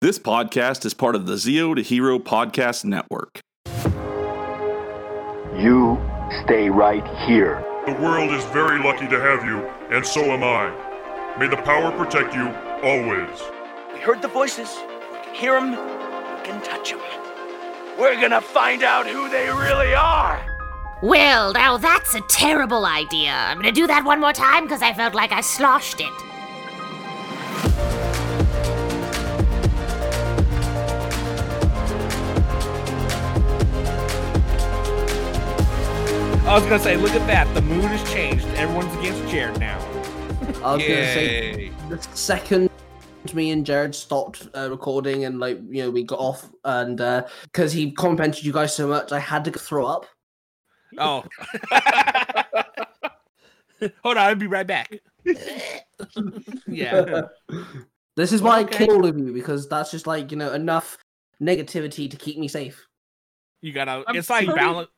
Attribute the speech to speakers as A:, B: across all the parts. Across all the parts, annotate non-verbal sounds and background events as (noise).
A: This podcast is part of the Zeo to Hero Podcast Network.
B: You stay right here.
C: The world is very lucky to have you, and so am I. May the power protect you always.
D: We heard the voices. We can hear them. We can touch them. We're gonna find out who they really are.
E: Well, now that's a terrible idea. I'm gonna do that one more time because I felt like I sloshed it.
F: I was gonna say, look at that. The mood has changed. Everyone's against Jared now.
G: I was gonna say the second me and Jared stopped uh, recording and like you know we got off and because he complimented you guys so much, I had to throw up.
F: Oh. (laughs) Hold on, I'll be right back.
G: (laughs)
F: yeah.
G: This is why
F: Okay.
G: I kill all of you because that's just like you know enough negativity to keep me safe.
F: You gotta
H: I'm
F: Uh, it's like
H: pretty-
F: balance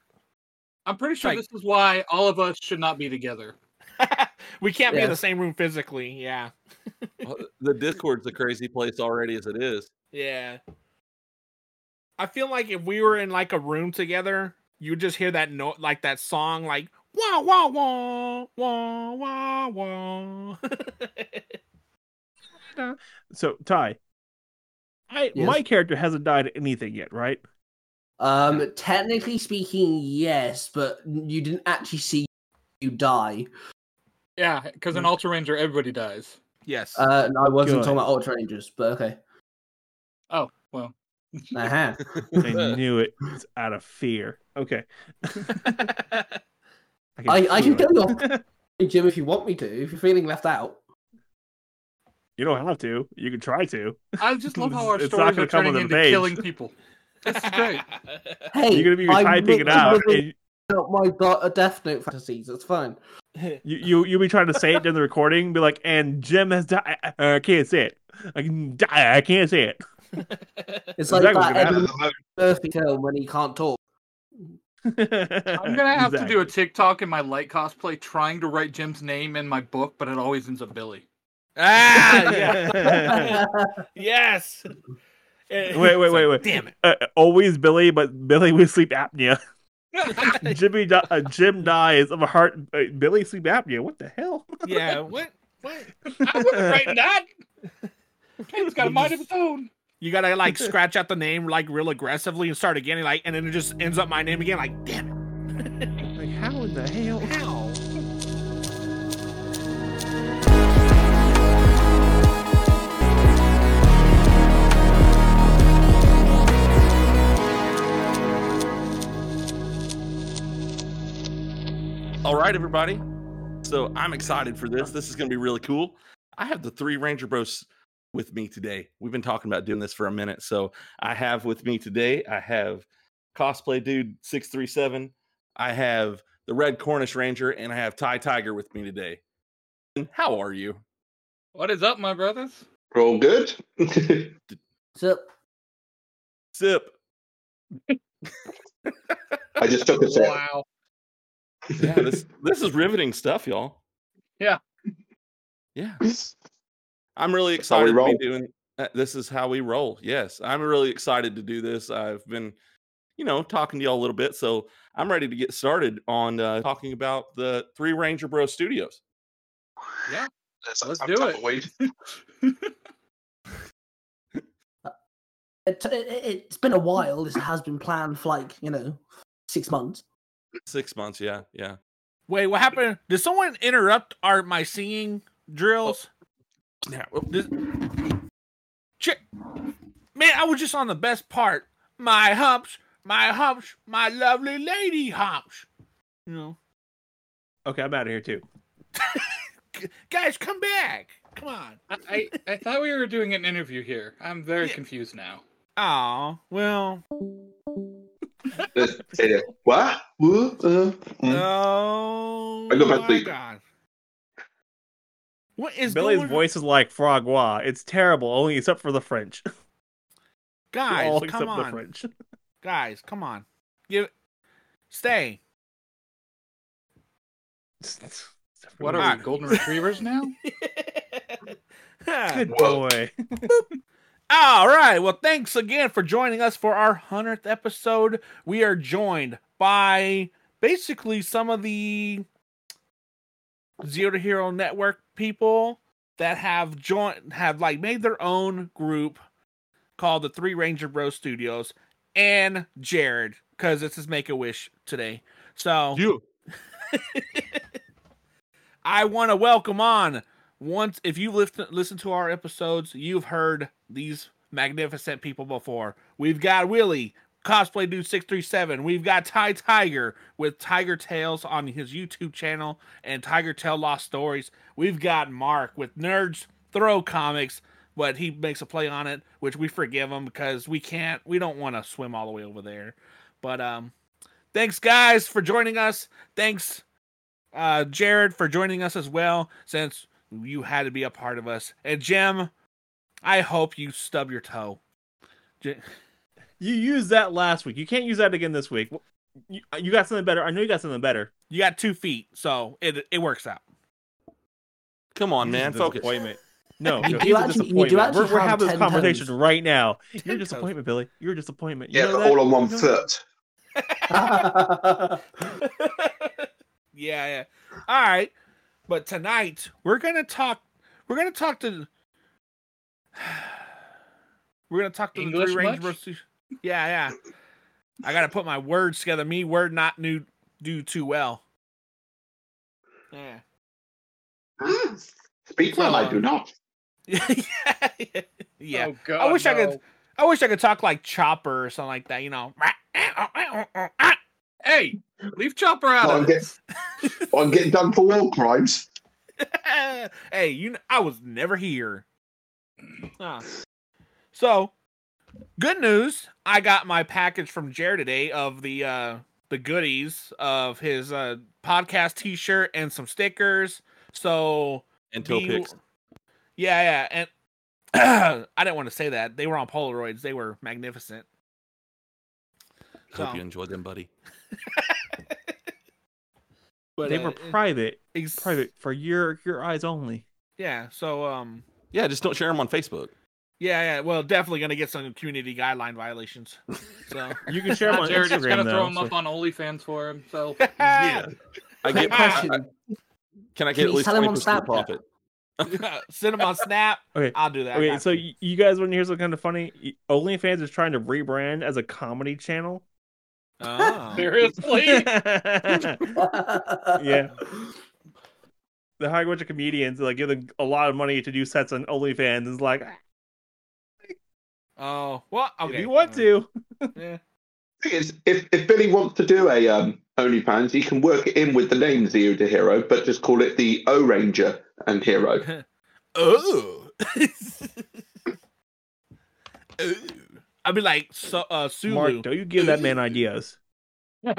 H: I'm pretty sure
F: Like-
H: this is why all of us should not be together.
F: (laughs) we can't be in
G: Yeah.
F: the same room physically, yeah.
A: Uh, The Discord's a crazy place already as it is.
F: Yeah. I feel like if we were in like a room together, you would just hear that note like that song like wah wah wah wah wah wah
I: So Ty, I
G: Yes?
I: my character hasn't died at anything yet, right?
G: Um, technically speaking, yes, but you didn't actually see you die.
H: Yeah, because
F: Mm.
H: in Ultra Ranger, everybody dies.
F: Yes.
G: Uh, and I wasn't
I: Good.
G: talking about Ultra Rangers, but okay.
I: (laughs)
H: Oh, well.
G: Uh-huh.
I: I knew it. It's out of fear. Okay.
G: I, I can
I: feel
G: kill
I: it.
G: you
F: (laughs)
G: off, Jim, if you want me to. If you're feeling left out.
I: You don't have to. You can try to.
H: I just love how our
I: It's not
H: stories
I: gonna
H: are
I: come
H: turning
I: with
H: into
I: an age.
H: killing people. This is
G: (laughs)
H: great.
G: Hey,
I: You're gonna be
G: I'm
I: typing it
G: literally
I: out.
G: living
I: And
G: out my do- uh, Death Note fantasies. That's fine.
I: you you you'll be trying to say it during the recording. Be like, and Jim has died. I, I can't say it. I can die. I can't say it.
G: It's
I: Exactly
G: like
I: what's
G: that
I: gonna
G: Eddie Murphy film when he can't talk.
H: I'm going to have to do a TikTok in my light cosplay trying to write Jim's name in my book, but it always ends up Billy.
F: (laughs) (laughs) ah yeah. yes.
I: (laughs)
F: Wait,
I: Wait, wait, wait, wait.
F: Damn it.
I: Uh, always Billy, but Billy with sleep
F: (laughs)
I: apnea. (laughs) Jimmy, di- uh, Jim dies of a heart. Uh, Billy sleep apnea. What the hell?
F: yeah, what what
G: (laughs)
H: I wasn't writing that. Jim's got a mind of his own.
F: You gotta like
H: (laughs)
F: scratch out the name like real aggressively and start again, like, and then it just ends up my name again. Like, damn
I: Like how in the hell?
F: it! How?
A: All right, everybody. So I'm excited for this. This is going to be really cool. I have the three Ranger Bros with me today. We've been talking about doing this for a minute. So I have with me today, I have Cosplay Dude 637, I have the Red Cornish Ranger, and I have Ty Tiger with me today. And how are you?
H: What is up, my brothers?
J: We're all good.
B: (laughs)
G: So,
A: Sip.
J: I just took a sip.
H: Wow.
A: Yeah, this, this is riveting stuff, y'all.
H: Yeah.
J: (laughs)
A: Yeah. I'm really
J: That's how we
A: excited to
J: roll.
A: be doing. uh, This is how we roll. Yes, I'm really excited to do this. I've been, you know, talking to y'all a little bit, so I'm ready to get started on uh, talking about the Three Ranger Bro Studios.
J: That's-
H: Let's
J: I'm
H: do
J: type
H: it.
J: of weight.
G: it, it, it's been a while. This has been planned for like, you know, six months.
A: (laughs) Six months. Yeah, yeah.
F: Wait, what happened? Did someone interrupt our my singing drills?
H: Oh.
A: Yeah.
F: This- Shit. man, I was just on the best part. My humps, my humps, my lovely lady humps. You know,
I: Okay, I'm out of here too.
F: G- guys, come back. Come on.
H: I, I, I thought we were doing an interview here. I'm very
F: Yeah.
H: confused now.
F: Oh well.
J: Let's say that. What? Woo, uh, mm.
F: Oh
J: I go back to
F: my
J: sleep.
F: god. What is
I: Billy's
F: going-
I: voice is like Frogwa. It's terrible, only except for the French. (laughs)
F: Guys,
I: All except
F: come
I: the
F: on.
I: French. (laughs)
F: Guys, come on. Give stay.
H: What
F: Ah. (laughs)
H: are we, Golden Retrievers now?
F: Huh.
I: Good
J: Whoa.
I: boy.
F: All right. Well, thanks again for joining us for our 100th episode. We are joined by basically some of the Zero to Hero Network people that have joined, have like made their own group called the Three Ranger Bros Studios and Jared because it's his Make a Wish today. So
A: you,
F: I want to welcome on once if you've listened listened to our episodes, you've heard these magnificent people before. We've got Willie cosplay dude six three seven. We've got Ty Tiger with Tiger Tales on his YouTube channel and Tiger Tell Lost Stories. We've got Mark with Nerds Throw Comics, but he makes a play on it, which we forgive him because we can't. We don't want to swim all the way over there. But um, thanks guys for joining us. Thanks uh Jared for joining us as well since you had to be a part of us. And Jim, I hope you stub your toe. J-
I: You used that last week. You can't use that again this week. You, you got something better. I know you got something better.
F: You got two feet, so it it works out.
A: Come on, man,
I: He's a
A: focus.
G: (laughs)
I: disappointment. No,
G: You do
I: no, he's a
G: actually- you do
I: disappointment.
G: actually
I: we're, we're
G: have
I: having this
G: 10
I: conversation
G: toes.
I: right now. You're a
F: toes.
I: disappointment, Billy. You're a disappointment. You
J: Yeah,
I: know
J: but
I: that?
J: all on one
I: You know
J: foot.
F: yeah, yeah. All right. But tonight we're gonna talk. We're gonna talk to. (sighs) We're gonna talk to
H: English
F: the three
H: much?
F: Rangers. Yeah, yeah. I gotta put my words together. Me word not new do too well. Yeah.
J: Ah, Speak well, I do not.
F: yeah. Yeah.
H: Oh, God,
F: I wish I could-
H: no.
F: I wish I could talk like Chopper or something like that. You know. (laughs)
H: Hey, leave Chopper out
J: Well, I'm,
H: of it.
J: get, well, I'm getting done for war crimes.
F: hey, you. Kn- I was never here. Ah. So, good news. I got my package from Jared today of the uh, the goodies of his uh, podcast T-shirt and some stickers. So
A: And toe
F: do you-
A: picks.
F: Yeah, yeah, and (clears throat) I didn't want to say that they were on Polaroids. They were magnificent.
A: Hope
F: so-
A: you enjoyed them, buddy.
F: But
I: They
F: uh,
I: were
F: it-
I: private,
F: ex-
I: private for your your eyes only.
F: Yeah. So um.
A: Yeah, just don't share them on Facebook.
F: Yeah, yeah. Well, definitely gonna get some community guideline violations.
H: (laughs)
F: So
I: You can share them on
H: Jared is
I: Instagram
H: gonna
I: though.
H: throw him up
I: so-
H: on OnlyFans for
F: (laughs)
H: himself.
A: Yeah. I get.
G: Question.
A: I- can I
G: Can
A: get at
G: you
A: least
G: sell 'em
A: twenty
G: on
A: percent
G: Snapchat?
A: profit?
F: send them on Snap.
I: Okay.
F: I'll do that. I
I: Okay,
F: got
I: so
F: you.
I: y- you guys want to hear something kind of funny? Y- OnlyFans is trying to rebrand as a comedy channel. (laughs)
F: Oh.
J: (laughs)
H: Seriously?
I: yeah, the hire a bunch of comedians like give them a lot of money to do sets on OnlyFans. Is like,
F: Oh, well,
I: if
F: okay.
I: you want to,
F: Yeah.
J: Thing is, if, if Billy wants to do a um, OnlyFans, he can work it in with the name Zero to Hero, but just call it the O Ranger and Hero.
F: Oh. I'd be like, so uh, Sulu.
I: Mark, don't you give that man ideas.
F: (laughs)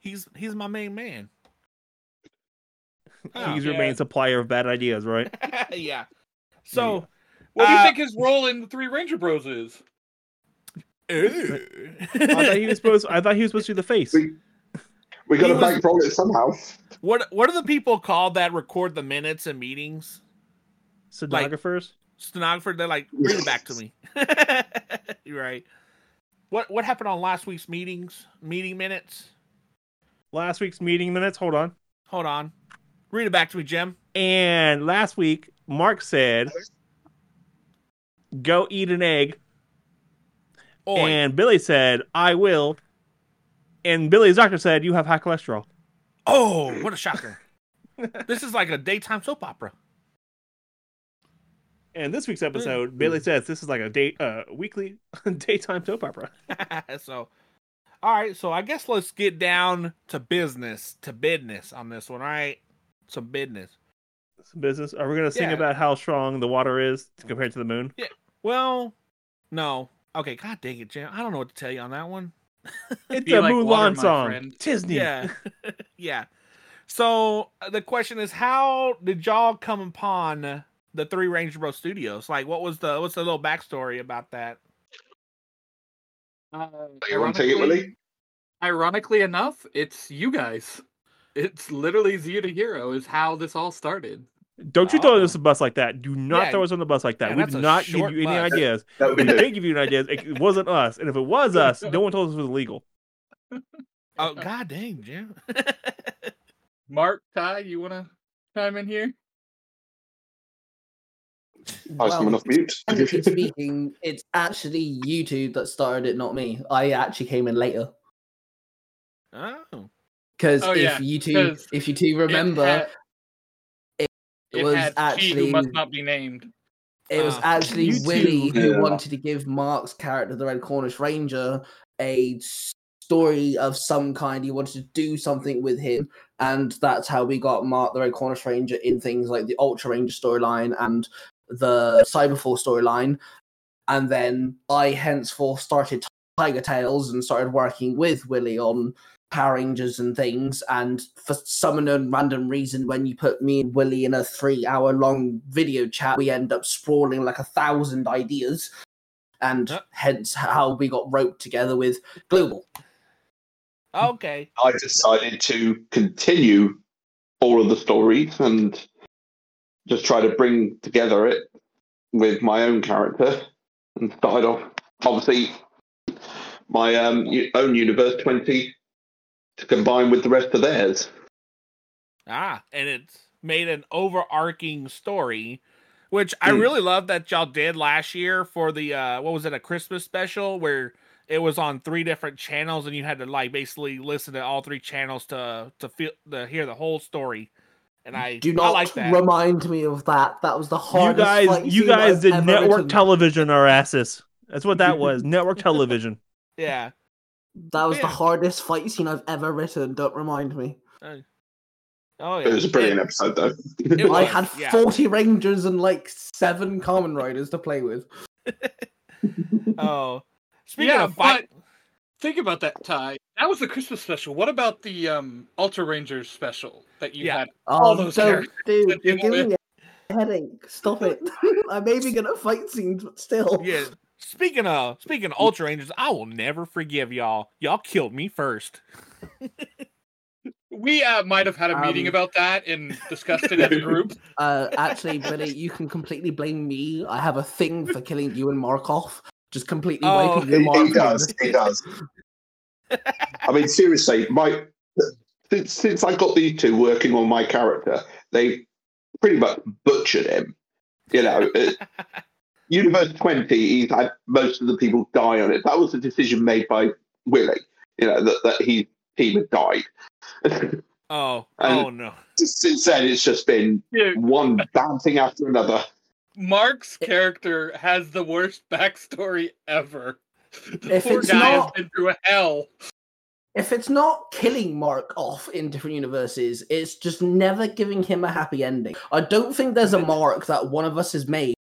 F: He's he's my main man. Oh,
I: He's your main supplier of bad ideas, right?
F: (laughs) yeah. So.
H: What do you
F: Uh,
H: think his role in the Three Ranger Bros is? Uh,
I: I thought he was supposed. I thought he was supposed to do the face.
J: We- We got
F: He
J: to
F: was-
J: bankroll it somehow.
F: What what are the people called that record the minutes and meetings?
I: Stenographers.
F: Stenographer, they're like, read it back to me. (laughs) You're right. What what happened on last week's meetings? Meeting minutes?
I: Last week's meeting minutes. Hold on.
F: Hold on. Read it back to me, Jim.
I: And last week, Mark said, "Go eat an egg."
F: Oi.
I: And Billy said, I will. And Billy's doctor said, You have high cholesterol.
F: oh, what a shocker. this is like a daytime soap opera. (laughs)
I: And this week's episode,
F: Mm.
I: Billy says this is like a day, uh, weekly (laughs) daytime soap opera.
F: so all right, so I guess let's get down to business, to business on this one, all right? Some business.
I: It's business. Are we going to sing
F: Yeah.
I: about how strong the water is compared to the moon?
F: Well, no. Okay, god dang it, Jim. I don't know what to tell you on that one.
I: (laughs) It's
H: Be
I: a
H: like
I: Mulan
H: water, my
I: song.
H: friend.
I: Disney. (laughs)
F: Yeah. (laughs) yeah. So uh, the question is how did y'all come upon the Three Ranger Bros Studios? Like what was the what's the little backstory about that?
H: Uh,
J: You want to take it, Willie?
H: Ironically enough, it's you guys. It's literally Zero to Hero is how this all started.
I: Don't you throw us on the bus like that. Do not
F: Yeah,
I: throw us on the bus like that.
F: yeah,
I: we
F: that's
I: did
F: a
I: not give you
F: short
I: any
F: bus.
I: ideas.
J: That would
I: We
J: be new.
I: didn't give you any ideas. It it wasn't us. And if it was us, no one told us it was illegal.
F: Oh god dang, Jim. (laughs)
H: Mark, Ty, you want to chime in here?
J: I was Oh, coming off mute.
G: technically speaking, it's actually you two that started it, not me. I actually came in later
F: oh.
G: because
H: Oh,
G: if
H: yeah,
G: you two,
H: 'cause
G: if you two remember, it,
H: had- It
G: was
H: had she
G: actually
H: who must not be named. Uh,
G: it was
F: Ah,
G: actually
I: you two.
G: Willie who
J: Yeah.
G: wanted to give Mark's character, the Red Cornish Ranger, a s- story of some kind. He wanted to do something with him, and that's how we got Mark, the Red Cornish Ranger, in things like the Ultra Ranger storyline and the Cyberforce storyline. And then I henceforth started Tiger Tales and started working with Willie on Power Rangers and things. And for some unknown random reason, when you put me and Willie in a three hour long video chat, we end up sprawling like a thousand ideas. And
F: Yep.
G: hence how we got roped together with Global.
F: Okay.
J: I decided to continue all of the stories and just try to bring together it with my own character and started off obviously my um, u- own universe 20 to combine with the rest of theirs.
F: Ah, and it's made an overarching story, which I
J: Mm.
F: really love that y'all did last year for the uh what was it a Christmas special where it was on three different channels and you had to like basically listen to all three channels to to feel to hear the whole story. And I
G: Do
F: I
G: not
F: like that.
G: remind me of that. That was the
I: You
G: hardest. fight
I: guys, you
G: scene
I: guys
G: I've
I: did
G: ever
I: network
G: written.
I: television our asses. That's what that
A: (laughs)
I: was. network
F: (laughs)
I: television.
F: yeah.
G: That was
F: Yeah.
G: the hardest fight scene I've ever written. Don't remind me.
F: Oh yeah.
J: It was a brilliant
F: And-
J: episode, though. (laughs)
F: It
G: I
F: was,
G: had
F: yeah.
G: 40 Rangers and like seven Common Riders to play with.
F: Oh. Speaking
H: Yeah,
F: of fight
H: Think about that, Ty. That was the Christmas special. What about the um, Ultra Rangers special that you
F: Yeah.
H: had?
G: Oh,
H: those
G: don't, dude,
H: that
G: you're
H: people
G: giving me a headache. Stop it. (laughs) I may be good at fight scenes, but still.
F: yeah. Speaking of speaking of Ultra Rangers, I will never forgive y'all. Y'all killed me first.
H: (laughs) We uh, might have had a meeting
G: Um,
H: about
G: (laughs)
H: that and discussed it as a group.
G: Uh, actually, Billy, you can completely blame me. I have a thing for killing you and Markov. Just completely
F: Oh.
G: wiping your
J: He,
G: Markov.
J: he does. He
F: (laughs)
J: does. I mean, seriously, my since, since I got these two working on my character, they pretty much butchered him. You know,
F: (laughs)
J: it- Universe Twenty, he's had most of the people die on it. That was a decision made by Willie. You know that that he team had died.
F: Oh,
J: (laughs) And-
F: oh no.
J: Just since then, it's just been
H: Dude,
J: one bad thing after another.
H: Mark's character has the worst backstory ever. (laughs) The
G: If
H: poor
G: it's
H: guy has
G: not-
H: been through hell.
G: If it's not killing Mark off in different universes, it's just never giving him a happy ending. I don't think there's a mark that one of us has made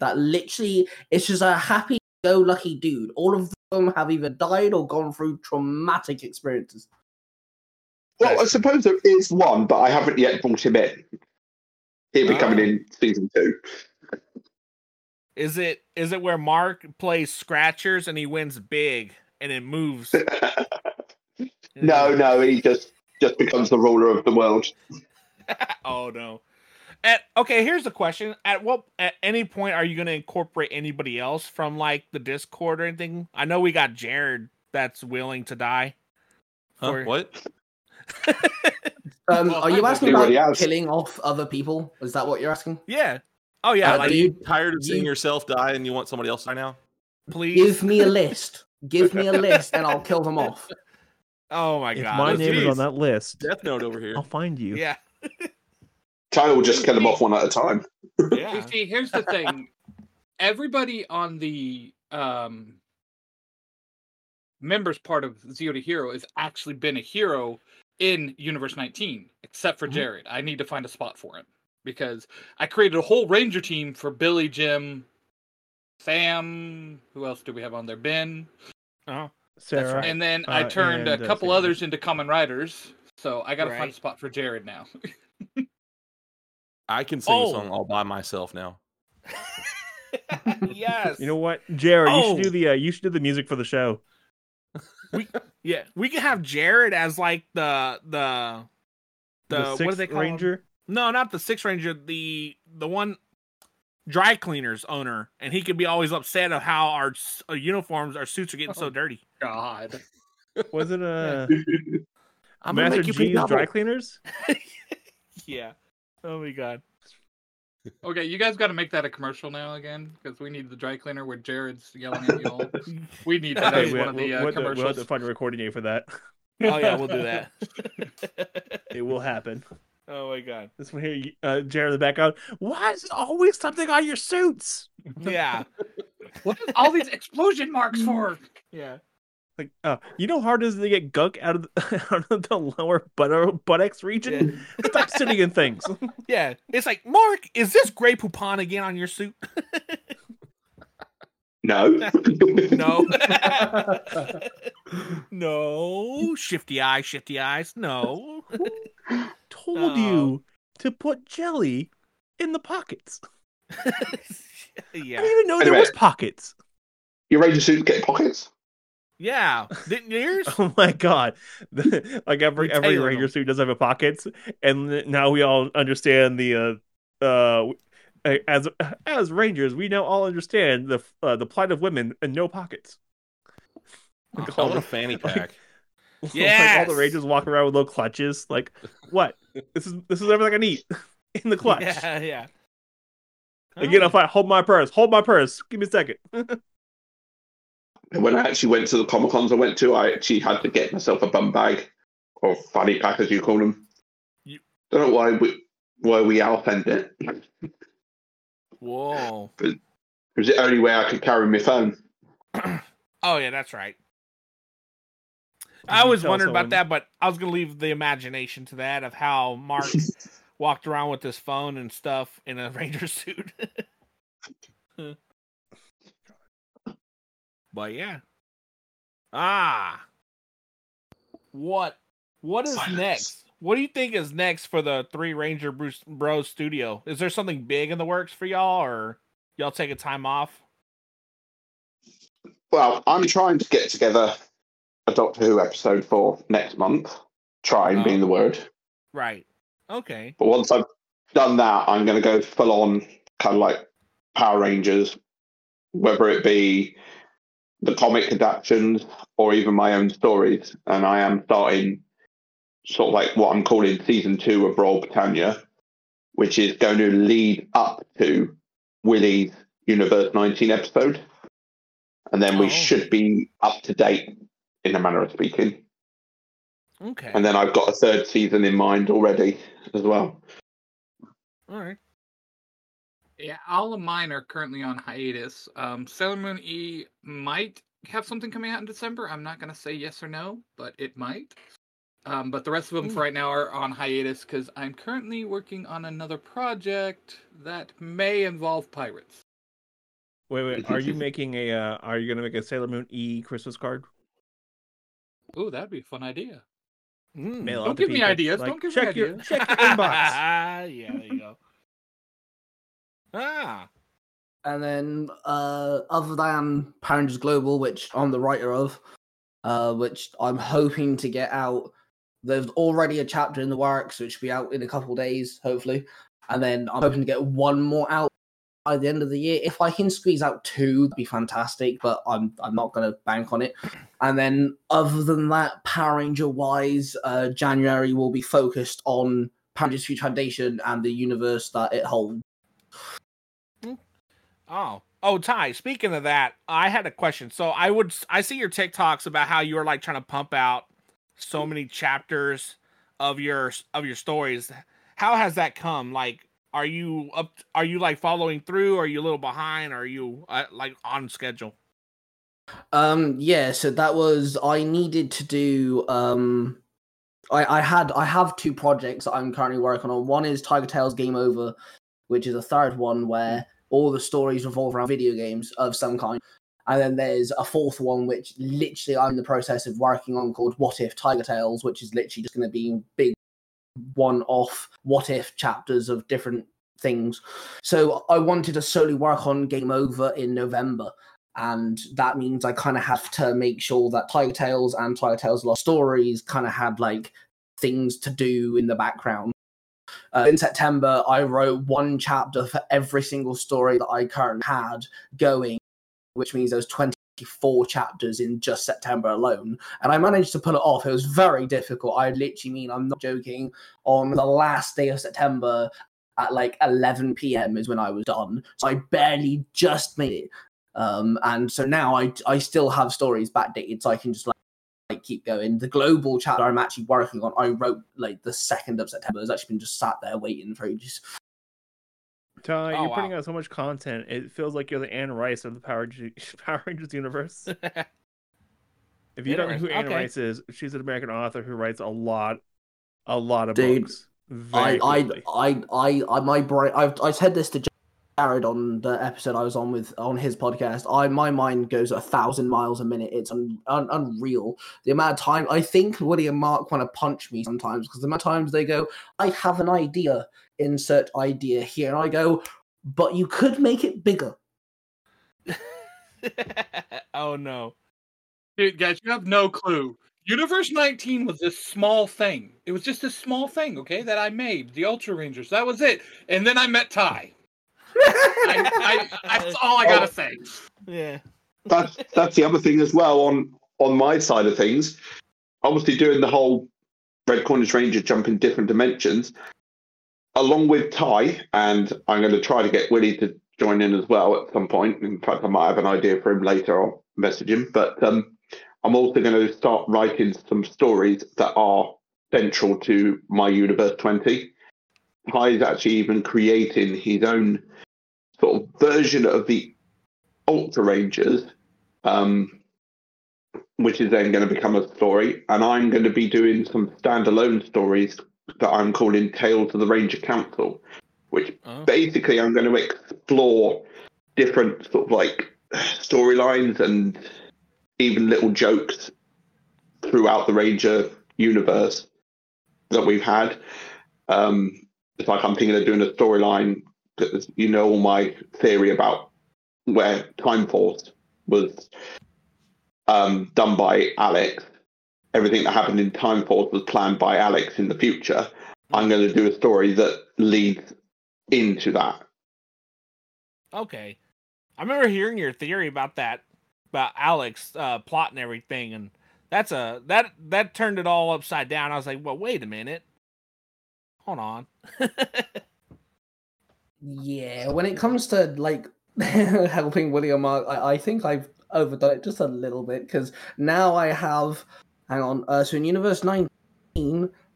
G: that literally it's just a happy go lucky dude. All of them have either died or gone through traumatic
H: (laughs)
G: experiences.
J: Well, I suppose there is one, but I haven't yet brought him in. He'll be coming
F: Ah.
J: in season two.
F: Is it is it where Mark plays scratchers and he wins big and it moves?
J: No, no, he just just becomes the ruler of the world.
F: oh no. At, okay, here's the question: At what at any point are you going to incorporate anybody else from like the Discord or anything? I know we got Jared that's willing to die.
A: Huh?
F: Or-
A: What?
G: Um,
H: Well,
G: are you
H: I
G: asking
J: do
G: about
J: what he has.
G: killing off other people? Is that what you're asking?
F: Yeah. Oh yeah.
G: Uh,
F: like
G: do you-
A: Tired of seeing
G: You-
A: yourself die and you want somebody else to die now?
F: please.
G: Give me a
F: (laughs)
G: list. Give me a list, and I'll kill them off.
F: Oh my
I: If
F: god.
I: my
A: Oh,
I: name is
A: geez.
I: on that list,
A: Death Note over here.
I: I'll find you.
F: yeah.
J: Tyler will just kill him off one at a time.
F: Yeah.
H: You see, here's the thing. Everybody on the um, members part of Zero to Hero has actually been a hero in Universe 19, except
F: Mm-hmm.
H: for Jared. I need to find a spot for him because I created a whole Ranger team for Billy, Jim, Sam. Who else do we have on there? Ben.
F: Oh.
I: Sarah.
F: right.
H: And then
I: Uh,
H: I turned
I: and,
H: a
I: uh,
H: couple
I: Sam.
H: others into Common Riders. So I got to find
F: Right.
H: a spot for Jared now. (laughs)
A: I can sing
F: Oh.
A: a song all by myself now.
F: yes.
I: You know what, Jared? You
F: Oh.
I: should do the uh, you should do the music for the show.
F: Yeah, we can have Jared as like the the the, what do
I: Sixth
F: they call him?
I: Ranger?
F: No, not the six ranger. The the one dry cleaners owner, and he could be always upset of how our, s- uh uniforms, our suits are getting so dirty.
H: God.
I: Was
F: (laughs)
I: it a
A: I'm gonna
I: Master
A: make you pee
I: G's
A: double.
I: dry
F: (laughs)
I: cleaners?
F: Yeah. Oh my god.
H: Okay, you guys got to make that a commercial now again because we need the dry cleaner where Jared's yelling at
F: (laughs)
H: you all. We need that
F: Hey,
H: as
I: we-
H: one of
I: we'll-
H: the
I: we'll have to- We'll
H: uh,
I: have
H: commercials.
I: to find a recording day for that.
F: Oh yeah, we'll do that.
I: (laughs) It will happen.
F: oh my god.
I: This one here, uh, Jared in the background. Why is it always something on your suits?
F: Yeah.
H: What is all these explosion marks for?
F: Yeah.
I: (laughs) Like, uh, you know how hard it is to get gunk out of the, (laughs) out of the lower butt, buttocks region? Stop sitting in things.
F: Yeah. It's like, Mark, is this Grey Poupon again on your suit?
J: No.
F: (laughs) No. (laughs) no. Shifty eyes, shifty eyes. No.
I: Told
F: Oh.
I: you to put jelly in the
F: (laughs)
I: pockets. I
F: yeah.
I: didn't even know
J: Wait a
I: there was
J: minute.
I: pockets.
J: Your ranger suit get pockets?
F: Yeah. Didn't yours?
I: (laughs) Oh my god! like every
F: We
I: every
F: tailored
I: ranger
F: them.
I: suit does have a pockets, and th- now we all understand the uh uh w- as as rangers we now all understand the uh, the plight of women and no pockets. (laughs) Like
A: Call
I: all,
A: it a
I: the,
A: fanny pack.
I: (laughs) like all
F: Yes!
I: the rangers walk around with little clutches. Like what? this is this is everything I need (laughs) in the clutch.
F: Yeah, yeah. Oh.
I: Again, I'll fight. Hold my purse. Hold my purse. Give me a second. (laughs)
J: And when I actually went to the Comic Cons I went to, I actually had to get myself a bum bag or fanny pack, as you call them.
F: You-
J: Don't know why we, why we outfend it.
F: Whoa.
J: It was the only way I could carry my phone.
F: Oh yeah, that's right. I always
I: Tell
F: wondered
I: someone.
F: about that, but I was gonna leave the imagination to that of
I: (laughs)
F: how Mark walked around with his phone and stuff in a (laughs) ranger suit. but yeah. Ah. What what is
J: Silence.
F: next? What do you think is next for the three Ranger Bruce Bros studio? Is there something big in the works for y'all or y'all taking time off?
J: Well, I'm trying to get together a Doctor Who episode for next month. Trying
F: Oh.
J: being the word.
F: Right. Okay.
J: But once I've done that, I'm going to go full on kind of like Power Rangers, whether it be the comic adaptations or even my own stories. And I am starting sort of like what I'm calling season two of Royal Britannia, which is going to lead up to Willie's Universe 19 episode. And then we
F: Oh.
J: should be up to date in a manner of speaking.
F: Okay.
J: And then I've got a third season in mind already as well.
F: All right.
H: Yeah, all of mine are currently on hiatus. Um, Sailor Moon E might have something coming out in December. I'm not gonna say yes or no, but it might. Um, but the rest of them
F: Hmm.
H: for right now are on hiatus because I'm currently working on another project that may involve pirates.
I: Wait, wait. (laughs) Are you making a? Uh, are you gonna make a Sailor Moon E Christmas card?
H: Oh, that'd be a fun idea.
F: Mm.
I: Mail
H: Don't
I: out to
H: give me
I: people.
H: ideas,
I: Like,
H: don't give me
I: check your,
H: ideas.
I: Check your inbox.
F: (laughs)
H: (laughs)
F: yeah, there you go. Ah,
G: And then, uh, other than Power Rangers Global, which I'm the writer of, uh, which I'm hoping to get out. There's already a chapter in the works, which will be out in a couple days, hopefully. And then I'm hoping to get one more out by the end of the year. If I can squeeze out two, that'd be fantastic. But I'm I'm not gonna bank on it. And then, other than that, Power Ranger wise, uh, January will be focused on Power Rangers Future Foundation and the universe that it holds.
F: oh, oh, Ty. Speaking of that, I had a question. So I would, I see your TikToks about how you were like trying to pump out so many chapters of your of your stories. How has that come? Like, are you up? Are you like following through? Are you a little behind? Are you uh, like on schedule?
G: Um, yeah, so that was I needed to do um I, I had I have two projects that I'm currently working on. One is Tiger Tales Game Over, which is a third one where all the stories revolve around video games of some kind. And then there's a fourth one which literally I'm in the process of working on called What If Tiger Tales, which is literally just gonna be big one off what if chapters of different things. So I wanted to solely work on Game Over in November and that means I kind of have to make sure that Tiger Tales and Tiger Tales Lost Stories kind of had like things to do in the background. Uh, in September, I wrote one chapter for every single story that I currently had going, which means there was 24 chapters in just September alone. And I managed to pull it off. It was very difficult. I literally mean, I'm not joking, on the last day of September at like 11 p.m. is when I was done. So I barely just made it. Um, and so now I, I still have stories backdated, so I can just like like keep going. The global chapter I'm actually working on, I wrote like the second of September. It's actually been just sat there waiting for ages.
I: Ty,
F: Oh,
I: you're putting
F: wow.
I: out so much content. It feels like you're the Anne Rice of the Power, G- (laughs) Power Rangers
F: (laughs)
I: universe. If you don't know who
F: Interesting.
I: Anne
F: Okay.
I: Rice is, she's an American author who writes a lot, a lot of
G: Dude,
I: books.
G: I,
I: Very
G: I,
I: quickly.
G: I, I, I, my brain. I've, I said this to Jared on the episode I was on with on his podcast. I, my mind goes a thousand miles a minute. It's un, un, unreal the amount of time. I think Woody and Mark want to punch me sometimes because the amount of times they go, "I have an idea, insert idea here," and I go, "But you could make it bigger."
F: oh no.
H: Dude, guys, you have no clue. Universe 19 was this small thing. It was just this small thing, okay, that I made. The Ultra Rangers. That was it. And then I
F: (laughs)
H: met Ty. I, I, that's all I gotta say.
F: Oh. Yeah.
J: that's that's the other thing as well on on my side of things. Obviously, doing the whole Red Corners Ranger jump in different dimensions, along with Ty, and I'm going to try to get Willie to join in as well at some point. In fact, I might have an idea for him later. I'll message him. But um, I'm also going to start writing some stories that are central to my Universe 20. Ty's actually even creating his own sort of version of the Ultra Rangers, um, which is then going to become a story. And I'm going to be doing some standalone stories that I'm calling Tales of the Ranger Council, which
F: Oh.
J: basically I'm going to explore different sort of like storylines and even little jokes throughout the Ranger universe that we've had. Um, it's like I'm thinking of doing a storyline that you know all my theory about where Time Force was um, done by Alex. Everything that happened in Time Force was planned by Alex in the future. I'm going to do a story that leads into that.
F: Okay. I remember hearing your theory about that, about Alex uh, plotting everything, and that's a that that turned it all upside down. I was like, well, wait a minute, hold on.
G: Yeah, when it comes to like (laughs) helping William Mark, I, I think I've overdone it just a little bit because now I have, hang on, uh, so in Universe 19,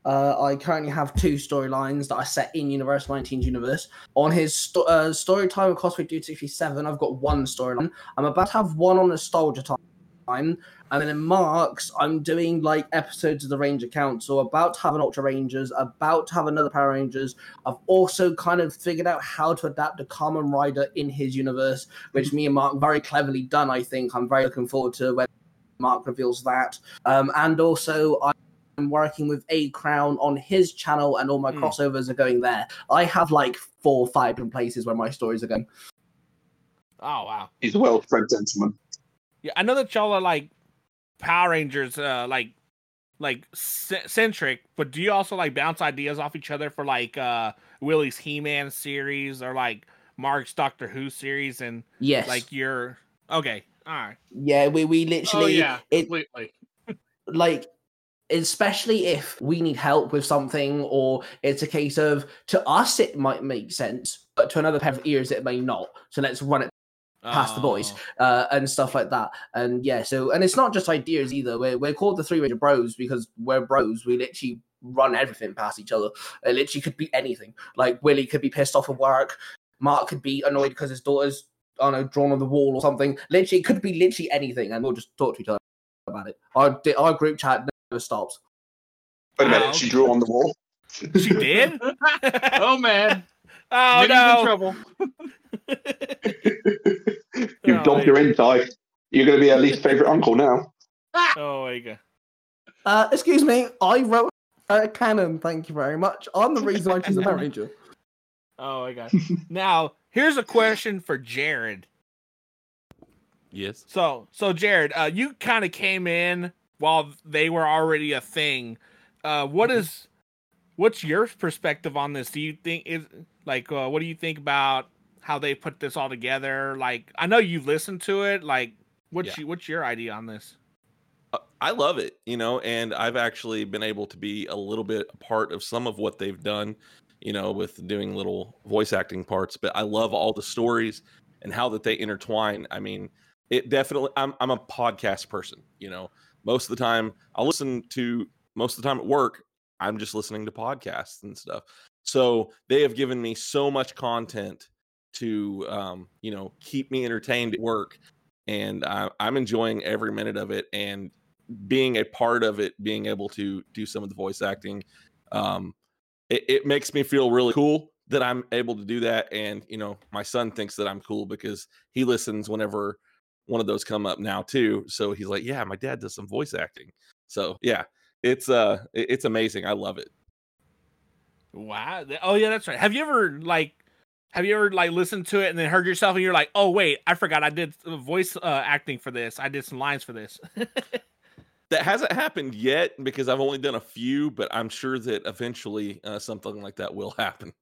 G: uh, I currently have two storylines that are set in Universe 19's universe. On his sto- uh, story time with Cosmic Dude 67, I've got one storyline. I'm about to have one on Nostalgia Time. And then in Marks, I'm doing like episodes of the Ranger Council, about to have an Ultra Rangers, about to have another Power Rangers, I've also kind of figured out how to adapt a Kamen Rider in his universe, which me and Mark very cleverly done. I think I'm very looking forward to when Mark reveals that. Um, and also, I'm working with A Crown on his channel, and all my
F: Hmm.
G: crossovers are going there. I have like four or five different places where my stories are going.
F: Oh wow.
J: He's a well-bred gentleman.
F: Yeah, I know that y'all are like Power Rangers, uh, like like ce- centric, but do you also like bounce ideas off each other for like uh Willie's He Man series or like Mark's Doctor Who series and
G: Yes.
F: like your okay, all right,
G: yeah, we, we
H: Oh,
G: literally,
H: yeah,
G: it,
H: completely.
G: like especially if we need help with something or it's a case of to us it might make sense but to another pair of ears it may not so let's run it Past the boys.
F: Oh,
G: uh, and stuff like that and yeah so and it's not just ideas either we're, we're called the three ranger bros because we're bros we literally run everything past each other it literally could be anything like willie could be pissed off at work mark could be annoyed because his daughter's I don't know, drawn on the wall or something. Literally, it could be literally anything, and we'll just talk to each other about it. Our our group chat never stops.
J: But
F: Wow.
J: she drew on the wall.
F: She did? oh
H: Oh, man. Minnie's in
F: no.
H: trouble.
J: You've
F: Oh,
J: dogged
F: yeah.
J: your inside. You're going to be her least favorite uncle now.
F: Oh my god.
G: (laughs) Uh, excuse me, I wrote a canon. Thank you very much. I'm the reason I choose a Power Ranger.
F: Oh my god. now, here's a question for Jared.
A: Yes.
F: So, so Jared, uh, you kind of came in while they were already a thing. Uh, what is what's your perspective on this? Do you think is like uh, what do you think about how they put this all together? Like I know you've listened to it. Like what's
A: Yeah.
F: you, what's your idea on this?
A: Uh, I love it, you know, and I've actually been able to be a little bit a part of some of what they've done, you know, with doing little voice acting parts. But I love all the stories and how that they intertwine. I mean, it definitely. I'm I'm a podcast person, you know. Most of the time, I listen to most of the time at work. I'm just listening to podcasts and stuff. So they have given me so much content to, um, you know, keep me entertained at work, and I, I'm enjoying every minute of it. And being a part of it, being able to do some of the voice acting, um, it, it makes me feel really cool that I'm able to do that. And you know, my son thinks that I'm cool because he listens whenever one of those come up now too. So he's like, "Yeah, my dad does some voice acting." So yeah, it's uh, it- it's amazing. I love it.
F: Wow. th- Oh yeah, that's right. Have you ever like have you ever like listened to it and then heard yourself and you're like, "Oh wait, I forgot I did uh, voice uh, acting for this. I did some lines for this." (laughs)
A: That hasn't happened yet because I've only done a few, but I'm sure that eventually uh, something like that will happen.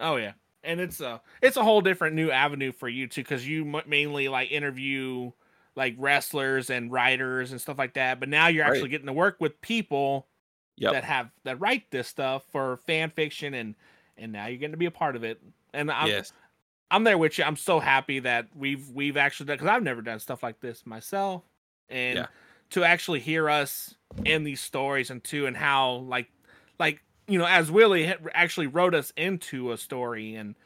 F: oh yeah. And it's a it's a whole different new avenue for you too cuz you m- mainly like interview like wrestlers and writers and stuff like that, but now you're
A: Right.
F: actually getting to work with people
A: Yep.
F: that have that write this stuff for fan fiction and and now you're getting to be a part of it. And I'm
A: yes.
F: I'm there with you. I'm so happy that we've we've actually done because I've never done stuff like this myself, and
A: Yeah.
F: to actually hear us in these stories and to and how like like you know as Willie had actually wrote us into a story and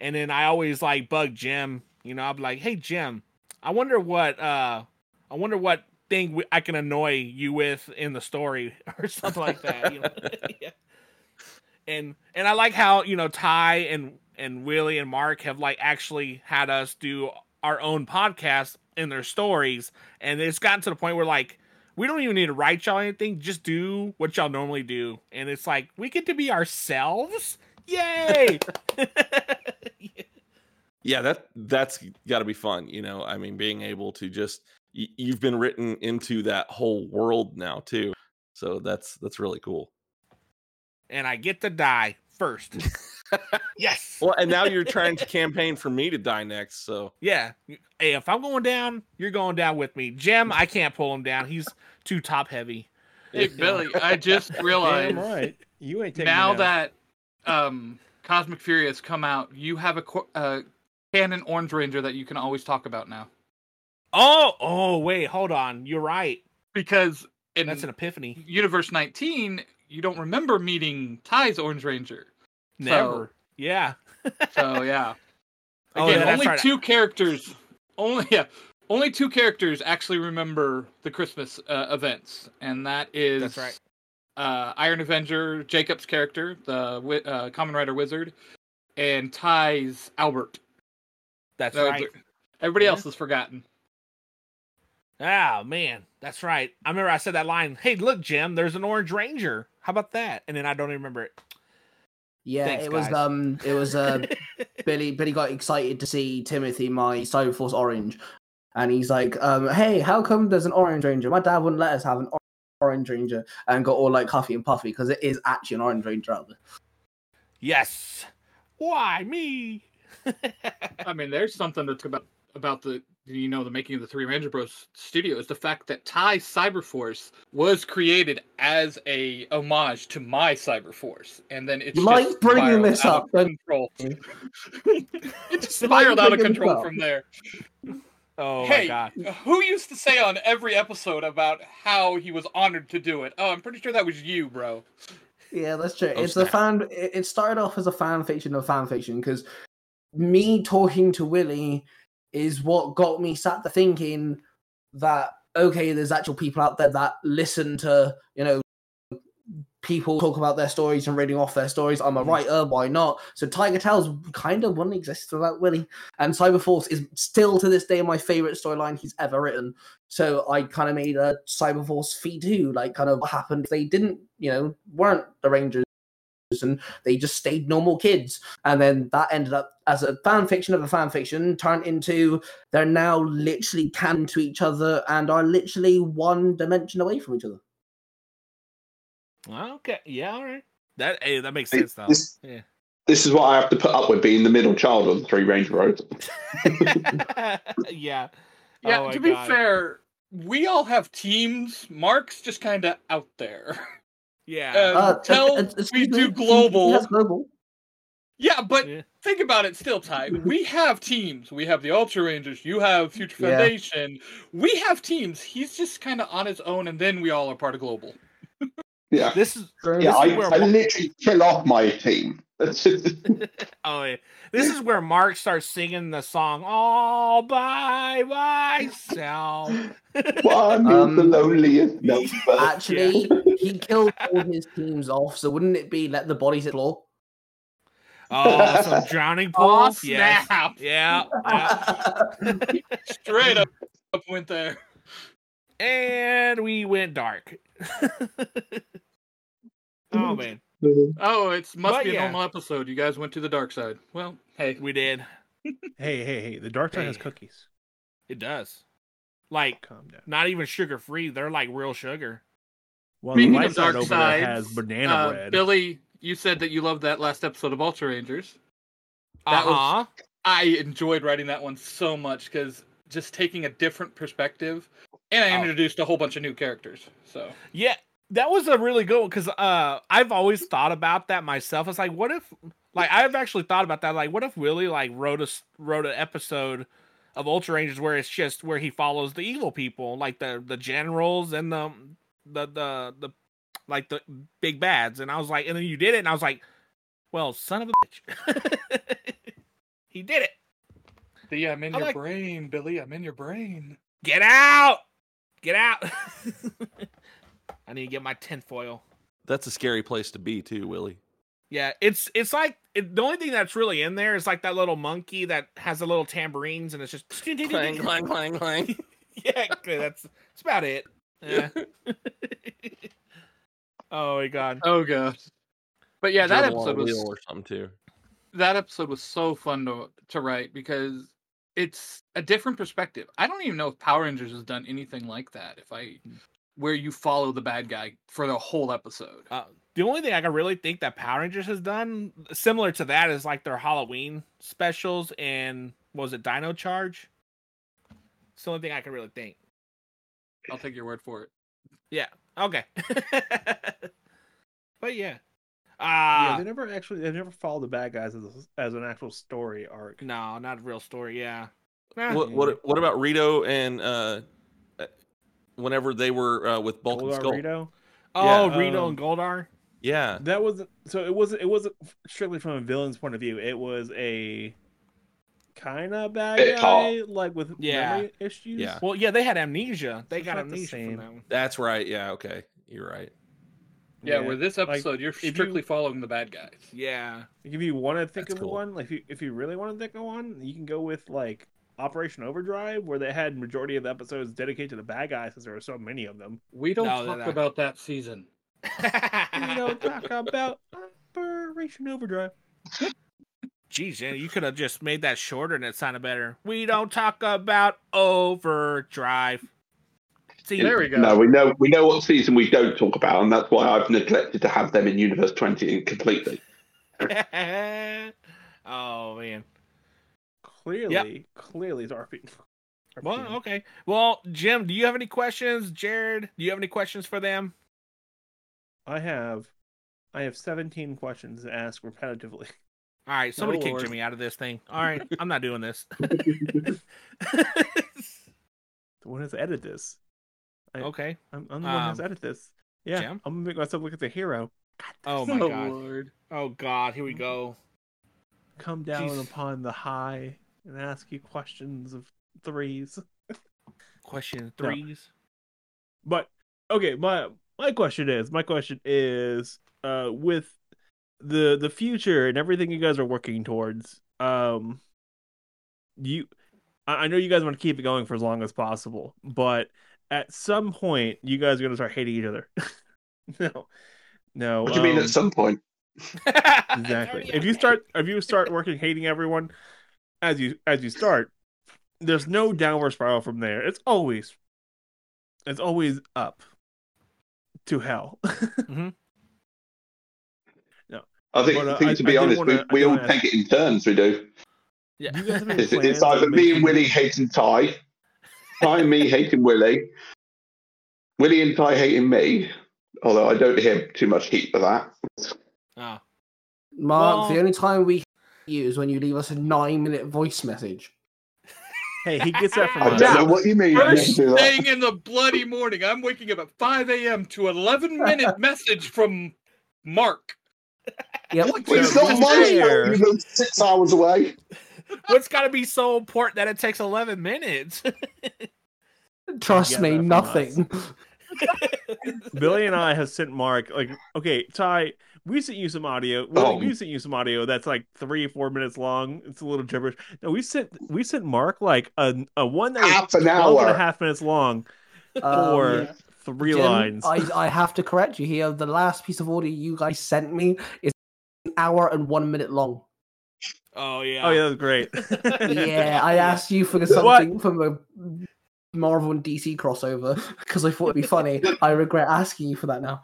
F: and then I always like bug Jim. You know, I'm like, hey Jim, I wonder what uh I wonder what thing we, I can annoy you with in the story (laughs) or something like that. You know? (laughs) Yeah. And and I like how you know Ty and and Willie and Mark have like actually had us do our own podcast in their stories, and it's gotten to the point where like we don't even need to write y'all anything, just do what y'all normally do, and it's like we get to be ourselves. Yay!
A: yeah that that's got to be fun you know i mean being able to just y- you've been written into that whole world now too so that's that's really cool
F: and I get to die
H: (laughs)
F: first. yes.
A: well and now you're trying to campaign for me to die next so
F: Yeah. Hey, if I'm going down, you're going down with me. Jim, I can't pull him down. He's too top heavy.
H: Hey Billy, I
F: (laughs)
H: just realized
I: Damn right. You ain't taking me
H: now
I: down.
H: that um, Cosmic Fury has come out, you have a co- uh, canon Orange Ranger that you can always talk about now
F: Oh, oh, wait, hold on. You're right.
H: because in
F: That's an epiphany.
H: Universe 19, you don't remember meeting Ty's Orange Ranger.
F: Never. yeah.
H: So yeah.
F: Oh,
H: Again,
F: yeah, that's
H: only
F: right.
H: two characters. Only yeah, only two characters actually remember the Christmas uh, events, and that is
F: That's right.
H: Uh, Iron Avenger, Jacob's character, the wi- uh, Common Rider Wizard, and Ty's Albert.
F: That's
H: No,
F: right.
H: th- Everybody
F: Yeah.
H: else is forgotten.
F: Oh, man. That's right. I remember I said that line. Hey, look, Jim, there's an Orange Ranger. How about that? And then I don't even remember it.
G: Yeah,
F: Thanks,
G: it was
F: guys.
G: um, it was uh, Billy. Billy got excited to see Timothy, my Cyberforce Orange, and he's like, um, "Hey, how come there's an Orange Ranger? My dad wouldn't let us have an or- Orange Ranger." And got all like huffy and puffy because it is actually an Orange Ranger out there.
F: yes. Why me?
H: (laughs) I mean, there's something that's about about the you know the making of the Three Ranger Bros. Studio is the fact that Ty's Cyberforce was created as a homage to my Cyberforce, and then it's
G: You like
H: just
G: bringing
H: spiraled
G: this
H: out of
G: up, don't
H: control.
G: you?
H: it just
G: You like
H: spiraled out of
G: bringing this
H: control
G: up.
H: from there.
F: (laughs) Oh, my
H: hey,
F: God.
H: who used to say on every episode about how he was honored to do it? Oh, I'm pretty sure that was you, bro.
G: Yeah, that's true.
A: Oh,
G: it's a
A: snap.
G: fan. It it started off as a fan fiction of fan fiction because me talking to Willie is what got me sat there thinking that okay, there's actual people out there that listen to you know people talk about their stories and reading off their stories. I'm a writer, why not? So Tiger Tales kind of wouldn't exist without Willie, and Cyberforce is still to this day my favorite storyline he's ever written. So I kind of made a Cyberforce fee too, like kind of what happened if they didn't, you know, weren't the Rangers and they just stayed normal kids. And then that ended up as a fan fiction of a fan fiction turned into they're now literally canned to each other and are literally one dimension away from each other.
F: Okay. Yeah, all right. That hey, that makes
J: It-
F: sense though.
J: this-
F: Yeah.
J: This is what I have to put up with being the middle child on the Three Ranger
F: (laughs)
J: Road.
F: (laughs) yeah.
H: Yeah,
F: Oh my
H: to be
F: God.
H: fair, we all have teams. Mark's just kind of out there. (laughs)
F: Yeah.
H: Uh,
G: Uh,
H: Until
G: uh, excuse
H: we
G: me,
H: do
G: he-
H: global.
G: He has global.
H: Yeah, but
F: Yeah.
H: think about it still, Ty. We have teams. We have the Ultra Rangers. You have Future
G: Yeah.
H: Foundation. We have teams. He's just kind of on his own, and then we all are part of Global.
J: Yeah,
F: this is
J: yeah.
F: this
J: I,
F: is where
J: I
F: Mar-
J: literally kill off my team. (laughs)
F: oh, yeah. this is where Mark starts singing the song all
G: (laughs)
F: by myself.
J: One
G: Um,
J: is the loneliest number.
G: (laughs) Actually, he killed all his teams off. So wouldn't it be let the bodies explore?
F: Oh, some drowning
H: Oh,
F: pool. yes.
H: snap.
F: Yeah. yeah.
G: (laughs)
H: Straight up, up went there.
F: and we went dark. (laughs) oh man,
H: Oh, it must
F: But
H: be a
F: yeah.
H: normal episode. You guys went to the dark side. Well, hey,
F: we did.
I: Hey, hey, hey! The dark side has
F: Hey.
I: cookies.
F: It does. Like
I: Calm down.
F: not even sugar free. They're like real sugar.
I: Well, the
H: speaking
I: light
H: of
I: side
H: dark
I: over
H: side,
I: there has banana
H: uh,
I: bread.
H: Billy, you said that you loved that last episode of Ultra Rangers.
F: Uh
H: That was-
F: huh.
H: I enjoyed writing that one so much because just taking a different perspective, and I
F: Oh.
H: introduced a whole bunch of new characters. So
F: Yeah, that was a really good one because uh, I've always thought about that myself. It's like, what if, like, I've actually thought about that. Like, what if Willie like wrote a s- wrote an episode of Ultra Rangers where it's just where he follows the evil people, like the the generals and the the the the like the big bads. And I was like, and then you did it, and I was like, well, son of a bitch, (laughs) he did it.
H: the I'm in
F: I
H: your
F: like-
H: brain, Billy. I'm in your brain.
F: Get out, get out. (laughs) I need to get my tinfoil.
A: That's a scary place to be, too, Willie.
F: Yeah, it's it's like it, the only thing that's really in there is like that little monkey that has the little tambourines and it's just (laughs)
A: Clang, clang, clang, clang.
F: yeah, that's that's about it.
A: (laughs)
F: Yeah. oh my
A: Uh,
F: god.
H: Oh god. But yeah, that
A: Gerbil on a
H: episode was
A: wheel or something too.
H: that episode was so fun to to write because it's a different perspective. I don't even know if Power Rangers has done anything like that. If I where you follow the bad guy for the whole episode.
F: Uh, the only thing I can really think that Power Rangers has done similar to that is like their Halloween specials and what was it Dino Charge? It's the only thing I can really think.
H: I'll take your word for it.
F: Okay. (laughs) but yeah.
I: yeah,
F: Ah,
I: they never actually they never followed the bad guys as, a- as an actual story arc.
F: no, not a real story. Yeah. Eh.
A: What what what about Rito and uh, uh, whenever they were uh, with Bulk and
I: Goldar
A: Skull?
I: Rito?
F: Oh,
I: Yeah,
F: Rito
I: um,
F: and Goldar.
A: Yeah,
I: That was so it wasn't it wasn't strictly from a villain's point of view. It was a kind of bad
J: Bit
I: guy,
J: tall.
I: like with
F: Yeah.
I: memory issues.
A: Yeah.
F: Well, yeah, they had amnesia. They
I: It's
F: got
I: not the
F: amnesia
I: same.
F: from that one.
A: that's right. Yeah, okay, you're right.
H: Yeah, where this
I: Like,
H: episode you're
I: you-
H: strictly following the bad guys.
F: Yeah.
I: If you want to think of
A: That's cool.
I: one, like if you, if you really want to think of one, you can go with like Operation Overdrive, where they had majority of the episodes dedicated to the bad guys, since there were so many of them.
H: We don't
F: No, they're
H: talk
F: not.
H: about that season.
I: (laughs) We don't talk about Operation Overdrive.
F: Jeez, yeah, you could have just made that shorter and it sounded better. We don't talk about overdrive. See,
H: There we go.
J: No, we know we know what season we don't talk about, and that's why I've neglected to have them in Universe Twenty in completely.
F: oh man.
I: Clearly, clearly, it's RP.
F: Well, okay. Well, Jim, do you have any questions? Jared, do you have any questions for them?
I: I have, I have seventeen questions to ask repetitively.
F: (laughs) All right, somebody kick
H: Lord.
F: Jimmy out of this thing. All right, I'm not doing this.
H: (laughs)
I: The one has to edit this.
F: okay.
I: I'm, I'm the one who has to
F: Um,
I: edit this. Yeah,
F: Jim?
I: I'm gonna make myself look like the hero.
F: (laughs) Oh my
H: Oh,
F: god.
H: Lord.
F: Oh god, here we go.
I: Come down
F: Jeez.
I: upon the high and ask you questions of threes. (laughs)
F: Question
I: No.
F: threes.
I: But okay, my my question is, my question is, uh, with the the future and everything you guys are working towards, um, you, I I know you guys want to keep it going for as long as possible, but at some point, you guys are gonna start hating each other. (laughs) no, no.
J: What do you mean
I: um,
J: at some point?
I: exactly. If you start, if you start working hating everyone, as you as you start, there's no downward spiral from there. It's always, it's (laughs)
G: Mm-hmm.
I: always up to hell.
J: I think,
I: But, uh,
J: I think
I: I-
J: to
I: I
J: be
I: did
J: honest,
I: wanna- I
J: we, we
I: did
J: all
I: wanna
J: take it in turns. We do.
F: Yeah.
I: You guys have any
J: It's,
I: plans
J: it's either
I: of
J: me and
I: making-
J: Willie hating Ty, Ty and me hating Willie, Willie and Ty hating me. Although I don't hear too much heat for that.
F: Oh.
G: Mark,
F: Well-
G: the only time we you is when you leave us a nine minute voice message.
I: Hey, he gets that from
J: I
F: Wow.
I: us.
J: don't know what you mean. when you
H: First
J: do that.
H: thing in the bloody morning, I'm waking up at 5 a.m. to 11
G: (laughs)
H: minute message from Mark.
G: Yep.
H: What do
J: Well,
H: you
J: it's not
H: mean?
J: my
I: Fair.
J: fault. You live six hours away.
F: What's got to be so important that it takes 11 minutes? (laughs)
G: Trust
I: get
G: me,
I: that from
G: nothing.
I: Billy and I have sent Mark like, okay, Ty, we sent you some audio. Willie,
J: Oh.
I: we sent you some audio that's like three, four minutes long. It's a little gibberish. No, we sent we sent Mark like a a one that was
J: Half an
I: 12 and a
J: hour.
I: half minutes long
G: Um,
I: for three
G: Jim,
I: lines.
G: I, I have to correct you here. The last piece of audio you guys sent me is an hour and one minute
I: (laughs)
G: long.
F: oh, yeah.
I: Oh yeah, that was great.
G: (laughs) Yeah, I asked you for something from a Marvel and DC crossover because I thought it'd be funny. I regret asking you for that
H: (laughs)
G: now.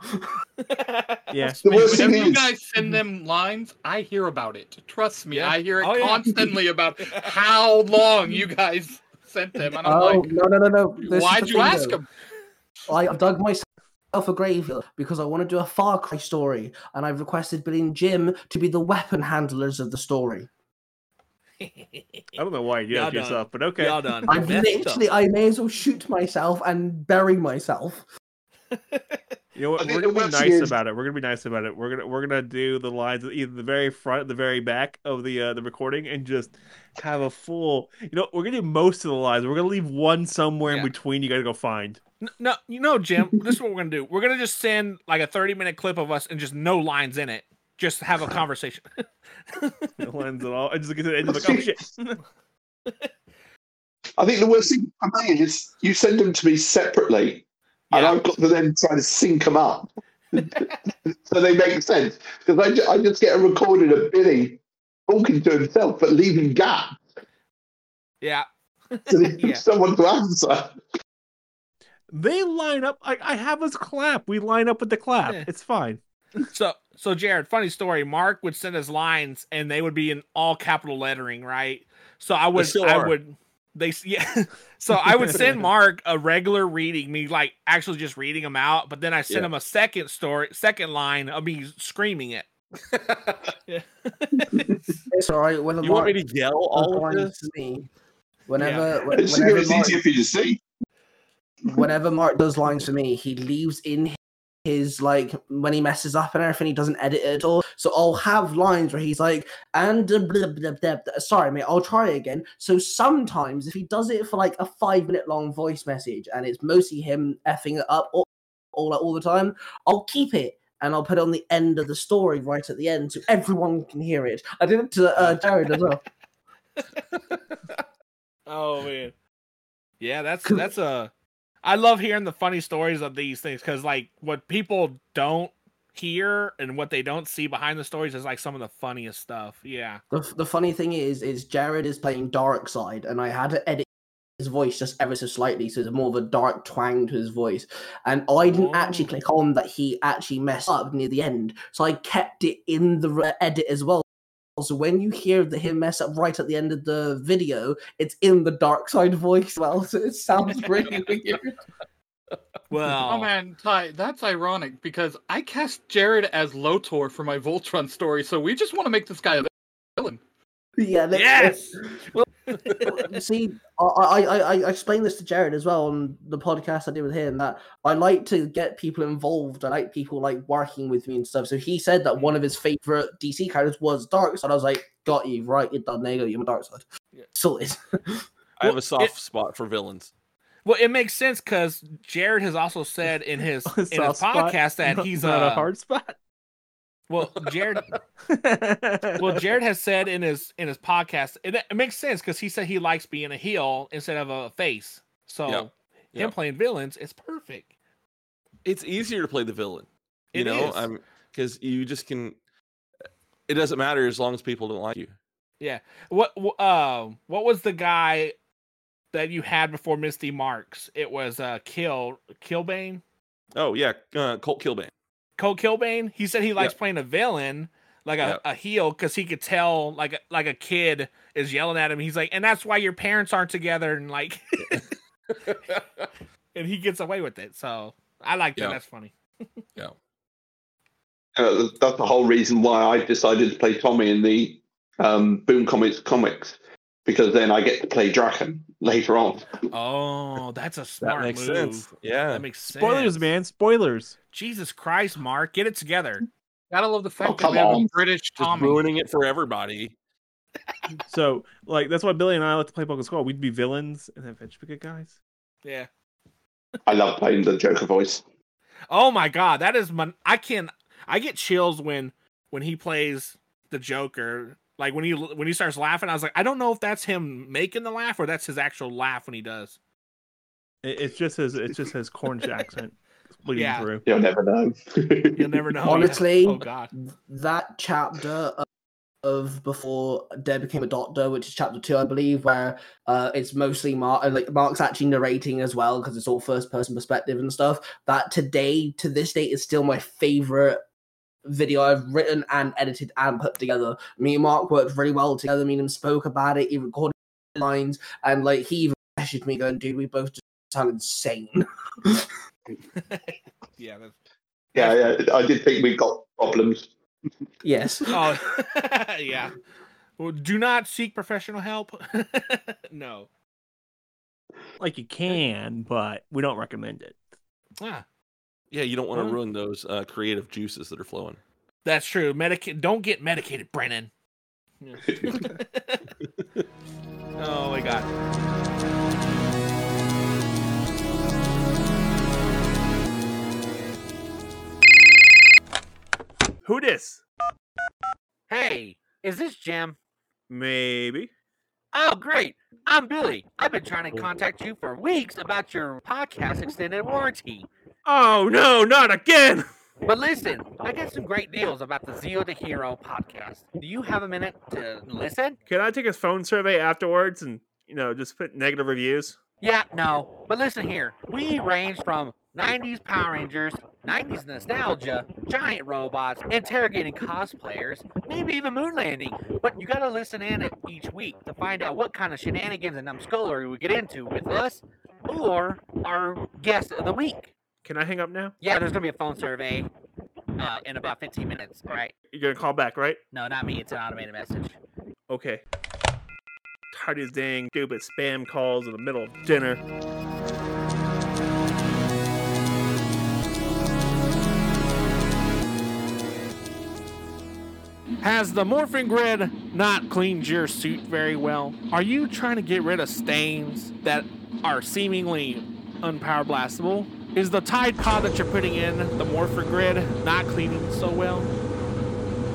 I: yeah.
J: The worst thing
H: Whenever you
J: is,
H: guys
G: Mm-hmm.
H: send them lines, I hear about it. Trust me,
F: Yeah.
H: I hear it
F: Oh, yeah. (laughs)
H: constantly about how long you guys sent them. And I'm
G: Oh
H: like,
G: no no no no! This is
H: why'd
G: the
H: you
G: thing,
H: ask
G: though.
H: him?
G: I I've dug myself a grave here because I want to do a Far Cry story, and I've requested Billy and Jim to be the weapon handlers of the story.
I: I don't know why you did
F: Y'all
I: that to
F: done.
I: yourself, but okay.
F: Y'all done.
G: I've
F: messed up.
G: literally, I may as well shoot myself and bury (laughs) myself.
I: You know
J: I think
I: what? We're
J: the
I: gonna be
J: worst
I: nice
J: is-
I: about it. We're gonna be nice about it. We're gonna we're gonna do the lines at either the very front, the very back of the uh, the recording, and just have a full. You know, we're gonna do most of the lines. We're gonna leave one somewhere
F: Yeah.
I: in between. You gotta go find. (laughs)
F: N- No, you know, Jim, this is what we're gonna do. We're gonna just send like a thirty-minute clip of us and just no lines in it. Just have a conversation. (laughs)
I: No lines at all. I just get to the end.
J: (laughs)
I: Like, oh shit!
J: I think the worst thing for me is you send them to me separately, and
F: Yeah.
J: I've got to then try to sync them up so they make sense. Because I, ju- I just get a recording of Billy talking to himself but leaving gaps
F: (laughs) yeah,
J: so
F: (laughs)
J: he
F: Yeah.
J: someone to answer.
I: They line up. I, I have us clap. We line up with the clap.
F: Yeah.
I: It's fine.
F: So, so Jared, funny story. Mark would send us lines, and they would be in all capital lettering, right? So I would,
A: still
F: I
I: (laughs)
A: are.
F: would, they, s- yeah. (laughs) so I would send Mark a regular reading, me like actually just reading them out, but then I send
A: Yeah.
F: him a second story, second line of me screaming it.
G: It's all right. When
A: You want me to yell all of this?
G: me, whenever when-
J: (laughs) It's sure it's
G: whenever, Mark,
J: easier for you to see.
G: whenever Mark does lines for me, he leaves in his like when he messes up and everything, he doesn't edit it at all. So I'll have lines where he's like, and uh, blah, blah, blah, blah. sorry, mate, I'll try again. So sometimes if he does it for like a five minute long voice message and it's mostly him effing it up all, all all the time, I'll keep it. And I'll put it on the end of the story, right at the end, so everyone can hear it. I did it to uh, Jared as well.
F: Oh man, yeah, that's
G: Cool.
F: that's a. I love hearing the funny stories of these things because like what people don't hear and what they don't see behind the stories is like some of the funniest stuff. Yeah.
G: The, f- the funny thing is, is Jared is playing Dark Side, and I had to edit his voice just ever so slightly, so there's more of a dark twang to his voice. And I didn't actually
F: Oh.
G: click on that he actually messed up near the end, so I kept it in the re- edit as well. So when you hear the him mess up right at the end of the video, it's in the Dark Side voice as well, so it sounds
F: (laughs)
G: really weird.
F: Well,
H: Oh man, Ty, that's ironic because I cast Jared as Lotor for my Voltron story, so we just want to make this guy a villain.
G: Yeah. that's-
F: yes.
G: (laughs) See, I, I, I, I- I explained this to Jared as well on the podcast I did with him that I like to get people involved. I like people like working with me and stuff. So he said that one of his favorite DC characters was Dark Side. I was like, got you right. You're done. There you go. You're my Dark Side. Sorted. (laughs)
A: I have
F: Well,
A: a soft spot for villains.
F: Well, it makes sense because Jared has also said in
I: (laughs)
F: his in his
I: Soft spot.
F: podcast
I: (laughs)
F: that
I: Not-
F: he's
I: not
F: uh,
I: a hard
F: (laughs)
I: spot.
F: Well, Jared. well, Jared has said in his in his podcast, and it, it makes sense because he said he likes being a heel instead of a face. So
A: Yeah.
F: him
A: Yeah.
F: playing villains is perfect.
A: It's easier to play the villain. You
F: It
A: know,
F: is.
A: because you just can. It doesn't matter as long as people don't like you.
F: What wh- uh, what was the guy that you had before Misty Marks? It was uh Kill Killbane,
A: Oh yeah, uh, Colt Kilbane.
F: Cole Killbane. He said he likes playing a villain, like a,
A: Yeah.
F: a heel because he could tell like a- like a kid is yelling at him. He's like, and that's why your parents aren't together, and like, (laughs) and he gets away with it. So I like that.
A: Yeah.
F: That's funny.
J: Uh, that's the whole reason why I decided to play Tommy in the um, Boom Comics comics because then I get to play Draken later on.
F: Oh, that's a smart
A: That makes
F: move.
A: sense. Yeah.
F: That makes sense.
I: Spoilers, man. Spoilers.
F: Jesus Christ, Mark, get it together.
H: Gotta love the fact that
J: Oh, come
H: we have a
J: on.
H: British
A: Just
H: Tommy.
A: ruining it for everybody.
I: So, like, that's why Billy and I like to play Pokemon Squad. We'd be villains and then eventually be good guys.
F: Yeah.
J: I love playing the Joker voice.
F: Oh my God, that is my. I can. I get chills when when he plays the Joker. Like when he when he starts laughing, I was like, I don't know if that's him making the laugh or that's his actual laugh when he does.
I: It, it's just his, it's just his
D: (laughs)
I: Cornish accent bleeding
F: Yeah.
I: through.
J: You'll never know.
F: You'll never know.
G: Honestly,
F: Oh God.
G: that chapter of, of before Deb became a doctor, which is chapter two, I believe, where uh, it's mostly Mark, uh, like Mark's actually narrating as well because it's all first person perspective and stuff. That today, to this date, is still my favorite video I've written and edited and put together. Me and Mark worked really well together. Me and him spoke about it. He recorded lines, and like he even messaged me going, "Dude, we both just sound insane."
F: Yeah. That's,
J: yeah, yeah, I did think we got problems.
G: yes.
F: (laughs) oh. (laughs) yeah. Well, do not (laughs) seek
D: (laughs)
F: professional help. no.
I: Like, you can, but we don't recommend it.
F: Ah,
A: Yeah, you don't want to
F: Well-
A: ruin those uh, creative juices that are flowing.
F: that's true. Medica- Don't get medicated, Brennan. Yeah. (laughs) oh my God.
K: Who dis?
F: Hey, is this Jim?
K: Maybe. Oh.
D: Oh, great. I'm Billy. I've been trying to contact you for weeks about your podcast extended warranty.
K: Oh no, not again!
D: But listen, I got some great deals about the Zero to Hero podcast. Do you have a minute to listen?
K: Can I take a phone survey afterwards and you know just put negative reviews?
D: Yeah, no. But listen here. We range from 90s Power Rangers, 90s nostalgia, giant robots, interrogating cosplayers, maybe even moon landing. But you gotta listen in at each week to find out what kind of shenanigans and numbskullery we get into with us
K: (laughs)
D: or our guest of the week.
K: Can I hang up now?
D: Yeah, there's gonna be a phone survey uh, in about 15 minutes. All right.
K: You're gonna call back, right?
D: No, not me. It's an automated message.
K: Okay. Tired of these dang stupid spam calls in the middle of dinner.
F: Has the morphing grid not cleaned your suit very well? Are you trying to get rid of stains that are seemingly unpower blastable? Is the Tide Pod that you're putting in the morpher grid not cleaning so well?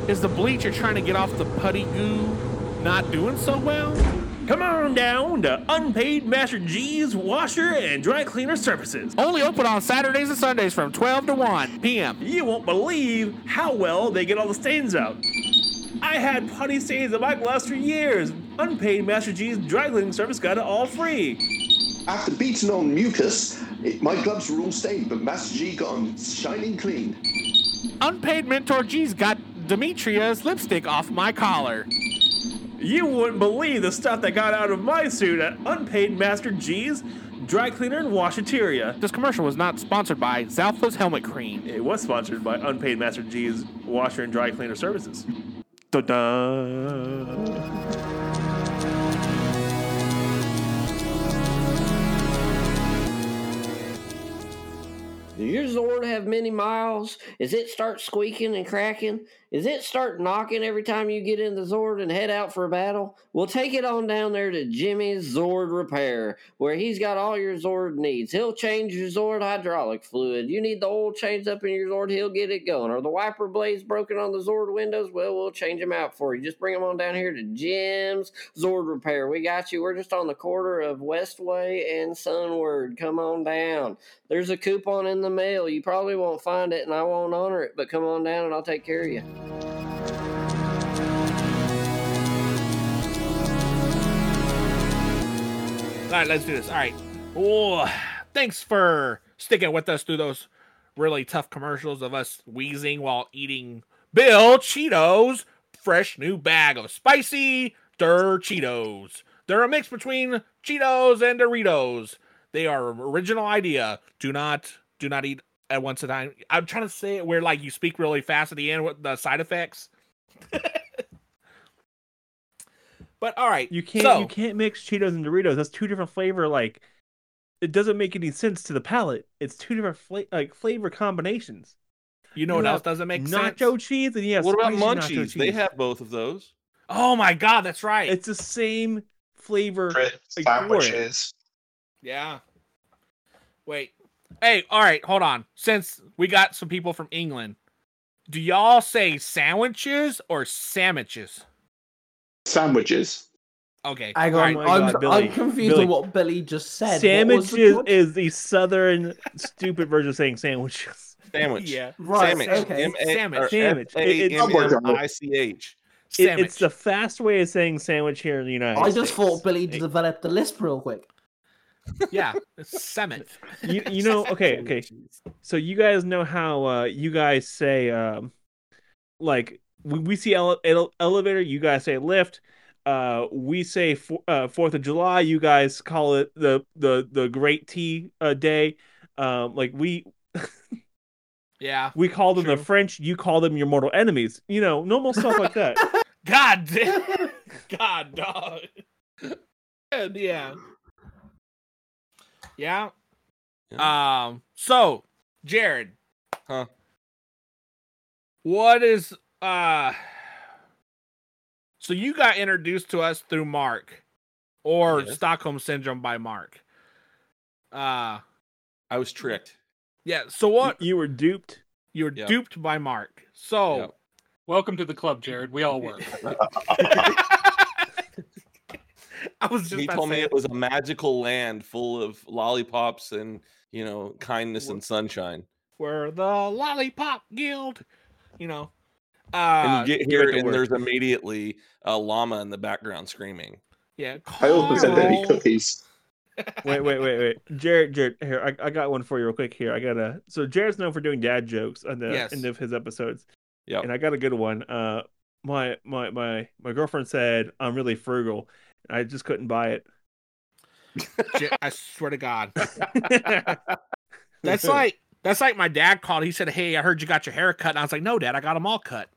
F: Is the bleach you're trying to get off the putty goo not doing so well?
K: Come on down to Unpaid Master G's Washer and Dry Cleaner Services.
F: Only open on Saturdays and Sundays from 12 to 1 p.m.
K: You won't believe how well they get all the stains out. I had putty stains on my gloves for years. Unpaid Master G's Dry Cleaning Service got it all free.
J: After beating on mucus, it, my gloves were all stained, but Master G got them shining clean.
F: Unpaid Mentor G's got Demetria's lipstick off my collar.
K: You wouldn't believe the stuff that got out of my suit
I: uh,
K: at Unpaid Master G's Dry Cleaner and Washateria.
F: This commercial was not sponsored by Zalfa's Helmet Cream.
K: It was sponsored by Unpaid Master G's Washer and Dry Cleaner Services. Dun-dun.
L: Do your Zord have many miles? Is it start squeaking and cracking? Is it start knocking every time you get in the Zord and head out for a battle? Well, take it on down there to Jimmy's Zord Repair, where he's got all your Zord needs. He'll change your Zord hydraulic fluid. You need the oil changed up in your Zord, he'll get it going. Or the wiper blades broken on the Zord windows, well, we'll change them out for you. Just bring them on down here to Jim's Zord Repair. We got you. We're just on the corner of Westway and Sunward. Come on down. There's a coupon in the mail. You probably won't find it, and I won't honor it. But come on down, and I'll take care of you.
F: All right, let's do this. All right. Oh, thanks for sticking with us through those really tough commercials of us wheezing while eating Bill Cheetos fresh new bag of spicy Dur Cheetos. They're a mix between Cheetos and Doritos. They are original idea. Do not do not eat at once a time. I'm trying to say it where like you speak really fast at the end with the side effects. but all right,
I: You can't
F: so-
I: you can't mix Cheetos and Doritos. That's two different flavor. Like it doesn't make any sense to the palate. It's two different fla- like flavor combinations.
F: You know what
I: have
F: else doesn't make
I: nacho
F: sense?
I: cheese and yes.
A: what about munchies? They have both of those.
F: Oh my god, that's right.
I: It's the same flavor like, for it.
J: sandwiches.
F: Yeah. Wait. Hey, all right, hold on. Since we got some people from England, do y'all say sandwiches or sandwiches?
J: Sandwiches.
F: Okay.
G: I
F: all
G: got,
F: right.
G: I'm, Um, I'm confused
I: "Oh Billy.
G: on what Billy just said. What was
I: Sandwich
G: the
I: is,
G: question?
I: is the southern stupid version of saying sandwiches.
F: (laughs)
A: Sandwich.
F: Yeah.
G: Right,
A: Sandwich.
G: okay.
A: M A-
F: Sandwich.
A: or
I: Sandwich. It- it's-
A: F-A-M-M-I-C-H.
I: It-
F: Sandwich.
I: it's the fast way of saying sandwich here in the United
G: I
I: States.
G: just thought Billy developed the list real quick.
F: yeah. Sandwich. (laughs)
I: you, you know okay okay so you guys know how uh you guys say um like when we see ele- ele- elevator you guys say lift uh we say for- uh, fourth of july you guys call it the the the great tea uh, day um like we
F: Yeah.
I: we call them the french you call them your mortal enemies you know normal stuff like that
F: (laughs) God damn. (laughs) God dog. And yeah. Yeah. Um so Jared.
A: Huh.
F: What is uh so you got introduced to us through Mark or
A: Yes.
F: Stockholm syndrome by Mark. Uh
A: I was tricked.
F: yeah, so what
I: you were duped
F: you were
A: Yep.
F: duped by Mark. So
A: Yep.
H: Welcome to the club, Jared. We all were.
F: (laughs) I was just
A: He
F: about
A: told
F: to
A: me
F: say
A: it was a magical land full of lollipops and you know kindness and sunshine.
F: we're the lollipop guild, you know.
I: (laughs)
F: Uh
A: And you get
I: you
A: here
I: make it
A: and
I: work.
A: there's immediately a llama in the background screaming.
F: yeah,
J: I also said there'd be
G: Oh.
F: Carl.
J: cookies.
I: wait, wait, wait,
F: (laughs)
I: wait. Jared, Jared, here, I, I got one for you real quick. Here, I gotta. So Jared's known for doing dad jokes on the
F: Yes.
I: end of his episodes.
A: Yep.
I: and I got a good one. Uh, my my my my girlfriend said I'm really frugal, and I just couldn't buy it.
F: Ja- I swear
I: (laughs)
F: to God. That's like that's like my dad called. He said, "Hey, I heard you got your hair cut." And I was like, "No, Dad, I got them all cut."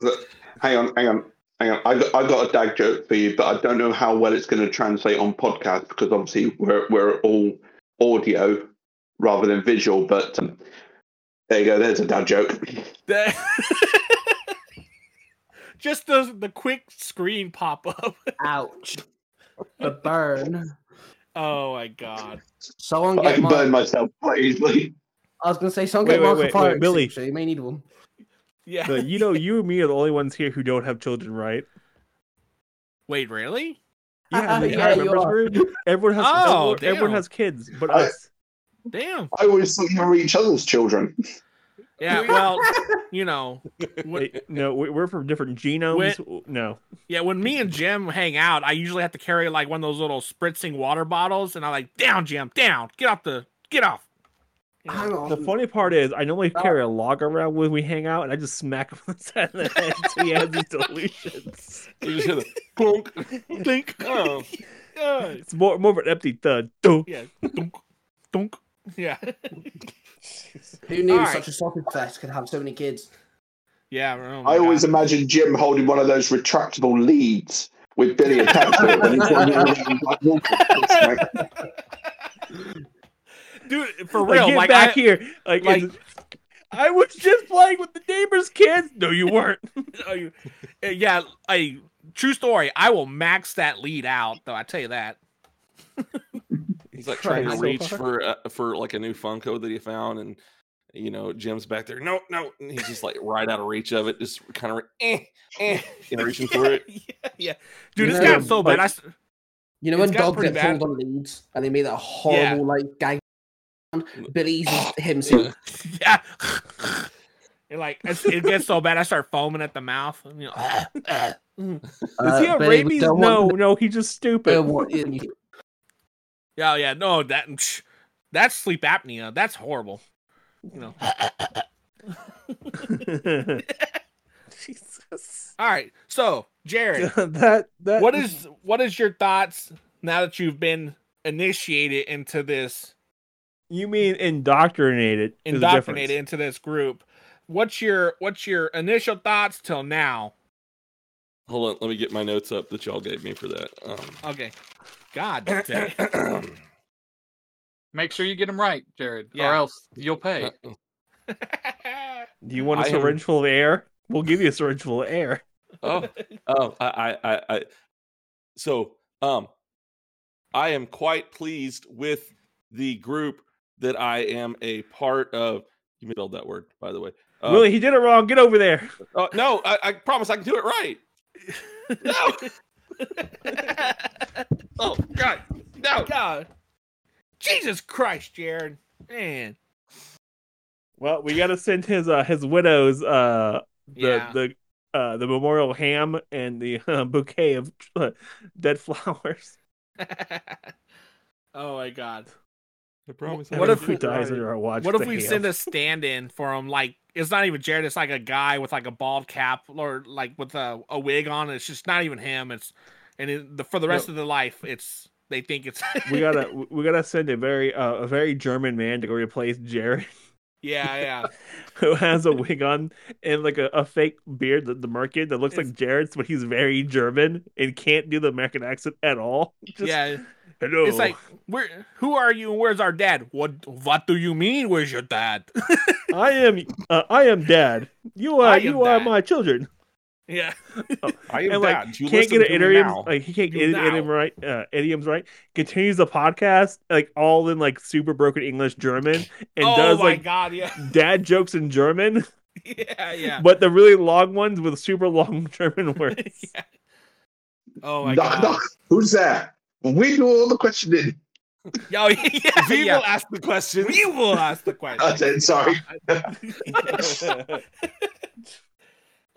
J: Look, hang on, hang on, hang on. I got, I got a dad joke for you, but I don't know how well it's going to translate on podcast because obviously we're we're all audio rather than visual. But um, there you go. There's a dad joke.
F: The- (laughs) Just the the quick screen pop (laughs) up.
G: Ouch. The burn.
F: Oh my God!
G: Someone
J: I
G: get
J: can
G: Mark.
J: burn myself (laughs) quite easily.
G: I was gonna say someone
I: Wait,
G: get
I: wait,
G: Mark
I: wait,
G: a
I: wait,
G: fire extinguisher.
I: Billy.
G: You may need one.
F: Yeah.
I: But you know, you and me are the only ones here who don't have children,
G: (laughs)
I: right?
F: Wait, really?
I: Yeah, in the
G: Yeah,
I: entire
G: you
I: members
G: are.
I: group, everyone has
F: Oh,
I: everyone, everyone
F: damn.
I: has kids, but
J: I-
I: us.
F: Damn.
J: I always thought you were each other's children.
F: Yeah. Well, you know, (laughs) when,
I: Wait, no, we- we're from different genomes. No,
F: yeah. When me and Jim hang out, I usually have to carry like one of those little spritzing water bottles, and I am like, "Down, Jim, down. Get off the, get off."
A: (laughs)
G: Hang on.
I: the funny part is I normally
G: Oh.
I: carry a log around when we hang out, and I just smack (laughs) him on the side of the head until he has these delusions.
A: You just hear the clunk,
F: (laughs)
A: clink. Oh,
F: Yeah.
I: It's more more of an empty thud. Dunk.
F: Yeah. Dunk. Dunk. Yeah.
G: (laughs) Who knew
F: Alright.
G: such a sausage fest could have so many kids?
F: (laughs) Yeah. oh my
J: I always
F: God.
J: imagine Jim holding one of those retractable leads with Billy
F: (laughs)
J: attached to it when he's wandering around like Walter. It's like,
F: dude for
I: Like,
F: real.
I: get
F: Like,
I: back
F: I,
I: here. Like,
F: like-
I: it's- I was just playing with the neighbor's kids. No, you
F: (laughs)
I: weren't.
F: Are you- uh, yeah, I true story. I will max that lead out though. I tell you that.
A: (laughs) He's like trying to
I: Christ.
A: reach for uh, for like a new Funko that he found, and you know Jim's back there. No, no, and he's just like right out of reach of it, just kind of eh, eh, you know, reaching for it.
F: yeah, (laughs) yeah. dude,
G: You
F: it's
G: know,
F: gotten so bad.
G: (laughs)
F: I s
G: You know
F: It's
G: when
F: got
G: dogs
F: pretty
G: get
F: bad.
G: pulled on leads and they make that horrible like gang. Billy's
F: (laughs)
G: just himself.
F: yeah. It like it's, it gets so bad. I start foaming at the mouth. You know, (laughs)
I: Does he have
G: Billy, we
I: rabies?
G: Uh, don't
I: No,
G: want-
I: no, he's just
G: we don't
I: stupid.
G: want you-
F: yeah, yeah. No, that that's sleep apnea. That's horrible. you know.
I: (laughs) Jesus.
F: All right. So, Jared,
I: (laughs) that that
F: what is what is your thoughts now that you've been initiated into this
I: you mean indoctrinated? is the
F: indoctrinated
I: difference.
F: into this group? What's your what's your initial thoughts till now?
A: Hold on, let me get my notes up that y'all gave me for that. Um,
F: (laughs) Okay. God damn.
H: (clears throat) Make sure you get them right, Jared, or
F: Yeah. Uh,
H: else you'll pay.
I: Do you want a
A: I am-
I: syringe full of air? We'll give you a syringe full of air.
F: (laughs)
A: oh, oh, I, I, I, I, so, um, I am quite pleased with the group that I am a part of. You misspelled that word, by the way. Uh,
I: Willie, he did it wrong. Get over there.
A: uh, no, I, I promise I can do it right. No. oh God, no.
F: God. Jesus Christ, Jared. Man.
I: Well, we gotta send his uh, his widow's uh the
F: Yeah.
I: the uh the memorial ham and the uh, bouquet of (laughs) uh, dead flowers.
F: oh my god.
A: I promise.
F: What if
I: Everyone
F: we-
I: who dies under our watch?
F: What if
I: is a
F: we
I: ham.
F: send a stand in for him? Like, it's not even Jared. It's like a guy with like a bald cap or like with a, a wig on. It's just not even him. It's and it, the, for the rest of their life, it's they think it's
I: we gotta we- we gotta send a very uh, a very German man to go replace Jared,
F: (laughs)
I: (laughs)
F: yeah yeah
I: who has a wig on and like a, a fake beard, the, the merkin that looks like Jared's, but he's very German and can't do the American accent at all. (laughs) Just,
F: yeah.
I: hello.
F: It's like where who are you and where's our dad? What what do you mean? Where's your dad? (laughs)
I: I am uh, I am Dad. You
F: I
I: are
F: am
I: you are
F: Dad.
I: my children.
F: yeah.
A: I
I: and
A: am
I: like
A: that. You
I: can't
A: listen
I: get an
A: to me
I: idiom
A: now.
I: like he can't
F: Do
I: get an
F: now.
I: idiom right uh, idioms right continues the podcast like all in like super broken english german and
F: oh
I: does
F: my
I: like
F: god, yeah. (laughs)
I: dad jokes in german
F: Yeah, yeah.
I: (laughs) but the really long ones with super long (laughs)
F: (laughs)
I: german words
F: Oh my
J: Knock,
F: god.
J: knock. Who's that? We do all the questioning.
F: (laughs) Yo, (laughs) yeah,
A: We
F: yeah.
A: will ask the question.
F: We
J: (laughs)
F: will ask the
J: I
F: question.
J: said, Uh, sorry.
I: (laughs)
F: oh, my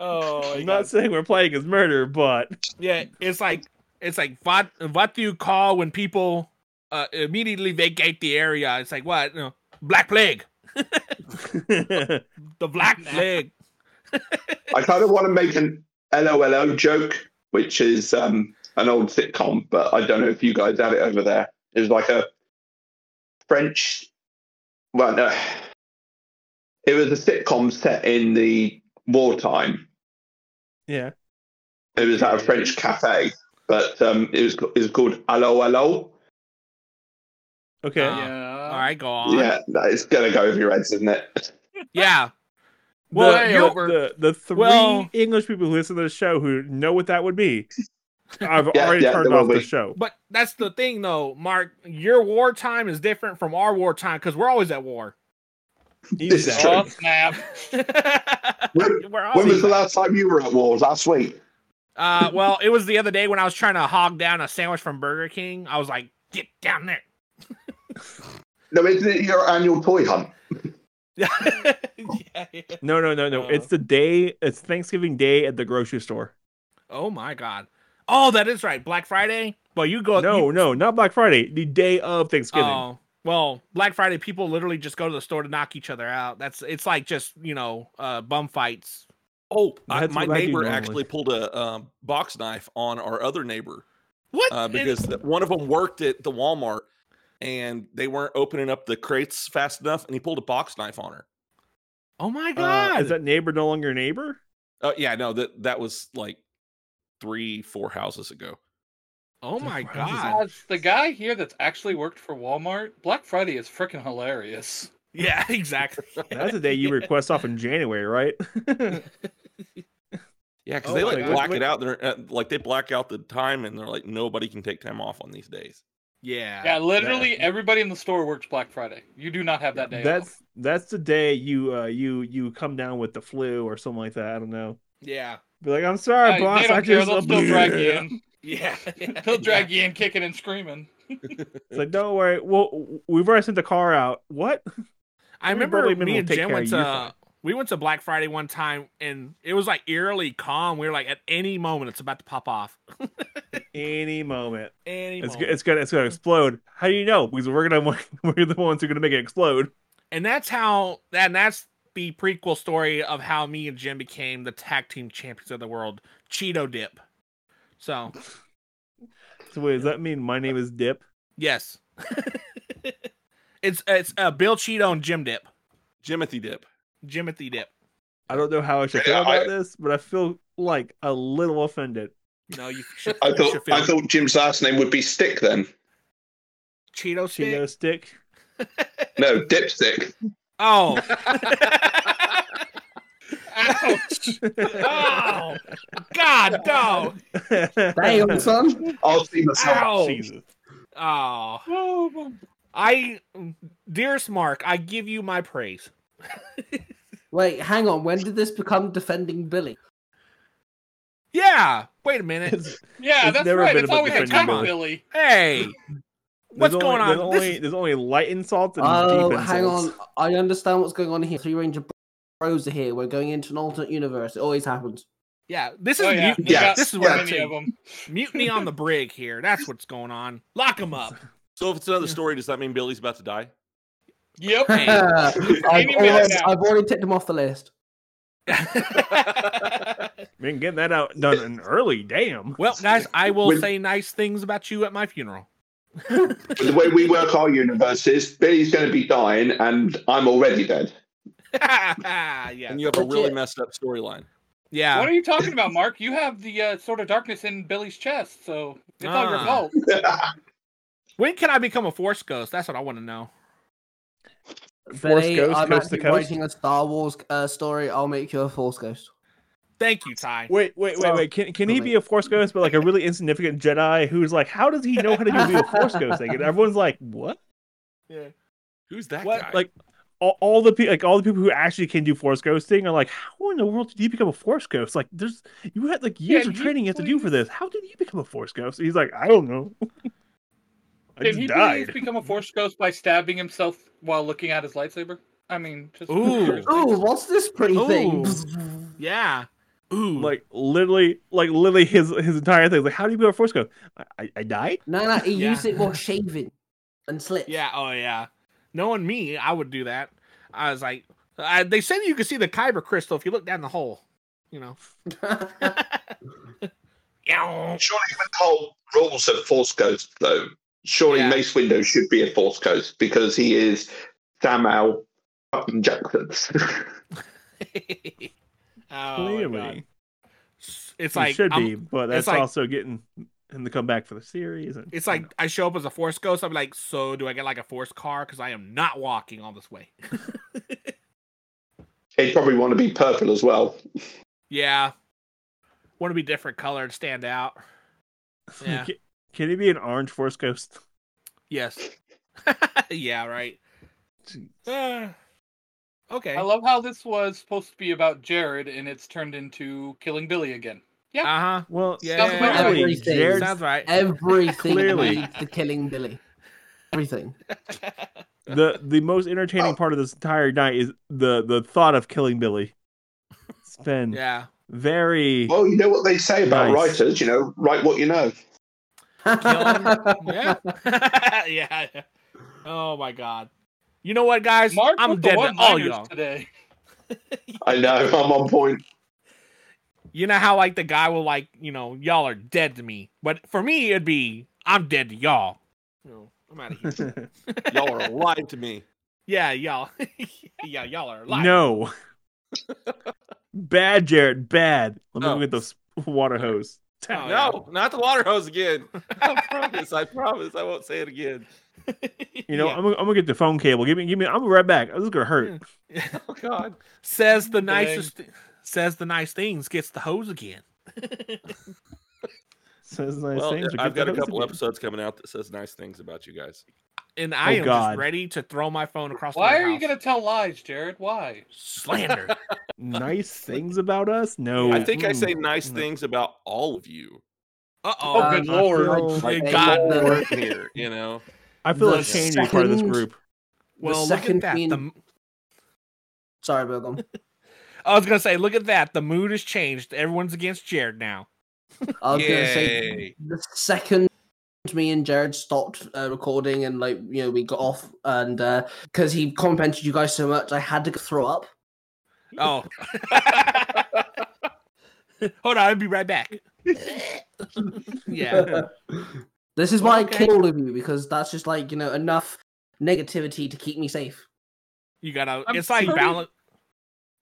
I: i'm
F: Oh God.
I: not saying we're playing his murder but
F: yeah, it's like it's like what what do you call when people uh, immediately vacate the area? It's like what you know, black
J: (laughs)
F: plague, the black plague.
J: I kind of want to make an LOLO joke, which is um, an old sitcom, but I don't know if you guys have it over there. It's like a French. Well, no. It was a sitcom set in the wartime.
I: yeah
J: It was at a French cafe, but um, it was it was called Allo Allo.
I: okay
F: Uh,
H: yeah.
F: All right, go on. Yeah.
J: Yeah, that- it's gonna go over your heads, isn't it?
I: well,
H: Way
I: the,
H: over.
I: the the three
F: Well-
I: English people who listen to the show who know what that
J: (laughs)
I: would be, I've
J: Yeah,
I: already
J: yeah,
I: turned
J: there will
I: off the
J: be.
I: show.
F: But that's the thing, though, Mark. Your wartime is different from our wartime because we're always at war.
J: This is
H: Oh,
J: true.
H: snap.
J: When,
F: We're
J: when
F: always
J: was the last time you were at war? Last week.
F: Uh, well, it was the other day when I was trying to hog down a sandwich from Burger King. I was like, "Get down there!"
J: No, isn't it your annual toy hunt?
F: yeah, yeah.
I: No, no, no, no. it's the day. It's Thanksgiving Day at the grocery store.
F: Oh my god! Oh, that is right. Black Friday. Well, you go.
I: no,
F: you-
I: no, not Black Friday. The day of Thanksgiving.
F: Oh, well, Black Friday people literally just go to the store to knock each other out. That's it's like just you know uh, bum fights.
A: Oh, I,
I: That's
A: my
I: what I do
A: neighbor
I: normally.
A: actually pulled a um, box knife on our other neighbor
F: What?
A: uh,
F: in-
A: because the, one of them worked at the Walmart and they weren't opening up the crates fast enough, and he pulled a box knife on her.
F: oh my
I: Uh,
F: god!
I: is that neighbor no longer a neighbor?
A: Oh yeah, no, that that was like three, four houses ago.
F: oh my
I: What is
F: god!
H: As the guy here that's actually worked for Walmart, Black Friday is freaking hilarious.
F: Yeah, (laughs) exactly.
I: That's the day you request off in January, right?
A: Yeah, because
F: Oh
A: they
F: my
A: like
F: God.
A: black
I: Wait-
A: it out. They're uh, like they black out the time, and they're like nobody can take time off on these days.
F: Yeah.
H: Yeah, literally everybody in the store works Black Friday. You do not have that day.
I: that's
H: off.
I: that's the day you uh you you come down with the flu or something like that. I don't know.
F: Yeah.
I: Be like, I'm sorry,
H: Hey,
I: boss.
H: they don't
I: I
H: care.
I: just
H: They'll still drag you in.
F: (laughs) Yeah.
H: (laughs) They'll drag you in, kicking and screaming.
F: (laughs)
I: It's like, don't worry. Well, we've already sent the car out. What? (laughs)
F: I
I: Every
F: remember
I: Burley men
F: me
I: will
F: and
I: take
F: Jen
I: care
F: went
I: of
F: to
I: you fine.
F: we went to Black Friday one time and it was like eerily calm. We were like at any moment it's about to pop off.
I: Any moment.
F: Any
I: It's,
F: moment.
I: (laughs) go- it's gonna it's gonna explode. How do you know? Because we're gonna we're the ones who are gonna make it explode.
F: and that's how and that's the prequel story of how me and Jim became the tag team champions of the world, Cheeto Dip. So
I: So wait, does that mean my name is Dip?
F: yes, it's it's uh, Bill Cheeto and Jim Dip,
A: Jimothy Dip,
F: Jimothy Dip.
I: I don't know how I should feel
J: Yeah,
I: about
J: I-
I: this, but I feel like a little offended.
F: No, you should,
J: I
F: you
J: thought
F: should feel
J: I thought Jim's last name would be Stick then.
F: Cheeto stick.
I: Cheeto stick.
F: (laughs)
J: No, Dipstick. (laughs)
F: Oh, (laughs)
H: Ouch!
F: oh, God, no!
G: Damn, son.
J: I'll see
F: Ow.
J: myself.
I: Jesus.
F: Oh, I, dearest Mark, I give you my praise.
G: Wait, hang on. When did this become defending Billy?
F: Yeah. Wait a minute.
A: (laughs)
I: There's
H: Yeah,
I: It's
H: that's
I: never
H: (laughs) right.
I: been
H: It's
I: about
H: always
I: defending
H: attack
I: Billy.
H: Billy.
F: Hey, what's
I: only-
F: going on?
I: There's
F: This
I: only,
F: is-
I: there's only light insults and
G: Oh,
I: deep
G: hang
I: insults.
G: on. I understand what's going on here. Three Ranger Bros are here. We're going into an alternate universe. It always happens.
F: yeah, this is
H: Oh, yeah.
F: mutiny.
J: Yeah.
H: Yeah,
F: This is
H: so
F: what I'm
H: many of
F: saying.
H: them.
F: Mutiny on the brig here. That's what's going on. Lock him up.
A: So if it's another story, does that mean Billy's about to die?
G: (laughs)
H: Yep.
G: I've,
F: Hey.
H: Any minute
G: already,
H: now.
G: I've already ticked him off the list.
I: Man, getting that out done in early, damn.
F: well,
A: (laughs)
F: guys, I will
J: When-
F: say nice things about you at my funeral.
J: But the way we work our universe is Billy's going to be dying, and I'm already dead.
F: (laughs) yeah.
A: And you have a really
G: Legit.
A: messed up storyline.
F: Yeah.
H: What are you talking about, Mark? You have the uh, Sword of Darkness in Billy's chest, so it's all your
F: Ah.
I: (laughs)
H: fault.
A: (laughs)
F: When can I become a force ghost? That's what I want to know.
I: Force
G: Billy,
I: Ghost,
G: I'm
I: Coast to
G: actually
I: Coast?
G: writing a Star Wars uh, story. I'll make you a Force Ghost.
F: Thank you, Ty.
I: Wait, wait, wait, wait. Can can he be a force ghost, but like a really insignificant Jedi who's like, how does he know how to do the force ghost thing? And everyone's like, what?
F: Yeah.
A: Who's that
F: What,
A: guy?
I: Like all, all the people, like all the people who actually can do force ghosting are like, how in the world did you become a force ghost? Like, there's you had like years
H: Yeah,
I: of
H: you-
I: training you have to do for this. How did you become a force ghost? And he's like, I don't know. (laughs) I
H: Did
I: just
H: he please
I: died.
H: become a Force Ghost by stabbing himself while looking at his lightsaber? I mean, just
F: Ooh.
H: seriously.
G: Ooh, what's this pretty thing?
F: Ooh. Yeah. Ooh.
I: Like literally, like literally, his his entire thing. Like, how do you become a force ghost? I, I, I died.
G: No, no, he
F: Yeah.
G: used it
F: (laughs)
G: while shaving and slipped.
F: Yeah. Oh, yeah. Knowing me, I would do that. I was like, I, they said you could see the kyber crystal if you look down the hole. You know. (laughs) Yeah.
J: Surely, with the whole rules of Force Ghost, though, surely
F: Yeah.
J: Mace Windu should be a Force Ghost because he is Samuel fucking Jackson.
F: oh, my
I: Clearly.
F: God. It's
I: It
F: like
I: should
F: I'm-
I: be, but
F: it's
I: that's
F: like-
I: also getting him to come back for the series. And, (laughs)
F: It's
I: you
F: like I show up as a force ghost. I'm like, so do I get like a force car? Because I am not walking all this way.
J: (laughs)
F: (laughs)
J: He'd probably want to be purple as well.
F: Yeah. Want to be different colored,
I: (laughs)
F: stand out.
I: know.
F: Yeah.
I: Can, can he be an orange force
F: (laughs)
I: ghost?
F: Yes. (laughs) yeah. Right. Ah. okay.
H: I love how this was supposed to be about Jared and it's turned into killing Billy again.
F: Uh huh.
I: Well,
F: Yeah.
H: Sounds like
I: clearly
G: everything.
I: Jared's-
F: Sounds right.
G: Everything
I: Clearly.
G: leads to killing Billy. Everything.
I: the the most
J: Oh.
I: entertaining part of this entire night is the the thought of killing Billy. It's been
F: Yeah.
I: very
J: Well, you know what they say about
I: Nice.
J: writers, you know, write what you know.
F: yeah. (laughs) yeah. Oh my god. You know what, guys?
H: Mark
F: I'm
H: with the
F: dead to all
H: one-liners
F: y'all.
H: today.
J: I know, (laughs) I'm on point.
F: You know how like the guy will like, you know, y'all are dead to me. But for me it'd be I'm dead to y'all. You know, I'm out of (laughs) here.
A: (laughs) Y'all are alive to me.
F: yeah, y'all. (laughs) yeah, y'all are alive. (laughs)
I: no. bad Jared, bad. Let me
A: Oh.
I: look at those water hose.
F: Oh, yeah.
A: no, not the water hose again.
F: (laughs)
A: (laughs) I promise. I promise. I won't say it again.
I: You know,
F: Yeah.
I: I'm, gonna- I'm gonna get the phone cable. Give me, give me. I'm right back. This is gonna hurt.
A: Oh God.
F: says the
H: Dang.
F: nicest (laughs) says the nice things gets the hose again.
I: Says nice
A: Well,
I: things. but
A: I've
I: get
A: got
I: the
A: a
I: hose
A: couple
I: again.
A: episodes coming out that says nice things about you guys.
F: And I
I: Oh,
F: am
I: God.
F: just ready to throw my phone across the
H: Why are you
F: house.
H: going to tell lies, Jared? Why? (laughs)
F: slander? Hmm.
I: Nice things about us. No,
A: I
J: Hmm.
A: think I say
I: Mm.
A: nice
I: no.
A: things about all of you.
F: Uh
H: Oh,
F: oh.
H: good
I: I
H: lord.
I: feel-
A: Like
G: Thank
A: God
G: God.
A: Lord here, you know.
I: (laughs) I feel
G: The
I: ashamed to be part of this
G: second-
I: group.
F: Well, look at
G: second
F: that.
G: mean-
F: The,
G: Sorry, Bilgum.
F: (laughs) I was gonna say, look at that. The mood has changed. Everyone's against Jared now.
G: I was going to say the second me and Jared stopped uh, recording and like you know we got off and because he complimented you guys so much, I had to go throw up.
F: (laughs) Oh. (laughs) Hold on, I'll be right back.
G: (laughs)
F: yeah.
G: this is why I kill all of you because that's just like you know enough negativity to keep me safe.
F: You gotta
H: I'm
F: it's like
H: pretty-
F: balance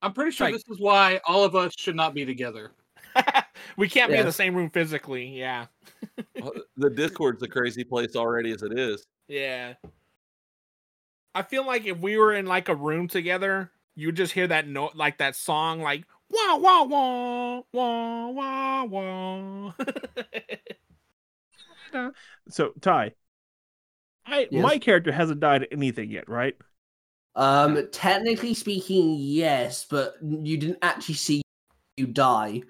H: I'm pretty sure
F: Like-
H: this is why all of us should not be together.
F: (laughs) we can't be in
H: Yeah.
F: the same room physically, yeah.
A: Well, the Discord's a crazy place already as it is.
F: Yeah. I feel like if we were in like a room together, you would just hear that note like that song like (laughs) wah wah wah wah wah wah
I: So Ty, I
G: Yes.
I: my character hasn't died at anything yet, right?
G: Um, technically speaking, yes, but you didn't actually see you die.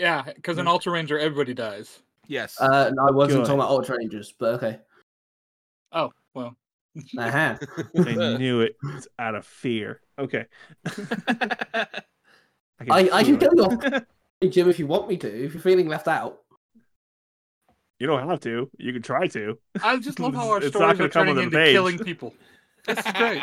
H: Yeah, because an Ultra Ranger, everybody dies.
F: Mm. Yes.
G: Uh, and I wasn't
I: Good.
G: talking about Ultra Rangers, but okay.
H: Oh, well.
G: Uh-huh.
I: I knew it. It's out of fear. Okay.
G: I, I can
I: feel
G: go
I: it.
G: off
I: (laughs)
G: Jim if you want me to. If you're feeling left out,
I: You don't have to. You can try to.
H: I
G: (laughs)
H: just love how our
I: It's not
H: stories
I: gonna
H: are
I: come on
H: turning
I: the
H: into
I: page.
H: killing people. This is great.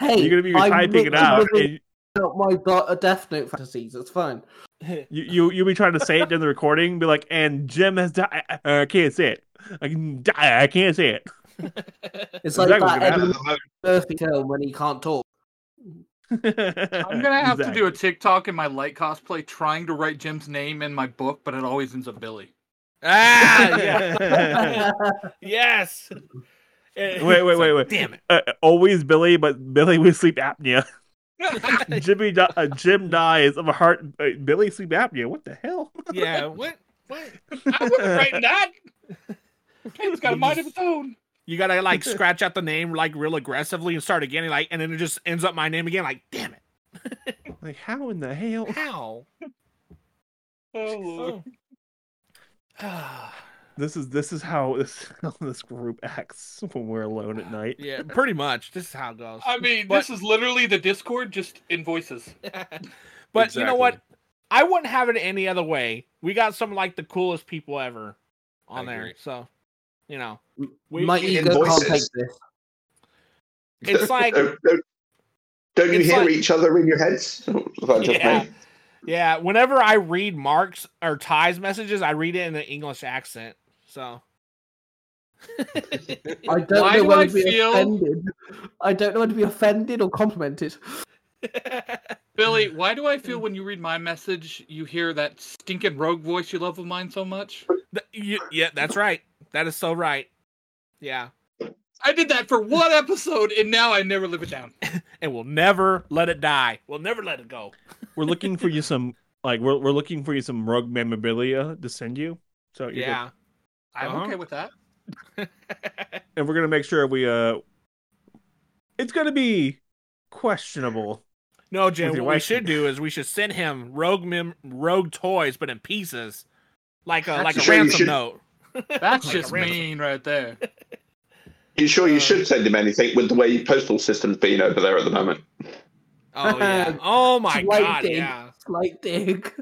G: hey,
I: You're gonna be
G: I
I: typing it
G: literally
I: out,
G: wrote
I: and
G: out my God, a Death Note fantasies. That's fine.
I: you you you'll be trying to say it during the recording, be like, "And Jim has died. I, I- I can't say it. I can die. I can't say it."
G: It's
I: Exactly
G: like
I: what's
G: that
I: gonna
G: Eddie
I: happen.
G: Murphy film when he can't talk.
H: I'm gonna have to do a TikTok in my light cosplay trying to write Jim's name in my book, but it always ends up Billy.
F: Ah (laughs)
H: (laughs)
F: yeah. yes. Wait,
I: Wait, wait, wait, wait.
F: Damn it.
I: Uh, always Billy, but Billy with sleep apnea. (laughs)
F: (laughs)
I: Jimmy, di- uh, Jim dies of a heart. Uh, Billy sleep apnea. What the hell?
F: Yeah, what what
H: I wouldn't write that. Jim's got a mind of his own.
F: You gotta like scratch out the name like real aggressively and start again, and, like, and then it just ends up my name again. Like, damn it,
I: Like how in the hell? (sighs)
F: how?
H: Oh, Lord.
F: Ah.
I: This is this is how (laughs) this how this group acts when we're alone at night.
F: yeah, pretty much. This is how it goes.
H: I mean,
F: But-
H: this is literally the Discord just
F: (laughs)
H: in voices.
F: But you know what? I wouldn't have it any other way. We got some like the coolest people ever on there, so you know, we,
G: my
F: we-
G: ego can't take
J: voices.
G: this. (laughs)
F: It's like
J: don't, don't- don't you
F: it's
J: hear
F: like-
J: each other in your heads? (laughs) Is that just
F: Yeah.
J: me?
F: yeah. Whenever I read Mark's or Ty's messages, I read it in an English accent. (laughs) So
G: I don't
H: Why
G: know
H: do
G: whether
H: I
G: to be
H: feel-
G: offended. I don't know whether to be offended or complimented.
H: Billy, why do I feel when you read my message, you hear that stinking rogue voice you love of mine so much?
F: Th- you, yeah, that's right. That is (laughs) so right. Yeah.
H: I did that for one episode, and now I never live it down.
F: (laughs) and we'll never let it die. We'll never let it go.
I: We're looking for you some like we're we're looking for you some rug memorabilia to send you. So you're
F: Yeah.
H: I'm
I: Uh-huh.
H: okay with that.
I: good. and we're gonna make sure we uh, it's gonna be questionable.
F: No, Jim.
I: With your
F: What we
I: wife.
F: should do is we should send him rogue mem- rogue toys, but in pieces, like a like a
J: Sure, you
F: ransom
J: should-
H: (laughs)
F: note.
H: That's
F: Like a
H: just
F: ransom.
H: mean right
F: (laughs)
H: there.
J: You sure
F: Uh,
J: you should send him anything with the way postal system's been over there at the moment?
F: Oh yeah. (laughs) Oh my
G: Slight
F: god.
G: dig.
F: Yeah.
G: Slight dig.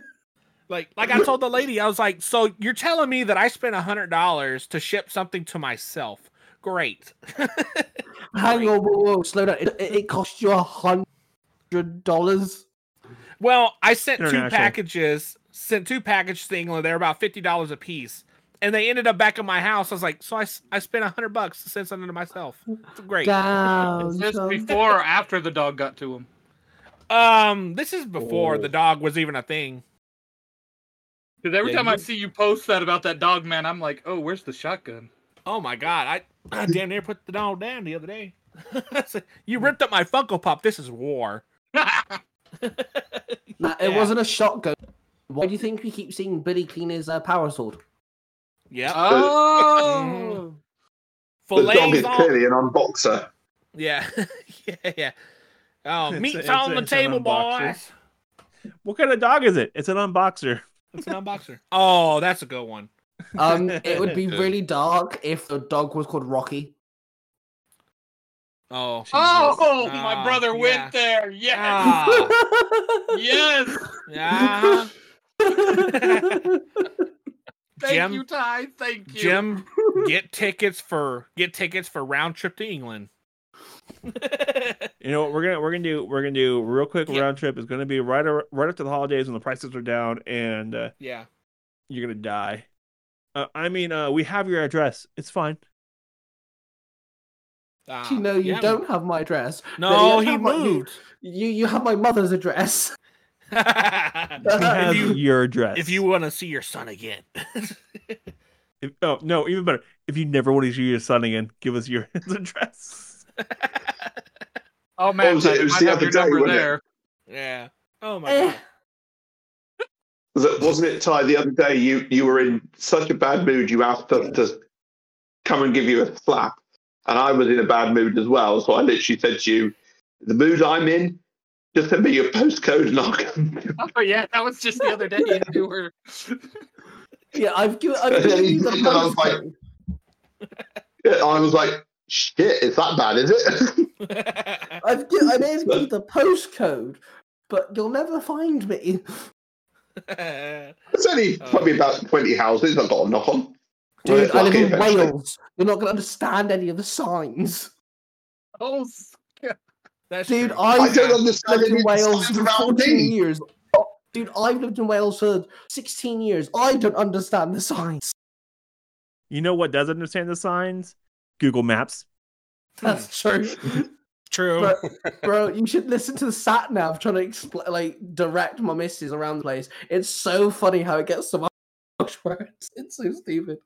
F: Like like I told the lady, I was like, so you're telling me that I spent a hundred dollars to ship something to myself? Great.
G: Hang on, whoa, whoa, slow down. It, it cost you a hundred dollars.
F: Well, I sent two
I: International.
F: packages, sent two packages to England. They're about fifty dollars a piece, and they ended up back in my house. I was like, so I, s- I spent a hundred bucks to send something to myself. It's great.
G: Down.
H: Is this
G: son.
H: before or after the dog got to him?
F: Um, this is before the dog was even a thing.
H: Because every
I: Yeah,
H: time
I: you-
H: I see you post that about that dog, man, I'm like, oh, where's the shotgun?
F: Oh my god, I, I damn near put the dog down the other day. (laughs) I said, you ripped up my Funko Pop. This is war. (laughs)
G: Nah, Uh, it wasn't a shotgun. Why do you think we keep seeing Billy clean his uh, power sword?
F: Yeah. (laughs)
H: Oh,
J: Uh, The dog is
F: Fillets on.
J: clearly an unboxer.
F: Yeah. yeah. Yeah.
I: (laughs)
F: Oh,
I: It's a-
F: meats
I: it's a-
F: on the
I: it's an
F: table,
I: unboxer.
F: boys.
I: What kind of dog is it? It's an unboxer.
F: It's an
H: (laughs)
F: unboxer.
I: (laughs)
F: Oh, that's a good one. (laughs)
G: Um, it would be really dark if the dog was called Rocky.
F: Oh.
H: oh,
F: Ah,
H: my brother
F: yeah.
H: went there. Yes,
F: Ah.
H: (laughs) yes.
F: Yeah.
H: Thank
F: Jim-
H: you, Ty. Thank you.
F: Jim, get tickets for get tickets for round trip to England.
I: You know what we're gonna we're gonna do we're gonna do real quick round trip is gonna be right ar- right after the holidays when the prices are down and uh,
F: Yeah.
I: you're gonna die. Uh, I mean, uh, we have your address. It's
F: (laughs)
I: fine.
G: you know, you don't have my address.
I: No,
G: But you
I: he
G: have my- you-
F: moved.
G: you you have my mother's address.
I: We have your address.
F: If you want to see your son again,
I: If, oh no, even better. If you never want to see your son again, give us your (laughs) his
F: (laughs)
I: address.
H: (laughs) Oh man,
J: What was it? It
H: you
J: was
H: might
J: the
H: have
J: other
H: your
J: day,
H: number
J: wasn't it?
H: there. Eh.
F: Yeah. Oh my god.
J: Was it- Wasn't it, Ty? The other day, you you were in such a bad mood. You asked us to come and give you a slap, and I was in a bad mood as well. So I literally said to you, "The mood I'm in, just send me your postcode, and I'll
F: (laughs)
J: come."
H: (laughs) Oh yeah, that was just the other day. You two were-
G: (laughs) Yeah, I've given, I've
J: And then
G: given
J: he
G: Oh, you the
J: did, (laughs) and
G: postcode.
J: I was like, Yeah, I was like, "Shit, it's that bad, is it?" (laughs)
G: I've gi- I may have given you the postcode, but you'll never find me.
J: It's only
F: Oh.
J: probably about twenty houses I've got to knock on. Well,
G: Dude,
J: it's
G: I live
J: lucky
G: in
J: eventually.
G: Wales. You're not going to understand any of the signs.
H: Oh, s-
F: That's
G: Dude,
F: true.
G: I've
J: I don't understand
G: lived
J: any
G: in
J: of the
G: Wales
J: signs
G: for
J: around
G: 14
J: me. Oh.
G: years. Dude, I've lived in Wales for 16 years. I don't understand the signs.
I: You know what does understand the signs? Google Maps.
G: That's true.
F: Hmm. True. (laughs)
G: But, bro, you should listen to the sat nav trying to explain, like, direct my missus around the place. It's so funny how it gets so much worse. It's so stupid.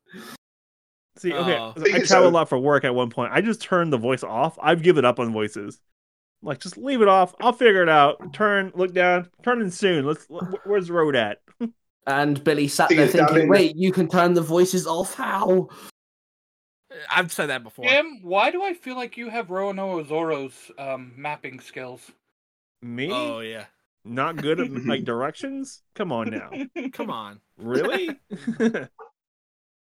I: See, okay,
F: Oh.
I: I, travel a lot for work. At one point, I just turned the voice off. I've given up on voices. I'm like, just leave it off. I'll figure it out. Turn, look down. Turn in soon. Let's. wh- Where's the road at? (laughs)
G: And Billy sat
I: Thing
G: there
I: is, down
G: thinking,
I: in-
G: wait, you can turn the voices off? How?
F: I've said that before.
H: Jim, why do I feel like you have Roanoke Zoro's um, mapping skills?
I: Me?
F: Oh yeah.
I: Not good at like directions? Come on now.
F: Come
H: (laughs)
F: on.
I: Really?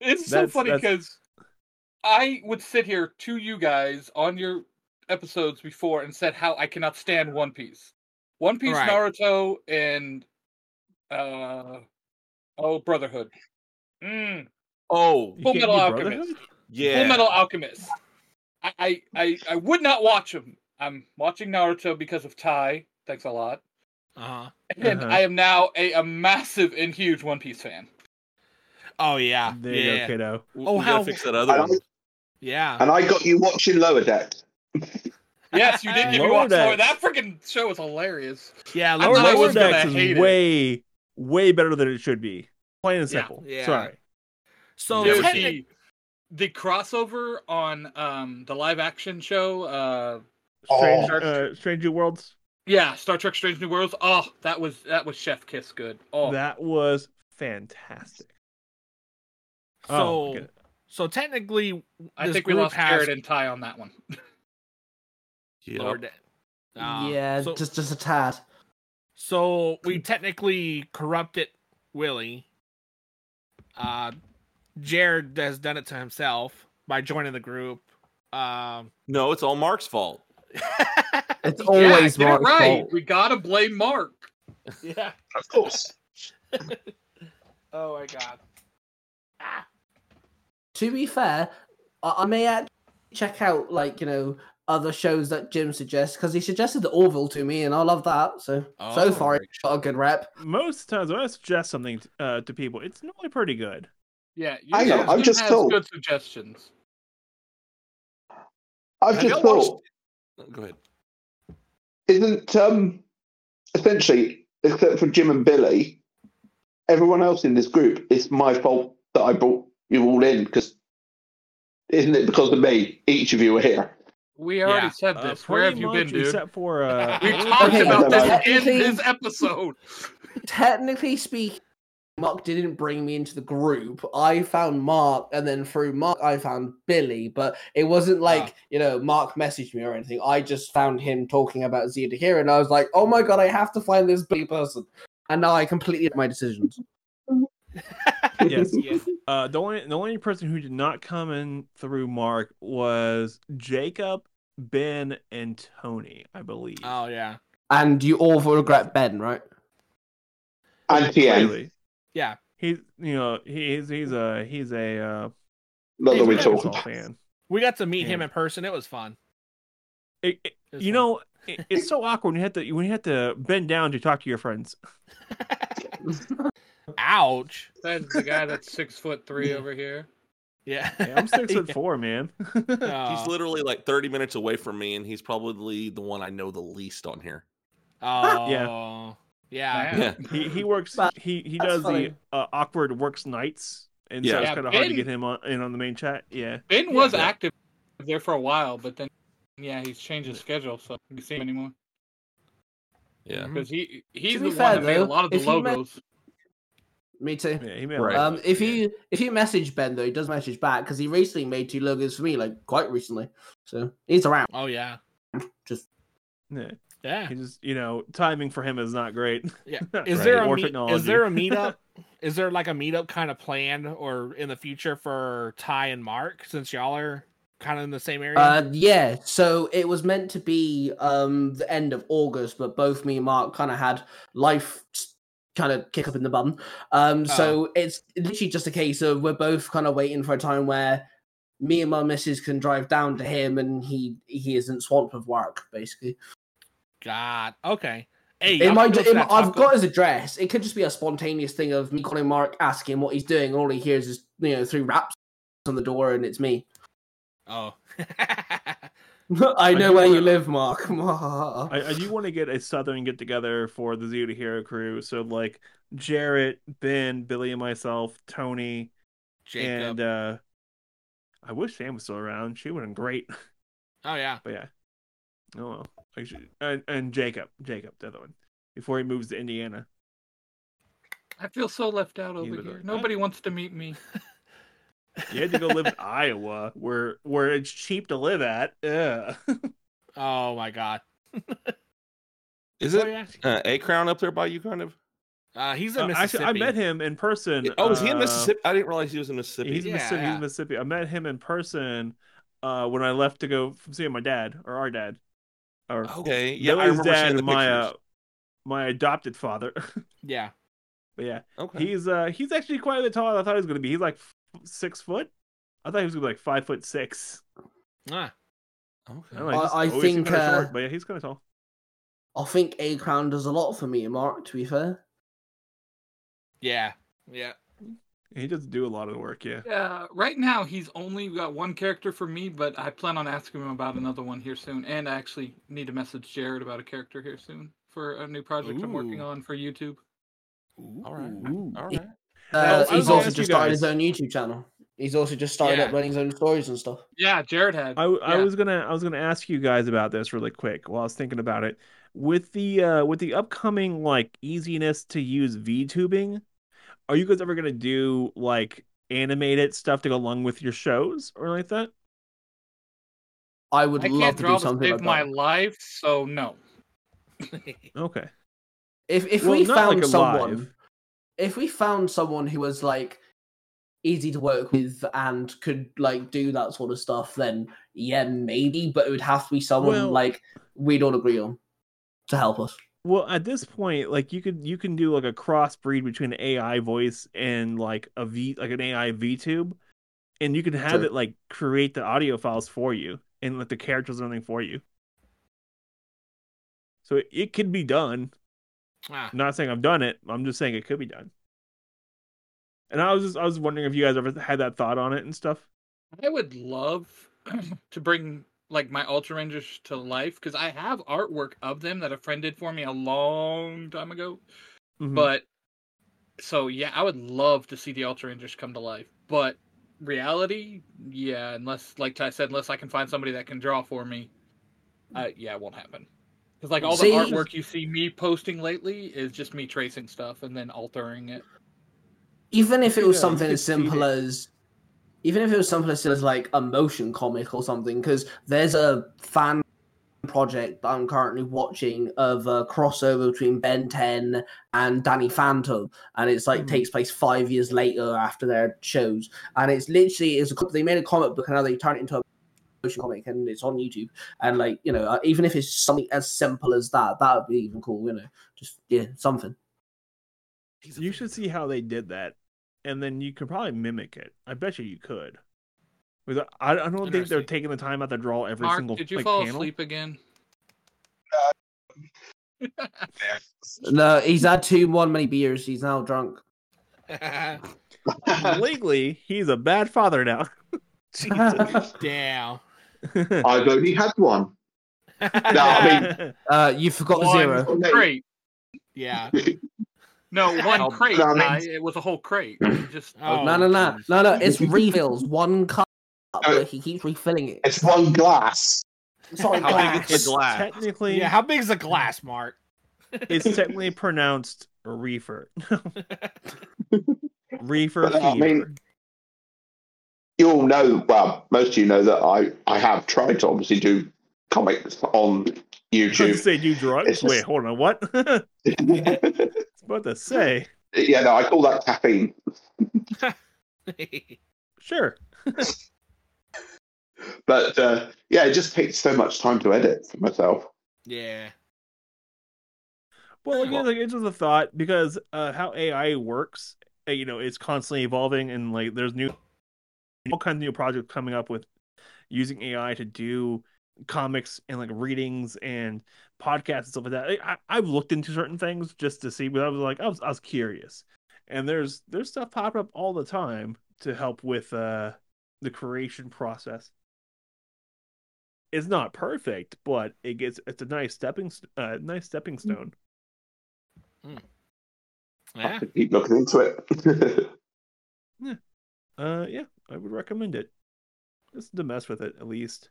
H: It's
I: That's-
H: so funny
I: that's-
H: because I would sit here to you guys on your episodes before and said how I cannot stand One Piece, One Piece,
F: Right.
H: Naruto, and uh, oh Brotherhood, mm,
A: Oh,
H: Full Metal Alchemist,
A: Yeah.
H: Full Metal Alchemist. I, I I I would not watch them. I'm watching Naruto because of Ty. Thanks a lot.
F: Uh-huh.
H: And
I: Uh-huh.
H: I am now a, a massive and huge One Piece fan.
F: Oh yeah.
I: There you
F: Yeah.
I: go, kiddo.
F: Oh how
A: fix that other one.
F: yeah.
J: And I got you watching Lower Deck.
H: Yes, you
F: (laughs)
H: did give me
I: Lower
H: watch Lower.
I: Decks.
H: That freaking show is hilarious.
F: Yeah,
H: I thought I was gonna
I: Decks
H: hate
I: is
H: it.
I: way, way better than it should be. Plain and
F: Yeah,
I: simple.
F: yeah.
I: Sorry.
F: So
H: Dude,
F: technic-
H: the, the crossover on um the live action show, uh
I: Strange,
H: Star-
I: uh, Strange New Worlds.
H: yeah, Star Trek Strange New Worlds. Oh, that was that was Chef Kiss good. Oh
I: That was fantastic. Oh,
F: so
I: okay.
F: so technically
H: I
F: this
H: think we
F: group
H: lost
F: has
H: Jared and Ty on that one.
F: Lord, Ah,
G: yeah,
F: so-
G: just just a tad.
F: So we technically corrupted Willie. Uh, Jared has done it to himself by joining the group. Um,
A: No, it's all Mark's fault.
G: It's
H: Yeah,
G: always
H: get it
G: Mark's
H: right.
G: fault.
H: We gotta blame Mark.
F: (laughs) yeah.
J: Of course.
F: Oh my god.
G: To be fair, I, I may act- check out like you know other shows that Jim suggests because he suggested the Orville to me, and I love that. So
F: Oh.
G: so far, it's got a good rep.
I: Most times when I suggest something uh, to people, it's normally pretty good.
H: (laughs) Yeah, you
J: I know,
H: guys
J: I'm
H: did
J: just
H: have
J: told.
H: good suggestions.
J: I've
A: Have
J: just
A: y'all watched-
J: thought,
A: Go ahead.
J: isn't um, essentially, except for Jim and Billy, everyone else in this group, it's my fault that I brought you all in because isn't it because of me? Each of you are here.
H: We already
F: Yeah,
H: said
I: Uh, (laughs)
H: this. Where have
I: pretty
H: you
I: much
H: been, dude?
I: Except for
F: (laughs)
I: uh,
H: We talked
G: Okay,
J: but
H: about this in
G: technically-
H: this episode.
G: Technically speaking, Mark didn't bring me into the group. I found Mark, and then through Mark, I found Billy. But it wasn't like you know Mark messaged me or anything. I just found him talking about Zeta here, and I was like, oh my god, I have to find this Billy person. And now I completely my decisions.
F: (laughs)
I: yes. Uh, the only the only person who did not come in through Mark was Jacob, Ben, and Tony, I believe.
F: Oh yeah.
G: And you all will regret Ben, right?
J: And TN.
I: Clearly.
F: Yeah.
I: He's you know he's he's a he's a uh,
J: Not that
I: he's
J: we
I: an
J: talk
I: Arkansas
J: about.
I: fan.
F: We got to meet him in person. It was fun.
I: It- it- you
F: (laughs)
I: know, it, it's so awkward when you have to when you have to bend down to talk to your friends.
F: Ouch.
H: That's the guy that's six foot three over here.
G: (laughs)
F: Yeah.
I: Yeah,
A: (laughs)
I: I'm six foot four, man. Oh.
A: He's literally like 30 minutes away from me, and he's probably the one I know the least on here.
F: Oh.
I: Yeah.
F: Yeah.
A: Yeah.
I: he he works. He he
H: that's
I: does
H: funny.
I: the uh, awkward works nights, and so
A: Yeah.
I: it's
A: Yeah,
I: kind of hard to
H: Ben-
I: get him on in on the main chat. Yeah,
H: Ben was
I: Yeah.
H: active there for a while, but then yeah, he's changed his schedule, so you see him anymore.
A: Yeah.
H: Because he
G: To
H: he's the
G: be
H: one
G: fair,
H: that made a
G: though,
H: lot of the
G: if he ma-
H: logos.
G: Me too.
I: Yeah,
A: Right.
G: Um, if you if you message Ben though, he does message back because he recently made two logos for me, like quite recently. So he's around.
F: Oh yeah.
G: Just
I: yeah.
F: Yeah.
I: He just you know timing for him is not great. (laughs)
F: Yeah. Is there a
I: Or
F: meet,
I: technology.
F: is
I: (laughs)
F: there a meetup? is there like a meetup kind of planned or in the future for Ty and Mark since y'all are kind of in the same area?
G: Uh, yeah. So it was meant to be um the end of August, but both me and Mark kind of had life kind of kick up in the bum.
F: Oh.
G: Um, so it's literally just a case of we're both kind of waiting for a time where me and my missus can drive down to him, and he he isn't swamped with work, basically.
F: God. Okay. Hey,
G: It
F: y'all
G: might,
F: can go
G: it,
F: to that
G: I've
F: taco-
G: got his address. It could just be a spontaneous thing of me calling Mark, asking what he's doing, and all he hears is you know three raps on the door, and it's me.
F: Oh.
G: (laughs) I know
I: you uh,
G: where you
I: were-
G: live, Mark. (laughs)
I: I, I do want to get a southern get together for the Zero to Hero crew. So like Jarrett, Ben, Billy, and myself, Tony, and
F: Jacob.
I: uh, I wish Sam was still around. She would have been great. (laughs)
F: Oh yeah.
I: But yeah, oh well. Actually, and, and Jacob, Jacob, the other one, before he moves to Indiana.
H: I feel so left out
I: He
H: over
I: was
H: here.
I: like,
H: Nobody wants to meet (laughs) me.
I: You had to go
F: (laughs)
I: live in Iowa, where where it's cheap to live at. (laughs) Ugh.
F: Oh my god. (laughs)
A: Is
F: Oh,
A: it
F: yeah.
A: uh, A Crown up there by you, kind of?
F: Uh, he's
I: Uh,
F: in Mississippi.
I: actually, I met him in person.
A: Oh, is he in
I: uh,
A: Mississippi? I didn't realize he was in Mississippi.
I: He's in Mississippi. He's
F: Yeah.
I: in Mississippi. I met him in person uh, when I left to go from seeing my dad or our dad, or
A: Okay. Yeah, I
I: Lily's
A: remember
I: dad
A: seeing the
I: and my uh,
A: pictures.
I: my adopted father. (laughs)
F: Yeah.
I: but yeah,
A: Okay.
I: he's uh he's actually quite a bit taller than I thought he was gonna be. He's like f- six foot. I thought he was gonna be like five foot six.
F: Ah.
I: I,
A: Okay.
I: don't know, he
G: I-
I: just
G: I
I: always seemed
G: think,
I: kinda
G: uh,
I: short, but yeah, he's kind of tall.
G: I think A Crown does a lot for me, and Mark. To be fair,
F: Yeah. Yeah.
I: He does do a lot of the work. Yeah.
H: Uh, right now, he's only got one character for me, but I plan on asking him about another one here soon. And I actually need to message Jared about a character here soon for a new project I'm working
F: Ooh.
H: on for YouTube.
A: All right.
F: Ooh.
A: All right.
I: Now, I
G: uh,
I: was
G: he's
I: gonna
G: also
I: ask you
G: just started his
I: guys.
G: own YouTube channel. He's also just started
H: Yeah.
G: up running his own stories and stuff.
H: Yeah, Jared had.
I: I, I
H: Yeah.
I: was gonna I was gonna ask you guys about this really quick while I was thinking about it. With the uh with the upcoming like easiness to use VTubing, are you guys ever gonna do like animated stuff to go along with your shows or like that?
G: I would
H: I
G: love
H: can't
G: to do
H: draw to
G: something
H: save
G: like
H: my
G: that.
H: life, so no.
I: Okay.
G: If if
I: Well,
G: we
I: not like
G: found
I: a
G: someone,
I: live.
G: if we found someone who was like easy to work with and could like do that sort of stuff, then yeah, maybe. But it would have to be someone
I: Well-
G: like we'd all agree on to help us.
I: Well, at this point, like you could you can do like a crossbreed between an AI voice and like a V like an AI VTube, and you can have
G: True.
I: it like create the audio files for you and let the characters and everything for you. So it, it could be done.
F: Ah.
I: I'm not saying I've done it. I'm just saying it could be done. And I was just I was wondering if you guys ever had that thought on it and stuff.
H: (laughs) I would love (clears throat) to bring like my Ultra Rangers to life because I have artwork of them that a friend did for me a long time ago.
G: Mm-hmm.
I: Mhm.
H: But so yeah, I would love to see the Ultra Rangers come to life. But reality, yeah, unless like Ty said, unless I can find somebody that can draw for me, uh, yeah, it won't happen. Because like all the
G: See-
H: artwork you see me posting lately is just me tracing stuff and then altering it.
G: even if it was
I: Yeah, you
G: something
I: could
G: as
I: see
G: simple
I: it.
G: as even if it was something as simple as like a motion comic or something because there's a fan project that i'm currently watching of a crossover between ben 10 and danny phantom and it's
I: Mm-hmm.
G: like takes place five years later after their shows and it's literally it's a, co- they made a comic book and now they turn it into a motion comic and it's on youtube and like you know uh, even if it's something as simple as that that would be even cool you know just yeah something
I: You should see how they did that. and then you could probably mimic it. I bet you you could. Because I, I don't think they're
H: Interesting.
I: taking the time out to draw every
H: Mark,
I: single
H: did you
I: like,
H: fall
I: panel.
H: asleep again?
G: No, he's had too one many beers. He's now drunk.
I: (laughs) Legally, he's a bad father now. (laughs) Jesus.
F: (laughs) Damn.
J: I've only had one. No, I
G: (laughs)
J: mean,
G: uh, you forgot
J: the zero.
H: One crate.
F: Yeah.
H: No, one crate.
G: I mean-
H: Ty. It was a whole crate. You Just
F: Oh.
H: oh.
G: no, no, no, no, no.
J: (laughs)
G: It's refills. One cup, but he keeps refilling it.
J: It's one glass.
G: Sorry, glass.
I: Technically,
F: Yeah, how big is a glass, Mark? (laughs)
I: it's technically pronounced reefer. (laughs) reefer
J: But, uh, I
I: fever. (laughs)
J: mean, you all know, well, most of you know that I, I have tried to obviously do comics on
I: I was
J: YouTube.
I: say do drugs.
J: It's
I: Wait,
J: just-
I: hold
J: (laughs)
I: on. What? (laughs) I was about to say.
J: Yeah, no, I call that
A: (laughs)
J: caffeine.
I: Sure.
J: (laughs) But uh, yeah, it just takes so much time to edit for myself.
F: Yeah.
I: Well, again, like, it's just a thought because uh, how AI works, uh, you know, it's constantly evolving, and like there's new, all kinds of new projects coming up with using AI to do comics and like readings and podcasts and stuff like that. Like, I, I've looked into certain things just to see, but I was like, I was, I was curious, and there's there's stuff popping up all the time to help with uh the creation process. It's not perfect, but it gets it's a nice stepping st- uh, nice stepping stone.
J: I could keep looking into it. (laughs)
I: Uh, yeah, I would recommend it. Just to mess with it, at least.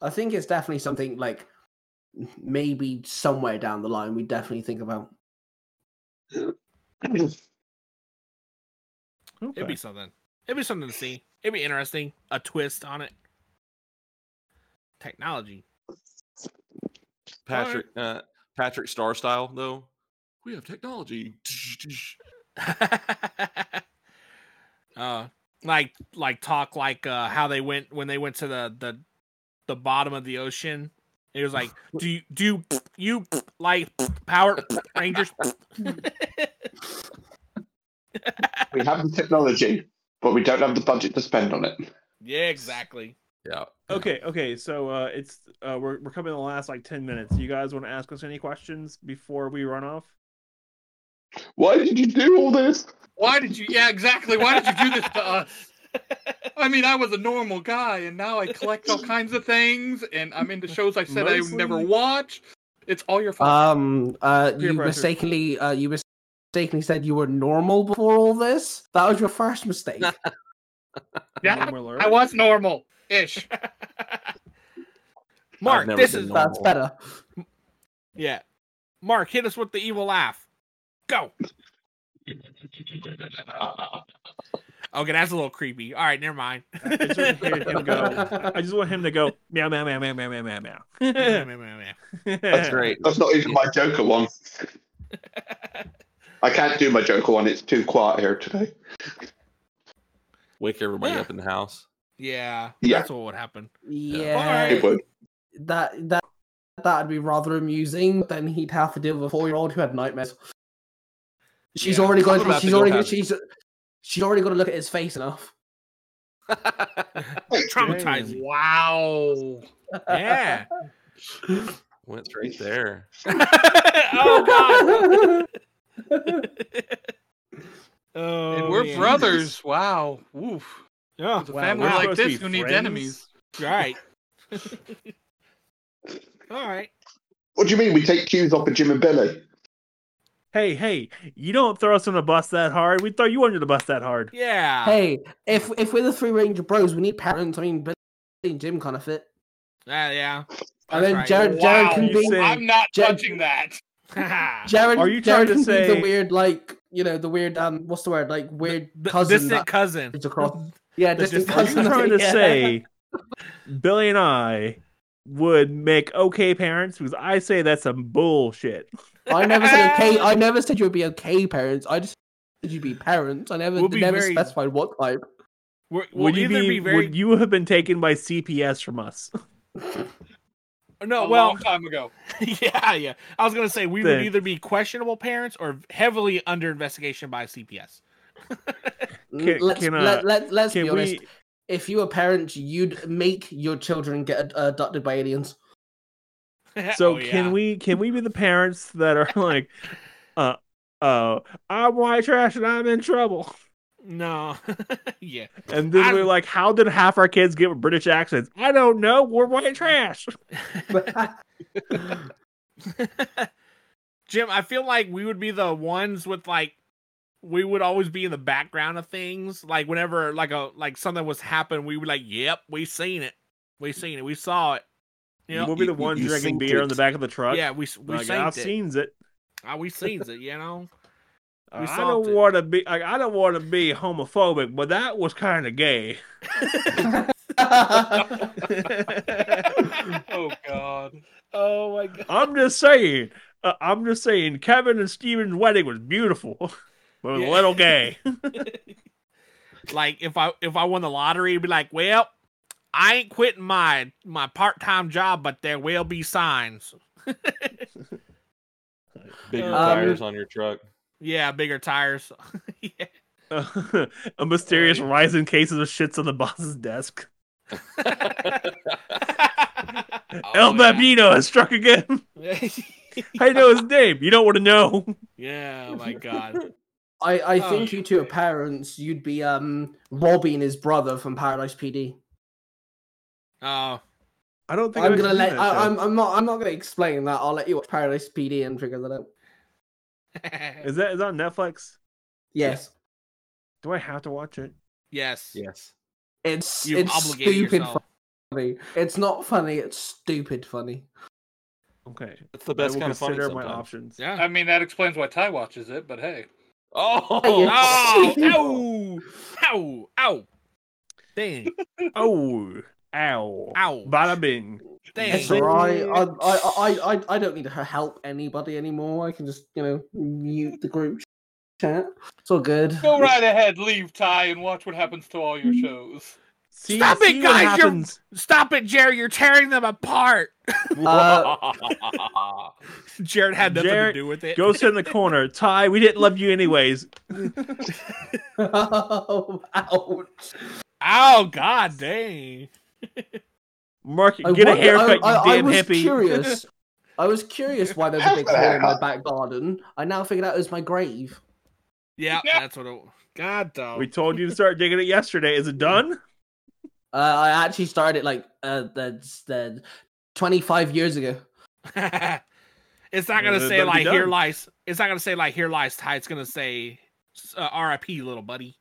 G: I think it's definitely something like maybe somewhere down the line we definitely think about.
J: (clears throat)
F: It'd be something. It'd be something to see. It'd be interesting. A twist on it. Technology. (laughs)
A: Patrick uh, Patrick Star style though. We have technology.
F: (laughs) Uh, like like talk like uh how they went when they went to the the the bottom of the ocean. It was like, do you do you, you like power rangers?
A: (laughs)
J: we have the technology, but we don't have the budget to spend on it.
F: yeah, exactly.
A: Yeah.
I: Okay, okay. So uh, it's uh, we're we're coming to the last like ten minutes. You guys want to ask us any questions before we run off?
J: Why did you do all this?
H: Why did you? Yeah, exactly. Why did you do this
F: (laughs)
H: to us? I mean, I was a normal guy, and now I collect all kinds of things, and I'm into shows I said I would never
G: Mostly-
H: watch. It's all your fault.
G: Um, uh,
H: Peer
G: you
H: pressure.
G: mistakenly, uh, you mistakenly said you were normal before all this. That was your first mistake.
H: yeah, I was normal
I: (laughs)
H: ish.
F: Mark,
G: never
F: this
G: been
F: is
G: That's better.
F: Yeah, Mark, hit us with the evil laugh. Go. Okay, that's a little creepy. All right, never mind. (laughs)
I: I just want him to go meow meow meow meow meow meow meow meow.
J: That's
A: great.
J: That's not even my Joker
A: (laughs)
J: one. I can't do my Joker one. It's too quiet here today.
A: Wake everybody up in the house.
F: Yeah,
J: Yeah.
F: that's what would happen.
G: Yeah,
J: It would.
G: that that that'd be rather amusing. but Then he'd have to deal with a four-year-old who had nightmares. She's
A: Yeah.
G: already
A: I'm
G: got.
A: about
G: She's
A: to go
G: already.
A: have-
G: she's she's already got to look at his face enough.
F: Traumatizing.
H: Wow.
F: Yeah.
A: Went right there.
F: oh
G: god.
F: (laughs) oh,
H: and we're
F: yeah.
H: brothers. Wow. Oof.
F: Yeah.
H: It's a
F: Wow,
H: family
F: we're
H: like
F: supposed to
H: this
F: be
H: who needs
F: friends?
H: enemies.
I: (laughs)
F: Right. All right.
J: What do you mean we take cues off of Jim and
A: (laughs)
J: Billy?
I: (laughs) Hey, hey! You don't throw us on the bus that hard. We throw you under the bus that hard.
F: Yeah.
G: Hey, if if we're the three Ranger Bros, we need parents. I mean, Billy and Jim kind of fit.
F: Ah, yeah.
G: And then
F: right.
G: Jared, Jared can be.
H: I'm not
G: Jared-
H: touching that.
F: (laughs)
G: Jared,
I: Are you
G: Jared can be
I: trying to say-
G: the weird, like you know, the weird um, what's the word, like weird cousin,
F: Distant
G: that
F: cousin.
G: is across. Yeah,
F: The
G: distant
F: distant-
I: Are you
G: cousin.
I: trying to
G: (laughs) yeah.
I: say Billy and I would make okay parents? Because I say that's some bullshit.
G: I never said
I: (laughs)
G: okay. I never said you would be okay parents. I just said you'd be parents. I never
F: We'll be
G: never
F: very-
G: specified what type.
F: We're, we'll
I: would you
F: either
I: be,
F: be, very
I: would you have been taken by CPS from us?
F: (laughs) no.
H: a
F: well,
H: long time ago.
F: (laughs) yeah, yeah. I was gonna say we would
I: Then-
F: either be questionable parents or heavily under investigation by CPS.
I: Can-
G: let's,
I: can, uh,
G: let, let, us
I: can
G: be honest.
I: we-
G: If you were parents, you'd make your children get ad- adopted by
I: (laughs)
G: aliens.
I: So can we can we be the parents that are
F: (laughs)
I: like, uh, uh, I'm white trash and I'm in trouble,
F: No. yeah.
I: (laughs) and then we're like, how did half our kids get British accents? I don't know. We're
F: (laughs)
I: white trash.
F: Jim, I feel like we would be the ones with like we would always be in the background of things. Like whenever like a like something was happening, we would like, Yep, we seen it. We seen it, we saw it. You know,
I: we'll be the ones drinking beer in the back of the truck.
F: Yeah, we s- we
I: like,
F: synced
I: I've
F: it.
I: seen it.
F: Ah, we seen it,
I: (laughs)
F: you know? We
I: I
F: solved
I: don't
F: it.
I: want to be. Like, I don't want to be homophobic, but that was kind of
G: (laughs)
F: (laughs)
I: gay.
H: oh God.
F: Oh my God.
I: I'm just saying. Uh, I'm just saying. Kevin and Steven's wedding was beautiful, (laughs) but it was
F: Yeah.
I: a little
F: (laughs)
I: gay.
F: like if I if I won the lottery, it'd be like, Well, I ain't quitting my my part time job, but there will be signs.
A: Bigger
F: Um,
A: tires on your truck.
F: Yeah, bigger tires.
I: (laughs)
F: (laughs)
I: a mysterious rise in cases of shits on the boss's
F: (laughs)
I: desk.
F: Oh,
I: El Bambino has struck
F: (laughs)
I: again. I know his name. You don't want to know.
F: Yeah, oh
G: (laughs)
F: my god.
G: I, I
F: Oh,
G: think you two are parents. You'd be um robbing his brother from Paradise PD.
F: Oh.
I: I don't
G: I'm gonna let. I, I'm I'm not I'm not gonna explain that. I'll let you watch Paradise PD and figure that out.
I: Is that is that on Netflix?
G: Yes.
I: Do I have to watch it?
F: Yes.
A: Yes.
G: It's
I: You've
G: it's
I: obligated
G: stupid
I: yourself.
G: funny. It's not funny. It's stupid funny.
I: Okay.
A: That's the
I: I
A: best
I: will
A: kind of funny.
I: consider my
A: sometimes. (laughs)
I: options.
F: Yeah.
H: I mean, that explains why Ty watches it, but hey.
A: Oh,
F: Oh, ow, ow, ow. Dang.
I: Oh, ow,
F: Ow.
I: Bada bing.
F: Dang.
G: It's alright. I, I I I I don't need to help anybody anymore. I can just you know mute the group chat. It's all good.
H: Go right ahead, leave Ty, and watch what happens to all your shows.
I: See,
F: Stop
I: see
F: it,
I: what
F: guys! You're,
I: happens.
F: stop it, Jared! You're tearing them apart.
G: Uh,
F: (laughs)
G: (laughs)
F: Jared had nothing
I: Jared
F: to do with it.
I: Go sit in
F: (laughs)
I: the corner. Ty, we didn't love you anyways.
G: (laughs) oh, ouch.
F: Oh god, dang.
I: Mark,
G: I
I: get a
G: wonder-
I: haircut,
G: I,
I: you
G: I- I
I: damn
G: was
I: hippie. (laughs)
G: curious. I was curious why there's a big hole in my back garden. I now figured out it was my grave.
F: Yeah, that's what. It, god
I: (laughs)
F: dog.
I: we told you to start digging it yesterday. Is it done?
G: Uh, I actually started it like uh, the, the 25 years ago.
F: it's not gonna
I: Well, it
F: say
I: better be
F: like here
I: done.
F: lies. It's not gonna say like here lies Ty. It's gonna say uh, R.I.P. Little buddy.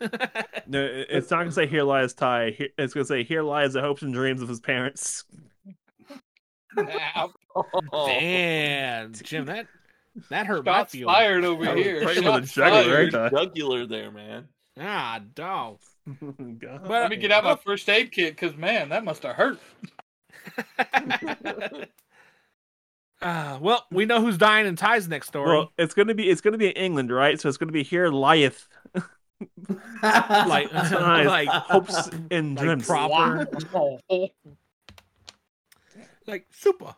I: No, it- it's not gonna say here lies Ty. Here- It's gonna say here lies the hopes and dreams of his parents. (laughs)
F: Damn, Jim, that that hurt my
H: Shots
F: feelings.
H: fired over
I: That was
H: here.
I: pretty with a
H: Shots
I: jugular,
H: fired.
I: right, Ty?
A: Jugular there, man.
F: Ah, dog.
I: (laughs) God.
F: But-
H: Let me get out my first aid kit, because, man, that must have hurt.
F: Uh, well, we know who's dying in Ty's next story.
I: Well, it's gonna be it's gonna be in England, right? So it's gonna be here
F: (laughs)
I: lieth (laughs)
F: like,
I: Ty's
F: like,
I: hopes and
F: like
I: dreams.
F: proper, (laughs) Oh. like super.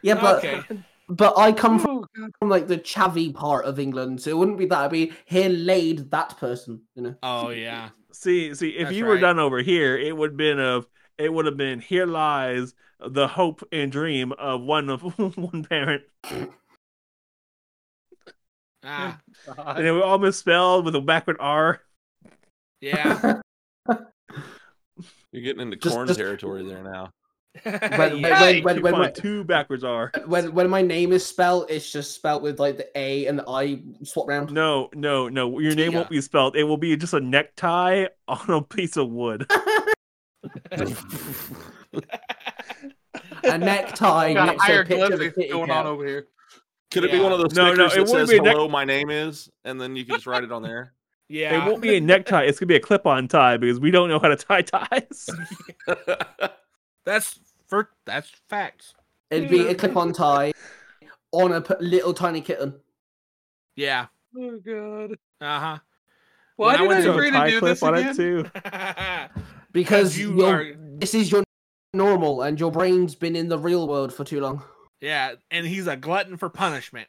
G: Yeah, but
F: okay.
G: but I come from, from like the chavvy part of England, so it wouldn't be that. It'd be here laid that person, you know.
F: Oh yeah.
I: See, see, if
F: That's
I: you were
F: right.
I: done over here, it would been of it would have been here lies the hope and dream of one of (laughs) one
F: (laughs)
I: parent,
F: Ah,
I: and it was all misspelled with a backward R. (laughs)
F: yeah.
A: You're getting into
G: Just-
A: corn
G: just-
A: territory there now.
H: (laughs)
G: When-
F: Yeah.
G: when- when- when- when-
I: two backwards R.
G: When when my name is spelled, it's just spelled with like the A and the I swap round.
I: No, no, no. Your name
F: Tia.
I: won't be spelled. It will be just a necktie on a piece of
F: (laughs)
I: wood.
G: A necktie
H: Got
G: next to a picture of a
H: hieroglyphics
G: kitty
H: going
G: cat.
H: on over here.
A: Could it be one of
F: Yeah.
A: those
I: No,
A: stickers
I: no, it
A: that
I: wouldn't
A: says
I: be a neck-
A: "Hello, my name is," and then you can just write it on
H: (laughs)
A: there?
I: It
F: Yeah.
I: won't be a necktie. It's gonna be a clip-on tie because we don't know how to
G: (laughs)
I: tie ties.
F: (laughs) That's for that's facts.
G: It'd be a clip-on tie on a p- little tiny kitten.
F: Yeah.
H: Oh, God.
F: Uh
H: Why
F: When I
H: did I,
F: went to a
H: agree to
I: tie
H: do this
I: clip on
H: again?
I: it too.
F: huh.
G: (laughs) Because
F: you
G: you
F: are-
G: this is your normal, and your brain's been in the real world for too long.
F: yeah, and he's a glutton for punishment.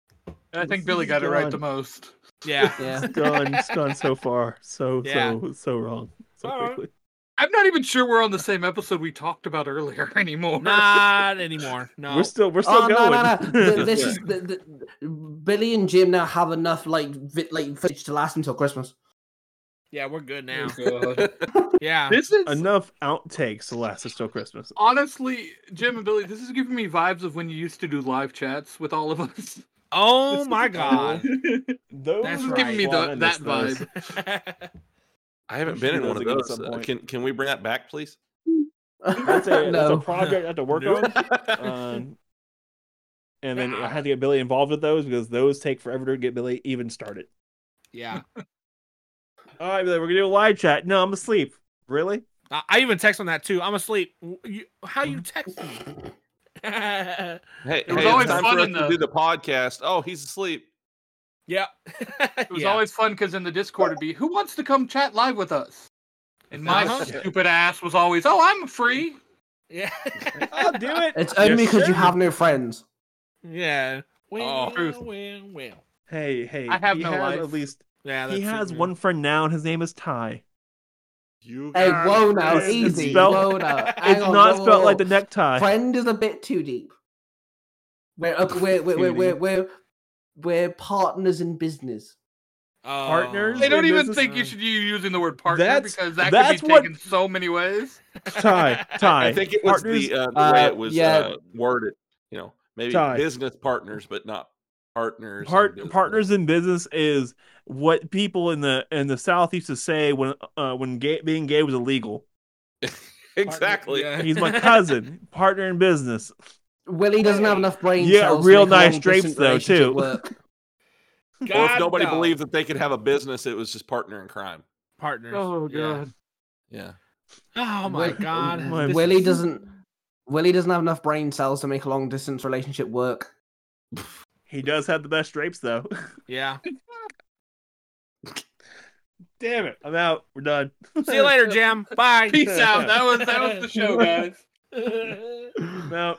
G: (laughs)
H: I think Billy got it right the most.
I: (laughs)
F: Yeah.
I: It's gone, it's gone so far. So,
H: Yeah.
I: so, so wrong. So quickly.
H: I'm not even sure we're on the same episode we talked about earlier (laughs) anymore.
F: Not anymore. No.
I: We're still, we're still
G: oh,
I: going.
G: No, no, no.
I: (laughs)
G: Th- this is th th Billy and Jim now have enough like vi- like footage to last until Christmas.
F: Yeah, we're good now.
H: yeah. This is
I: enough outtakes to last us till Christmas.
H: honestly, Jim and Billy, this is giving me vibes of when you used to do live chats with all of us.
F: Oh
H: This
F: my
H: is-
F: God.
I: Those
H: That's giving me the, that vibe.
A: I haven't
I: We
A: been
I: should
A: in
I: do
A: one of
I: those again at
A: those.
I: some
A: Uh,
I: point.
A: can can we bring that back, please?
I: That's a, that's a
G: No.
I: project I have to work
A: No.
I: (laughs) on. Um, and then I had to get Billy involved with those because those take forever to get Billy even started.
F: (laughs) Yeah.
I: All right, Billy, we're gonna do a live chat. No, I'm asleep. Really?
F: I, I even text on that too. I'm asleep. W- You, how you text me? (laughs) yeah.
A: Hey,
H: It
A: hey,
H: was
A: it's
H: always
A: time
H: fun
A: for us
H: in
A: to
H: the-
A: do the podcast. Oh, he's asleep.
H: It
A: (laughs)
H: was
F: Yeah.
H: always fun because in the Discord it'd be, who wants to come chat live with us? And my
F: Uh-huh.
H: stupid ass was always, oh, I'm free. (laughs)
F: Yeah.
I: I'll do it.
G: It's only
I: Yes,
G: because you
I: sir.
G: have no friends.
F: Yeah. Well,
H: truth.
F: well, well.
I: Hey, hey.
H: Oh. I have
I: he
H: no
I: has
H: life.
I: At least
F: Yeah,
I: he
F: that's it,
I: has
F: man.
I: one friend now, and his name is Ty.
A: You
G: Hey,
A: guys-
G: whoa now,
I: It's- it's
G: easy.
I: spelled-
G: whoa now. Hang
I: (laughs) it's
G: on,
I: not
G: whoa,
I: spelled
G: whoa,
I: like the
G: whoa.
I: necktie.
G: friend is a bit too deep. We're up, we're, we're, we're,
I: Too
G: we're, we're we're partners in business.
F: Oh.
I: Partners?
H: I don't
I: in
H: even
I: business-
H: think you should be using the word partner
I: That's-
H: because that
I: that's
H: could be
I: what-
H: taken so many ways.
I: Ty, Ty.
A: (laughs) I think it was
I: partners-
A: the, uh, the
G: Uh,
A: way it was
G: yeah.
A: uh, worded. You know, maybe
I: Ty.
A: business partners, but not partners. in
I: Part,
A: business.
I: partners in business is what people in the in the South used to say when uh, when gay, being gay was illegal.
A: Exactly.
F: Yeah.
I: He's (laughs) my cousin, partner in business.
G: (laughs) Willie doesn't have enough brain
I: Yeah,
G: cells.
I: real
G: to make a
I: nice
G: long
I: drapes,
G: distance
I: though,
G: relationship
I: too.
G: Work.
A: (laughs) Or if
F: God,
A: nobody
F: no.
A: believed that they could have a business, it was just partner in crime.
F: partners.
H: Oh, God.
A: Yeah.
F: Yeah. Oh my
G: Will- (laughs)
F: God.
I: My-
F: This
G: Willie
F: is-
G: doesn't. Willie doesn't have enough brain cells to make a long distance relationship work.
I: He does have the best drapes, though.
F: (laughs) Yeah.
I: Damn it! I'm out. We're done.
F: See you
I: (laughs)
F: later, Jim. Bye.
H: Peace out. That was that was the show, guys.
I: Now,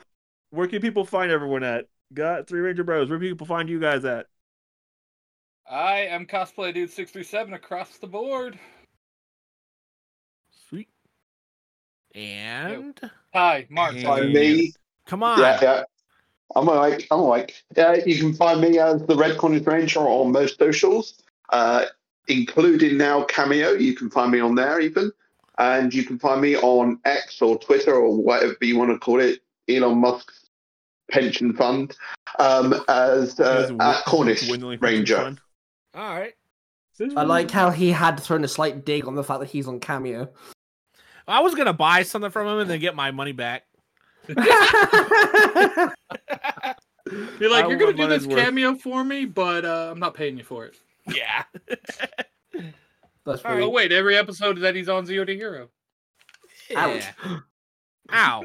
I: where can people find everyone at? Got three Ranger Bros. Where can people find you guys at?
H: I am cosplay dude six three seven across the board.
F: Sweet. And
H: Hi, Mark.
J: By me,
F: come on.
J: yeah, yeah. I'm all right. I'm all right. Uh, you can find me as the Red Corners Ranger on most socials, uh, including now Cameo. You can find me on there even. And you can find me on X or Twitter or whatever you want to call it, Elon Musk's pension fund, um, as
I: His
J: uh,
I: wi-
J: at Cornish
I: dwindling pension
J: Ranger.
I: fund.
F: All right.
G: I
I: (laughs)
G: like how he had thrown a slight dig on the fact that he's on cameo.
F: I was gonna buy something from him and then get my money back.
H: You're like,
I: I
H: you're gonna
I: want
H: do
I: money's
H: this
I: worth."
H: cameo for me, but uh, I'm not paying you for it.
F: Yeah.
G: (laughs) That's
F: All right.
H: Oh
G: rude.
H: wait, every episode that he's on Zero to Hero.
G: Ouch.
F: Ow.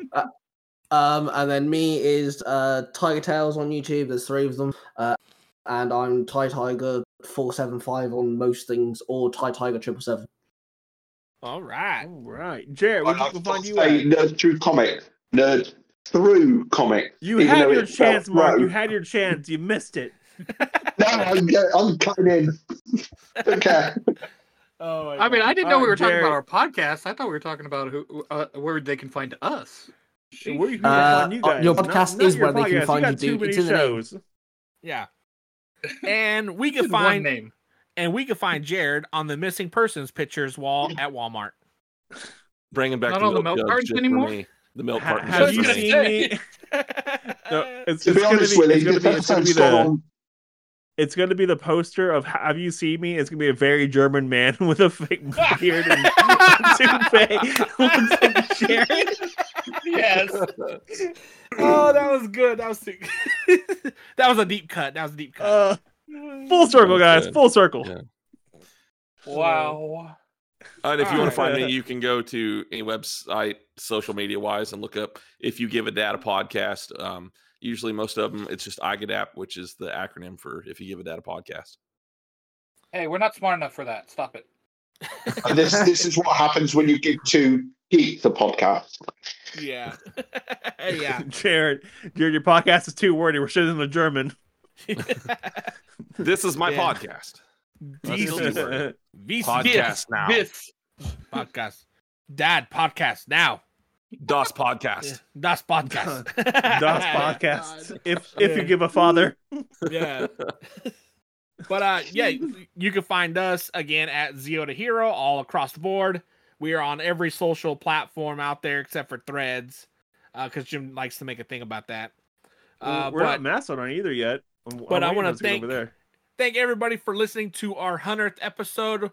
G: Um, and then me is uh Tiger Tales on YouTube. There's three of them. Uh, and I'm Ty Tiger four seven five on most things, or Ty Tiger triple seven.
F: All right.
I: All right, Jared.
J: Well,
I: Where can
J: I've
I: people
J: got
I: find
J: to
I: you
J: say
I: at?
J: nerd through comic, nerd through comic.
I: You
J: even
I: had
J: though
I: your
J: it's spelled
I: chance, Mark.
J: through.
I: You had your chance. You missed (laughs) it.
J: No, I'm, I'm coming in. Don't care.
F: (laughs) Oh
H: I mean, I didn't know
I: Uh,
H: we were talking about
I: Jerry-
H: our podcast. I thought we were talking about who uh, where they can find us.
I: Where can people
G: Uh,
I: find you
G: uh,
I: guys?
G: your
I: Not-
G: podcast
I: not
G: is
I: your
G: where they can
I: podcast. You
G: find
I: got
G: you,
I: Too
G: dude.
I: many
G: It's in the name.
I: shows.
H: (laughs)
F: Yeah. And we
H: Just
F: can
H: one
F: find
H: name.
F: and we can find Jared on the missing persons pictures wall at Walmart.
A: Bringing back
H: Not
A: the
H: on the
A: milk,
H: milk
A: jug
H: cartons
A: just for
H: anymore?
A: me. The milk
I: Ha-
A: cartons.
I: have
A: just
I: you
A: for me.
I: seen (laughs) me? No, it's,
J: To
I: it's
J: be
I: gonna
J: honest,
I: be,
J: Willie,
I: it's gonna
J: this
I: be, it's gonna be
J: episode's
I: the
J: gone on.
I: it's gonna be the poster of "Have You Seen Me?" It's gonna be a very German man (laughs) with a fake beard and (laughs)
F: (laughs)
I: toupee. Looks like Jared.
H: Yes.
F: (laughs) oh, that was good. That was (laughs) sick. that was a deep cut. That was a deep cut.
I: Uh, full circle, guys. Full circle.
A: Yeah.
I: (laughs)
H: wow.
A: Uh, and if you
F: Alright.
A: want to
F: (laughs)
A: find me, you can go to any website, social media wise, and look up if you give a dad a podcast. Um, usually, most of them, it's just IGADAP, which is the acronym for if you give a dad a podcast.
H: Hey, we're not smart enough for that. Stop it.
I: (laughs)
J: And this this is what happens when you give two geeks a podcast.
F: yeah. yeah.
I: Jared, Jared, your (laughs) podcast is too wordy. We're shitting the German.
A: This is my
F: Yeah.
A: podcast. That's the word.
I: (laughs)
F: VC.
A: Podcast now.
H: This.
F: Podcast. Dad, podcast now. (laughs)
A: DOS podcast.
F: Das Podcast.
I: (laughs)
F: (laughs)
I: DOS podcast. If if you give a father.
A: (laughs)
I: (laughs)
F: yeah. But uh yeah, you can find us again at Zio to Hero all across the board. We are on every social platform out there except for Threads, because Jim likes to make a thing about that. Uh,
I: We're
F: but
I: not Mastodon either yet. I'm- I'm
F: but I
I: waiting
F: wanna
I: for us to get
F: thank-
I: over there.
F: thank everybody for listening to our hundredth episode,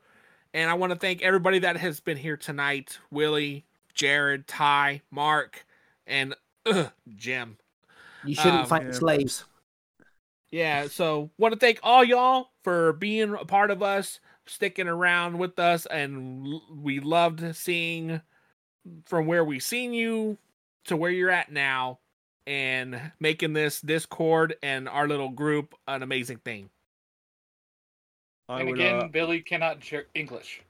F: and I want to thank everybody that has been here tonight: Willie, Jared, Ty, Mark, and ugh, Jim.
G: You shouldn't
F: Um,
G: fight
F: yeah.
G: slaves.
F: Yeah, so want to thank all y'all for being a part of us, sticking around with us, and l- we loved seeing from where we seen you to where you're at now, and making this Discord and our little group an amazing thing.
I: I
H: And
I: would,
H: again,
I: uh,
H: Billy cannot share English.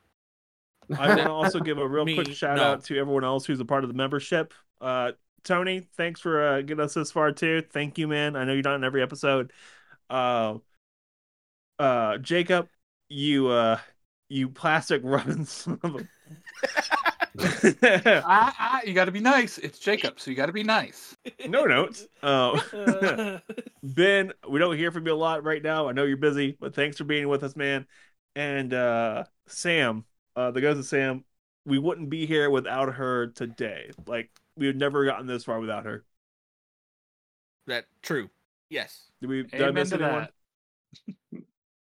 I: I want to also give
F: (laughs)
I: a real
F: Me,
I: quick shout
F: no.
I: out to everyone else who's a part of the membership. Uh, Tony, thanks for uh, getting us this far too. Thank you, man. I know you're not in every episode. Uh, uh, Jacob, you uh, you plastic Robin. (laughs) son of
H: (laughs)
I: a-
H: ah, ah, you got to be nice. It's Jacob, so you got to be nice.
I: no
H: (laughs)
I: notes. Oh, (laughs)
F: (laughs)
I: Ben, we don't hear from you a lot right now. I know you're busy, but thanks for being with us, man. And uh, Sam, uh, the ghost of Sam, we wouldn't be here without her today. Like we would never gotten this far without her.
F: That true. Yes.
I: Did we? Did I
H: Amen
I: miss
H: to
I: anyone?
H: that.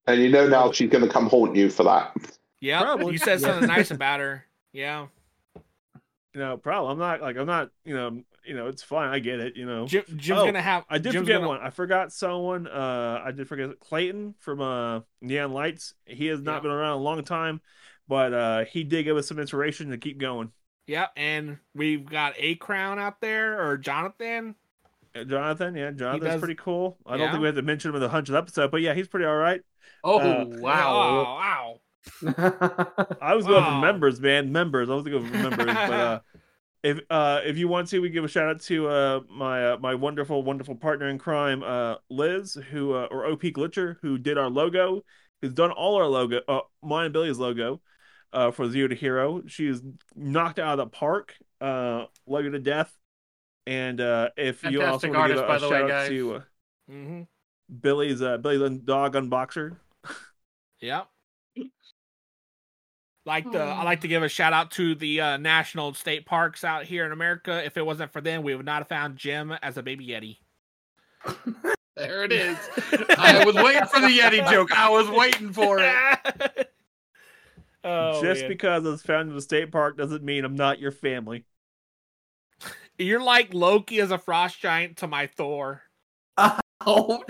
J: And you know now she's going to come haunt you for that.
F: Yeah.
I: Probably.
F: You said
I: Yeah.
F: something nice about her. Yeah.
I: No problem. I'm not like I'm not. You know. You know. It's fine. I get it. You know.
F: Jim, Jim's
I: Oh,
F: gonna have.
I: I did
F: Jim's
I: forget
F: gonna-
I: one. I forgot someone. Uh, I did forget Clayton from uh Neon Lights. He has not
F: Yeah.
I: been around a long time, but uh, he did give us some inspiration to keep going.
F: Yeah, and we've got a crown out there or Jonathan.
I: Uh, Jonathan, yeah, Jonathan's
F: does-
I: pretty cool. I don't
F: Yeah.
I: think we have to mention him in the hundredth episode, but yeah, he's pretty all right.
H: Oh
I: Uh,
H: (laughs) wow!
F: Oh,
H: Oh,
F: wow.
I: I was going
F: Wow.
I: for members, man, members. I was going for members, but
H: (laughs)
I: uh, if uh, if you want to, we give a shout out to uh, my uh, my wonderful wonderful partner in crime, uh, Liz, who uh, or OP Glitcher, who did our logo, who's done all our logo, uh, mine and Billy's logo, uh, for Zero to Hero. She is knocked out of the park, uh, logo to death. And uh, if you also
H: Fantastic
I: want to give
H: artist,
I: a,
H: by
I: a
H: the
I: shout
H: way,
I: out
H: guys.
I: to uh,
F: Mm-hmm.
I: Billy's uh, Billy's un- dog unboxer.
F: Yeah. Like the,
G: Oh.
F: I like to give a shout out to the uh, national state parks out here in America. If it wasn't for them, we would not have found Jim as a baby yeti.
H: There
I: (laughs)
H: it is. I was waiting for
F: (laughs)
H: the Yeti joke. I was waiting for it.
F: oh,
I: Just
F: man.
I: because I was found in a state park doesn't mean I'm not your family.
F: you're like Loki as a frost giant to my Thor.
G: (laughs)
F: (laughs)
G: Oh,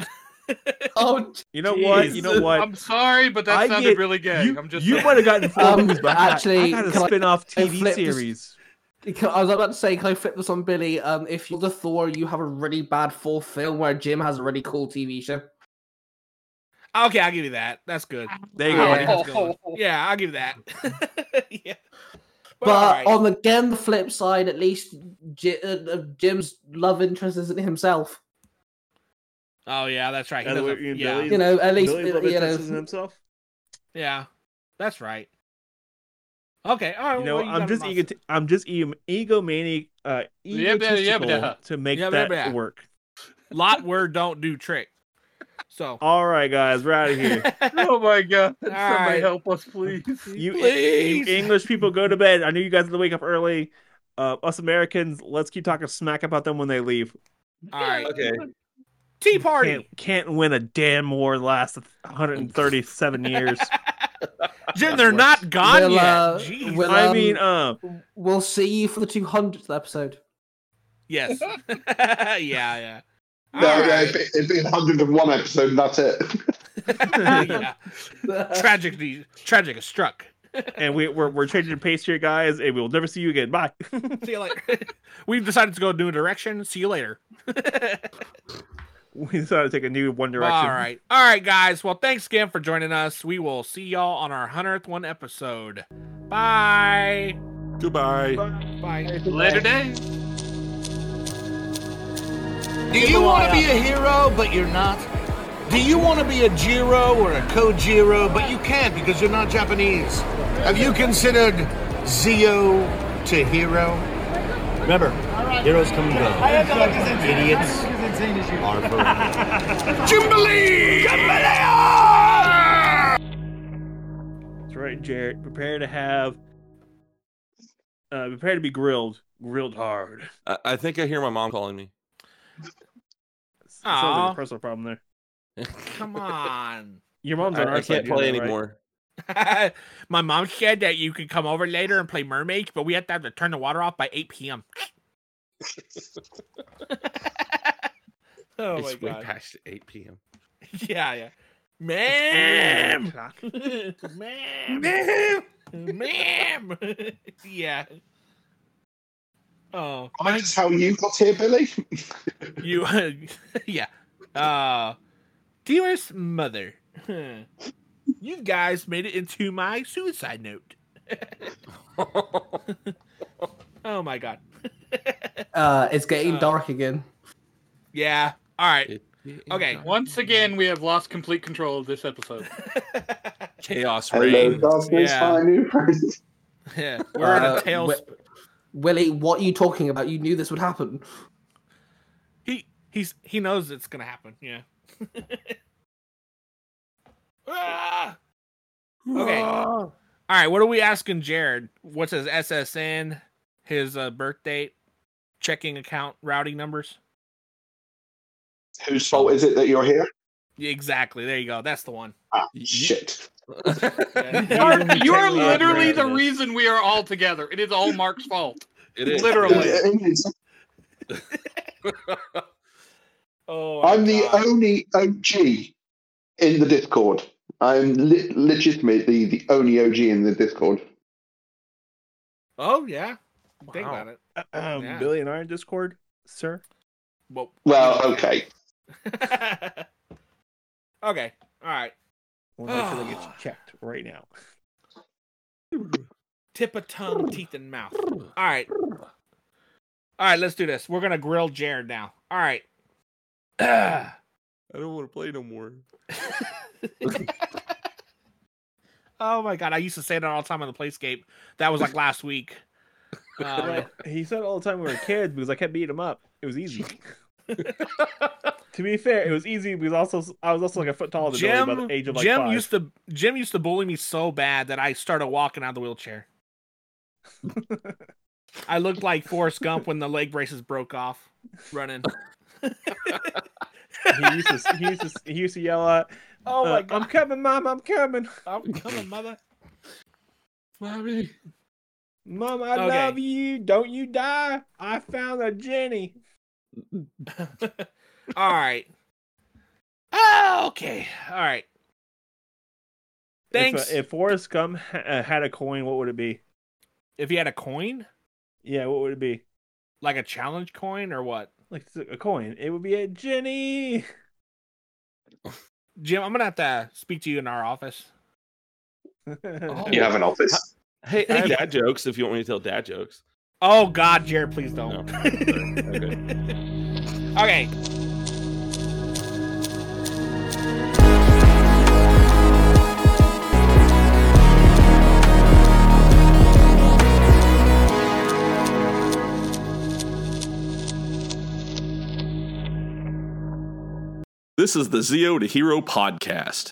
G: oh
I: You know what? You know
G: Jeez.
I: what?
H: I'm sorry, but that
I: I
H: sounded
I: get-
H: really gay.
I: You,
H: I'm just
I: you
H: saying.
I: might have gotten four
G: Um,
I: movies, but I got- I
G: actually,
I: got a
G: can I-
I: spin-off
G: I
I: TV
G: flipped this-
I: series.
G: Can- I was about to say, can I flip this on Billy? Um, if you're the Thor, you have a really bad full film where Jim has a really cool TV show.
F: Okay, I'll give you that. That's good.
I: There you
F: I
I: go.
F: like
H: Oh.
F: that's going. Yeah, I'll give you that. yeah. But, all
G: But
F: right.
G: on again, the flip side, at least Ji- uh, uh, Jim's love interest isn't himself.
F: Oh yeah, that's right.
I: By
F: He
I: the way,
F: doesn't-
I: you and
F: yeah,
I: Billy-
G: You know, at least
I: Billy
G: uh,
I: Lovett
G: you know.
I: touches himself.
F: yeah, that's right. Okay, all right.
I: You know,
F: well,
I: I'm
F: got
I: just
F: my-
I: ego, I'm just ego, egomaniac, uh,
H: Yeah, yeah, yeah,
I: egotistical
H: yeah.
I: to make
F: Yeah,
I: that
F: yeah, yeah.
I: work.
F: (laughs) lot word don't do trick. So
I: All right, guys, we're out of here.
H: (laughs) Oh my god!
F: All
H: Somebody
F: right.
H: help us,
F: (laughs)
H: please.
I: You, you
F: Please.
I: English people go to bed. I know you guys have to wake up early. Uh, us Americans, let's keep talking smack about them when they leave.
F: all right,
A: Okay.
F: tea party.
I: Can't, can't win a damn war in the last
F: (laughs)
I: 137 years.
F: Jim, they're not gone
G: We'll,
F: yet.
G: uh,
F: Jeez.
G: we'll-
I: I
G: Um,
I: mean, uh,
G: We'll see you for the 200th episode. (laughs)
F: Yes. (laughs) yeah, yeah.
J: No,
F: All
J: no,
F: right.
J: it'd, be, it'd be 101 episode and that's it.
F: yeah. Tragically, tragic is struck.
I: and we, we're we're changing pace here, guys, and we will never see you again. Bye.
F: See you later. We've (laughs) decided to go a new direction. See you later.
I: (laughs) we decided to take a new One Direction.
F: All right. All right, guys. Well, thanks again for joining us. We will see y'all on our 100th one episode. Bye.
A: Goodbye.
F: Bye.
H: Later day.
M: Do you want to be a hero, but you're not? Do you want to be a Jiro or a Kojiro, but you can't because you're not Japanese? Have you considered Zio to Hero? Remember, heroes come and go. Idiots are forever. (laughs)
C: Jubilee!
I: That's right, Jared. Prepare to have. Uh, prepare to be grilled, grilled hard.
A: I, I think I hear my mom calling me.
I: Sounds like
F: Aw.
I: a personal problem there.
F: Come on. (laughs)
I: Your mom's on
A: I-
I: our
A: I
I: side,
A: can't
I: you know
A: play
I: that, right?
A: anymore.
F: My mom said that you could come over later and play mermaid, but we have to have to turn the water off by 8 p.m. oh
A: it's
F: my
A: way
F: god.
A: past 8 p.m.
F: (laughs) Yeah, yeah.
A: Ma'am!
F: Ma'am, (laughs) ma'am, ma'am, ma'am. (laughs) yeah. Oh,
J: That's how you got here, Billy.
F: you. (laughs) yeah. Uh, dearest (laughs) mother, you guys made it into my suicide note. (laughs) oh my god.
G: Uh, it's getting dark again.
F: Yeah. All right.
G: uh,
H: Okay. Once again, we have lost complete control of this episode.
A: Chaos
J: Hello,
A: reigns.
J: darkness,
F: Yeah.
J: my new friend.
F: Yeah, (laughs) we're in
G: Uh,
F: a tail.
G: Wi- Willie, what are you talking about? You knew this would happen.
F: He he's he knows it's gonna happen.
H: (laughs)
F: Yeah. Ah! Okay. All right. What are we asking Jared? What's his SSN? His uh, birth date? Checking account routing numbers?
J: Whose fault is it that you're here?
F: Yeah, exactly. There you go. That's the one.
J: Ah,
F: (laughs)
J: shit.
H: You
I: (laughs)
H: are, you are
F: Totally
H: literally the
F: agree.
H: reason we are all together. It is all Mark's fault.
A: It is.
H: Literally.
F: Oh,
J: I'm the only OG in the Discord. I'm li- legitimately the only OG in the Discord.
F: Oh yeah. Think about it.
I: Um,
F: Yeah.
I: Billy and I are in Discord, sir.
F: Well.
J: Well, okay.
F: Okay. All right.
I: We'll make sure that
F: (sighs)
I: gets checked right now.
F: Tip of tongue, teeth, and mouth. All right. All right. Let's do this. We're gonna grill Jared now. All right.
A: I don't want to play no more.
F: Oh my god, I used to say that all the time on the playscape. That was like last week.
H: (laughs)
I: (laughs)
F: Um,
I: Right. he said all the time we were kids because I kept beating him up. It was
F: (laughs)
I: easy. to be fair, it was easy because also I was also like a foot taller than Billy by
F: Jim,
I: the age of like
F: Jim
I: five.
F: used to Jim used to bully me so bad that I started walking out of
I: (laughs)
F: the wheelchair. I looked like Forrest Gump when the leg braces broke off, running.
I: he used to he used to he used to yell out,
F: (laughs) Oh my
I: uh,
F: god,
I: "I'm coming, mom! I'm coming,
F: I'm coming, mother.
A: mommy,
I: mom! I
F: Okay.
I: love you! Don't you die! I found a Jenny."
F: All right. Oh, okay. All right. Thanks.
I: If, uh, if Forrest Gump ha- uh, had a coin, what would it be?
F: If you had a coin,
I: Yeah, what would it be?
F: like a challenge coin or what?
I: Like it's a coin, it would be a Jenny.
F: Jim, I'm gonna have to speak to you in our office.
J: (laughs)
F: Oh.
J: You have an office.
A: Hey, I have dad jokes if you want me to tell dad jokes.
F: Oh God, Jared, please don't. (laughs)
A: Okay.
F: Okay.
A: This is the Zio to Hero podcast.